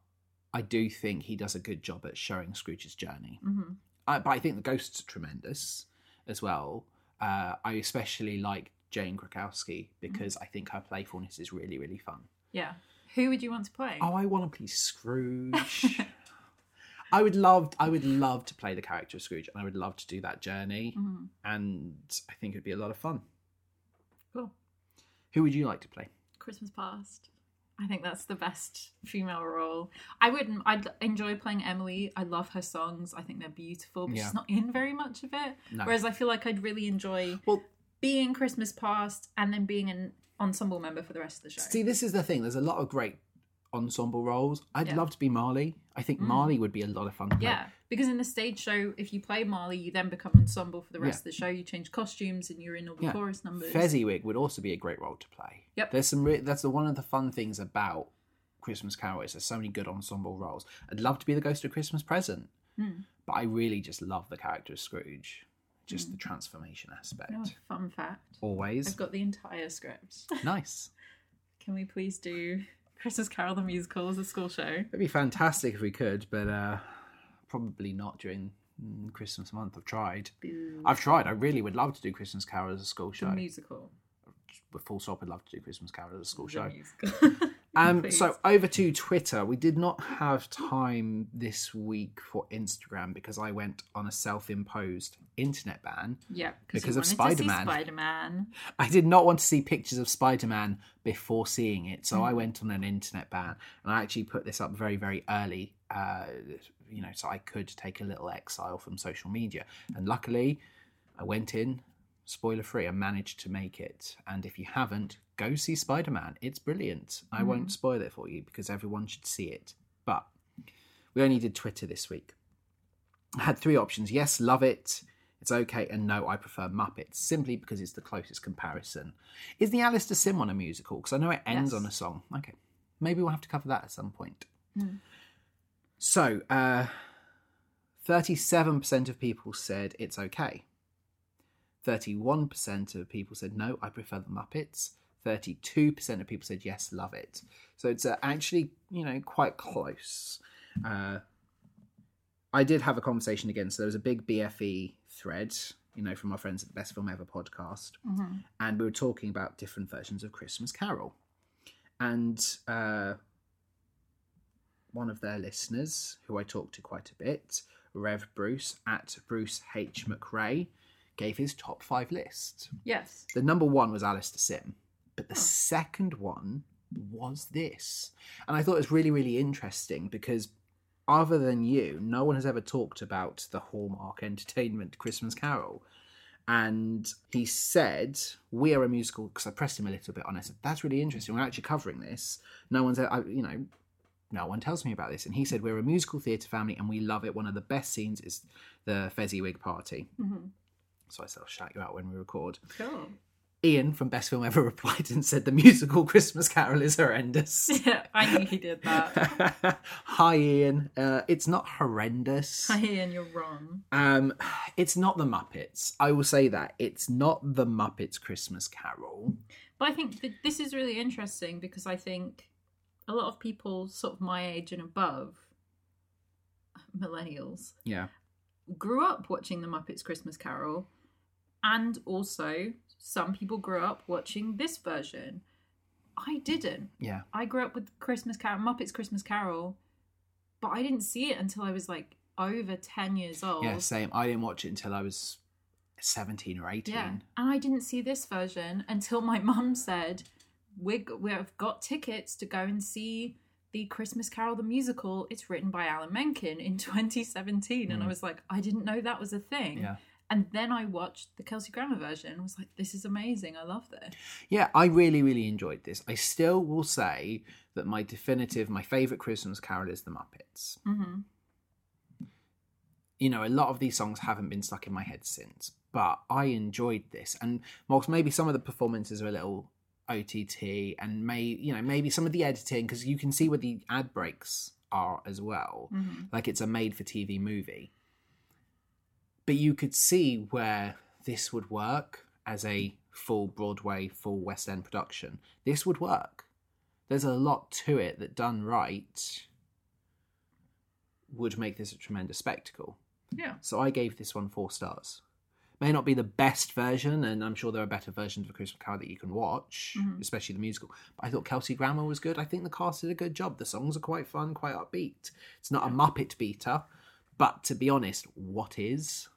[SPEAKER 2] I do think he does a good job at showing Scrooge's journey.
[SPEAKER 1] hmm
[SPEAKER 2] I, but I think the ghosts are tremendous as well. Uh, I especially like Jane Krakowski because I think her playfulness is really, really fun.
[SPEAKER 1] Yeah. Who would you want to play?
[SPEAKER 2] Oh, I want to be Scrooge. I would love, I would love to play the character of Scrooge, and I would love to do that journey.
[SPEAKER 1] Mhm.
[SPEAKER 2] And I think it'd be a lot of fun.
[SPEAKER 1] Cool.
[SPEAKER 2] Who would you like to play?
[SPEAKER 1] Christmas past. I think that's the best female role. I would I'd enjoy playing Emily. I love her songs. I think they're beautiful, but
[SPEAKER 2] Yeah.
[SPEAKER 1] she's not in very much of it.
[SPEAKER 2] No.
[SPEAKER 1] Whereas I feel like I'd really enjoy
[SPEAKER 2] Well,
[SPEAKER 1] being Christmas past and then being an ensemble member for the rest of the show.
[SPEAKER 2] see, this is the thing. There's a lot of great ensemble roles. I'd
[SPEAKER 1] Yeah.
[SPEAKER 2] love to be Marley. I think Marley would be a lot of fun. to play.
[SPEAKER 1] Yeah, because in the stage show, if you play Marley, you then become ensemble for the rest
[SPEAKER 2] Yeah.
[SPEAKER 1] of the show. You change costumes and you're in all the
[SPEAKER 2] Yeah.
[SPEAKER 1] chorus numbers.
[SPEAKER 2] Fezziwig would also be a great role to play.
[SPEAKER 1] Yep.
[SPEAKER 2] There's some. Re- that's the, one of the fun things about Christmas Carol is there's so many good ensemble roles. I'd love to be the Ghost of Christmas Present,
[SPEAKER 1] Hmm.
[SPEAKER 2] but I really just love the character of Scrooge, just the transformation aspect.
[SPEAKER 1] You know, a Oh, fun fact.
[SPEAKER 2] Always
[SPEAKER 1] Hmm. I've got the entire script. *laughs*
[SPEAKER 2] nice.
[SPEAKER 1] Can we please do Christmas Carol the musical as a school show?
[SPEAKER 2] It'd be fantastic if we could, but uh, probably not during mm, Christmas month. I've tried.
[SPEAKER 1] Boo.
[SPEAKER 2] I've tried. I really would love to do Christmas Carol as a school
[SPEAKER 1] The
[SPEAKER 2] show.
[SPEAKER 1] musical.
[SPEAKER 2] But full stop, I'd love to do Christmas Carol as a school
[SPEAKER 1] The
[SPEAKER 2] show. *laughs*
[SPEAKER 1] musical.
[SPEAKER 2] Um,
[SPEAKER 1] Please.
[SPEAKER 2] so over to Twitter. We did not have time this week for Instagram because I went on a self-imposed internet ban.
[SPEAKER 1] yeah,
[SPEAKER 2] Because
[SPEAKER 1] because
[SPEAKER 2] of
[SPEAKER 1] of Spider
[SPEAKER 2] Spider-Man.
[SPEAKER 1] Man. Spider Man.
[SPEAKER 2] I did not want to see pictures of Spider-Man before seeing it, so I went on an internet ban, and I actually put this up very, very early. Uh, you know, so I could take a little exile from social media, and luckily, I went in spoiler-free and managed to make it. And if you haven't, go see Spider-Man; it's brilliant. I won't spoil it for you because everyone should see it. But we only did Twitter this week. I had three options yes, love it, it's okay, and no, I prefer Muppets, simply because it's the closest comparison. Is the Alistair Sim one a musical? Because I know it ends
[SPEAKER 1] Yes.
[SPEAKER 2] on a song. Okay. Maybe we'll have to cover that at some point. So, uh, 37% of people said it's okay. 31% of people said no, I prefer the Muppets. 32% of people said yes, love it. So it's uh, actually, you know, quite close. Uh, I did have a conversation again. So there was a big BFE thread, you know, from our friends at the Best Film Ever podcast.
[SPEAKER 1] Mm-hmm.
[SPEAKER 2] And we were talking about different versions of Christmas Carol. And uh, one of their listeners, who I talked to quite a bit, Rev Bruce at Bruce H. McRae, gave his top five list.
[SPEAKER 1] Yes.
[SPEAKER 2] The number one was Alistair Sim, but the second one was this. And I thought it was really, really interesting because other than you, no one has ever talked about the Hallmark Entertainment Christmas Carol. And he said, We are a musical, because I pressed him a little bit on it. I said, That's really interesting. We're actually covering this. No one's, e-, I, you know, no one tells me about this. And he said, We're a musical theatre family and we love it. One of the best scenes is the Fezziwig party. So I said, I'll shout you out when we record.
[SPEAKER 1] Mm-hmm. Cool.
[SPEAKER 2] *laughs*
[SPEAKER 1] *laughs*
[SPEAKER 2] Ian from Best Film Ever *laughs* replied and said, The musical Christmas Carol is horrendous.
[SPEAKER 1] *laughs* I knew he did
[SPEAKER 2] *laughs*
[SPEAKER 1] that.
[SPEAKER 2] Hi, Ian. Uh, it's not horrendous.
[SPEAKER 1] Hi, Ian, you're wrong.
[SPEAKER 2] Um, it's not the Muppets. I will say that it's not the Muppets Christmas Carol.
[SPEAKER 1] But I think that this is really interesting because I think a lot of people, sort of my age and above, *laughs* millennials,
[SPEAKER 2] Yeah,
[SPEAKER 1] grew up watching The Muppets Christmas Carol, and also some people grew up watching this version. I didn't.
[SPEAKER 2] yeah.
[SPEAKER 1] I grew up with Christmas Carol, Muppets Christmas Carol, but I didn't see it until I was like over 10 years old.
[SPEAKER 2] Yeah, same. I didn't watch it until I was 17 or 18.
[SPEAKER 1] Yeah. And I didn't see this version until my *laughs* mum said, we We've got tickets to go and see the Christmas Carol, the musical. It's written by Alan Menken in *laughs* 2017. And I was like, I didn't know that was a thing.
[SPEAKER 2] Yeah.
[SPEAKER 1] And then I watched the Kelsey Grammer version and was like, this is amazing. I love this.
[SPEAKER 2] Yeah, I really, really enjoyed this. I still will say that my definitive, my favourite Christmas Carol is The Muppets.
[SPEAKER 1] Mm-hmm.
[SPEAKER 2] you know, a lot of these songs haven't been stuck in my head since, but I enjoyed this. And whilst maybe some of the performances are a little OTT, and may you know maybe some of the editing because you can see where the ad breaks are as well,
[SPEAKER 1] Mhm.
[SPEAKER 2] like it's a made-for-TV movie. But you could see where this would work as a full Broadway, full West End production. This would work. There's a lot to it that done right would make this a tremendous spectacle.
[SPEAKER 1] Yeah.
[SPEAKER 2] So I gave this one four stars. May not be the best version, and I'm sure there are better versions of Christmas Carol that you can watch, especially the musical. But I thought Kelsey Grammer was good. I think the cast did a good job. The songs are quite fun, quite upbeat. It's not a Muppet beater, but to be honest, what is?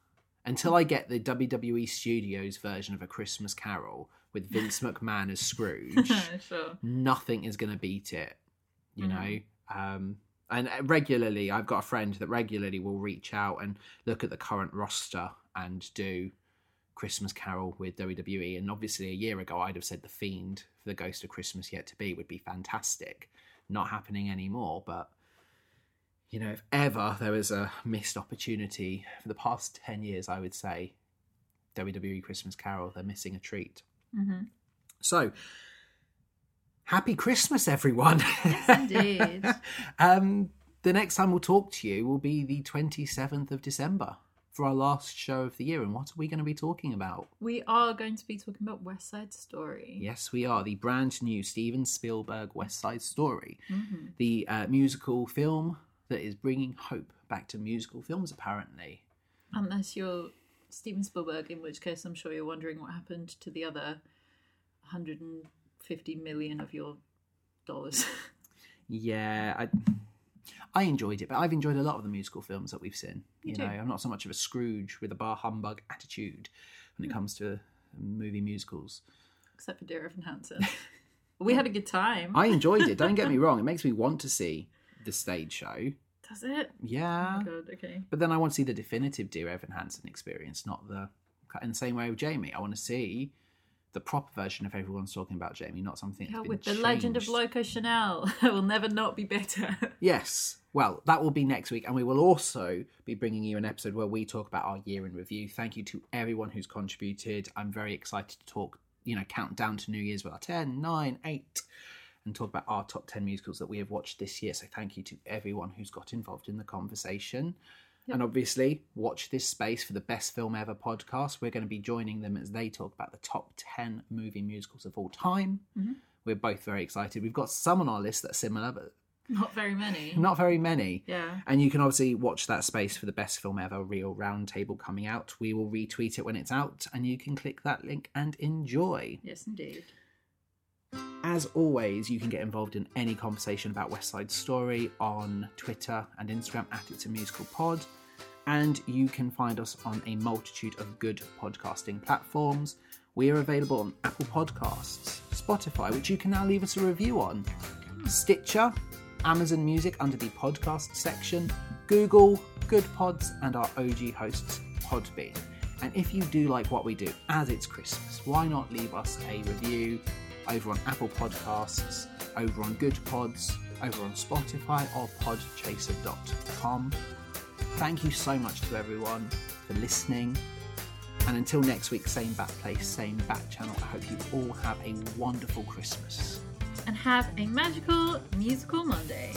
[SPEAKER 2] Until I get the WWE Studios version of A Christmas Carol with Vince McMahon
[SPEAKER 1] *laughs*
[SPEAKER 2] as Scrooge,
[SPEAKER 1] sure.
[SPEAKER 2] nothing is going to beat it you know um and regularly i've got a friend that regularly will reach out and look at the current roster and do christmas carol with wwe and obviously a year ago i'd have said the fiend for the ghost of christmas yet to be would be fantastic not happening anymore but you know if ever there was a missed opportunity for the past 10 years i would say wwe christmas carol they're missing a treat
[SPEAKER 1] Mm-hmm.
[SPEAKER 2] so, happy Christmas, everyone.
[SPEAKER 1] indeed.
[SPEAKER 2] *laughs* um, the next time we'll talk to you will be the 27th of December for our last show of the year. And what are we going to be talking about?
[SPEAKER 1] We are going to be talking about West Side Story.
[SPEAKER 2] Yes, we are the brand new Steven Spielberg West Side Story,
[SPEAKER 1] Mhm.
[SPEAKER 2] the uh, musical film that is bringing hope back to musical films, apparently.
[SPEAKER 1] Unless you're Steven Spielberg, in which case I'm sure you're wondering what happened to the other 150 million of your dollars. *laughs*
[SPEAKER 2] Yeah, I I enjoyed it, but I've enjoyed a lot of the musical films that we've seen. You,
[SPEAKER 1] Me too.
[SPEAKER 2] know, I'm not so much of a Scrooge with a bar humbug attitude when
[SPEAKER 1] Hmm.
[SPEAKER 2] it comes to movie musicals.
[SPEAKER 1] Except for Dear Evan
[SPEAKER 2] *laughs*
[SPEAKER 1] Hansen. We had a good time.
[SPEAKER 2] I enjoyed it. Don't get me wrong; it makes me want to see the stage show.
[SPEAKER 1] Does it?
[SPEAKER 2] Yeah,
[SPEAKER 1] Oh, God, okay.
[SPEAKER 2] but then I want to see the definitive Dear Evan Hansen experience, not the in the same way with Jamie. I want to see the proper version of everyone's talking about Jamie, not something. that's
[SPEAKER 1] Yeah,
[SPEAKER 2] been
[SPEAKER 1] with the legend of
[SPEAKER 2] changed.
[SPEAKER 1] Loco Chanel. *laughs* I will never not be bitter.
[SPEAKER 2] Yes. Well, that will be next week, and we will also be bringing you an episode where we talk about our year in review. Thank you to everyone who's contributed. I'm very excited to talk, you know, count down to New Year's with our 10, 9, 8, and talk about our top 10 musicals that we have watched this year. So thank you to everyone who's got involved in the conversation. And obviously, watch this space for the Best Film Ever podcast. We're going to be joining them as they talk about the top 10 movie musicals of all time. We're both very excited. We've got some on our list that's similar, but
[SPEAKER 1] *laughs* Not very many.
[SPEAKER 2] not very many.
[SPEAKER 1] Yeah.
[SPEAKER 2] And you can obviously watch that space for the best film ever real roundtable coming out. We will retweet it when it's out, and you can click that link and enjoy.
[SPEAKER 1] Yes, indeed.
[SPEAKER 2] As always, you can get involved in any conversation about West Side Story on Twitter and Instagram at It's a Musical Pod. And you can find us on a multitude of good podcasting platforms. We are available on Apple Podcasts, Spotify, which you can now leave us a review on, Stitcher, Amazon Music under the podcast section, Google, Good Pods, and our OG hosts, Podbean. And if you do like what we do, as it's Christmas, why not leave us a review over on Apple Podcasts, over on Good Pods, over on Spotify or podchaser.com. Thank you so much to everyone for listening. And until next week, same bat place, same bat channel, I hope you all have a wonderful Christmas.
[SPEAKER 1] And have a magical musical Monday.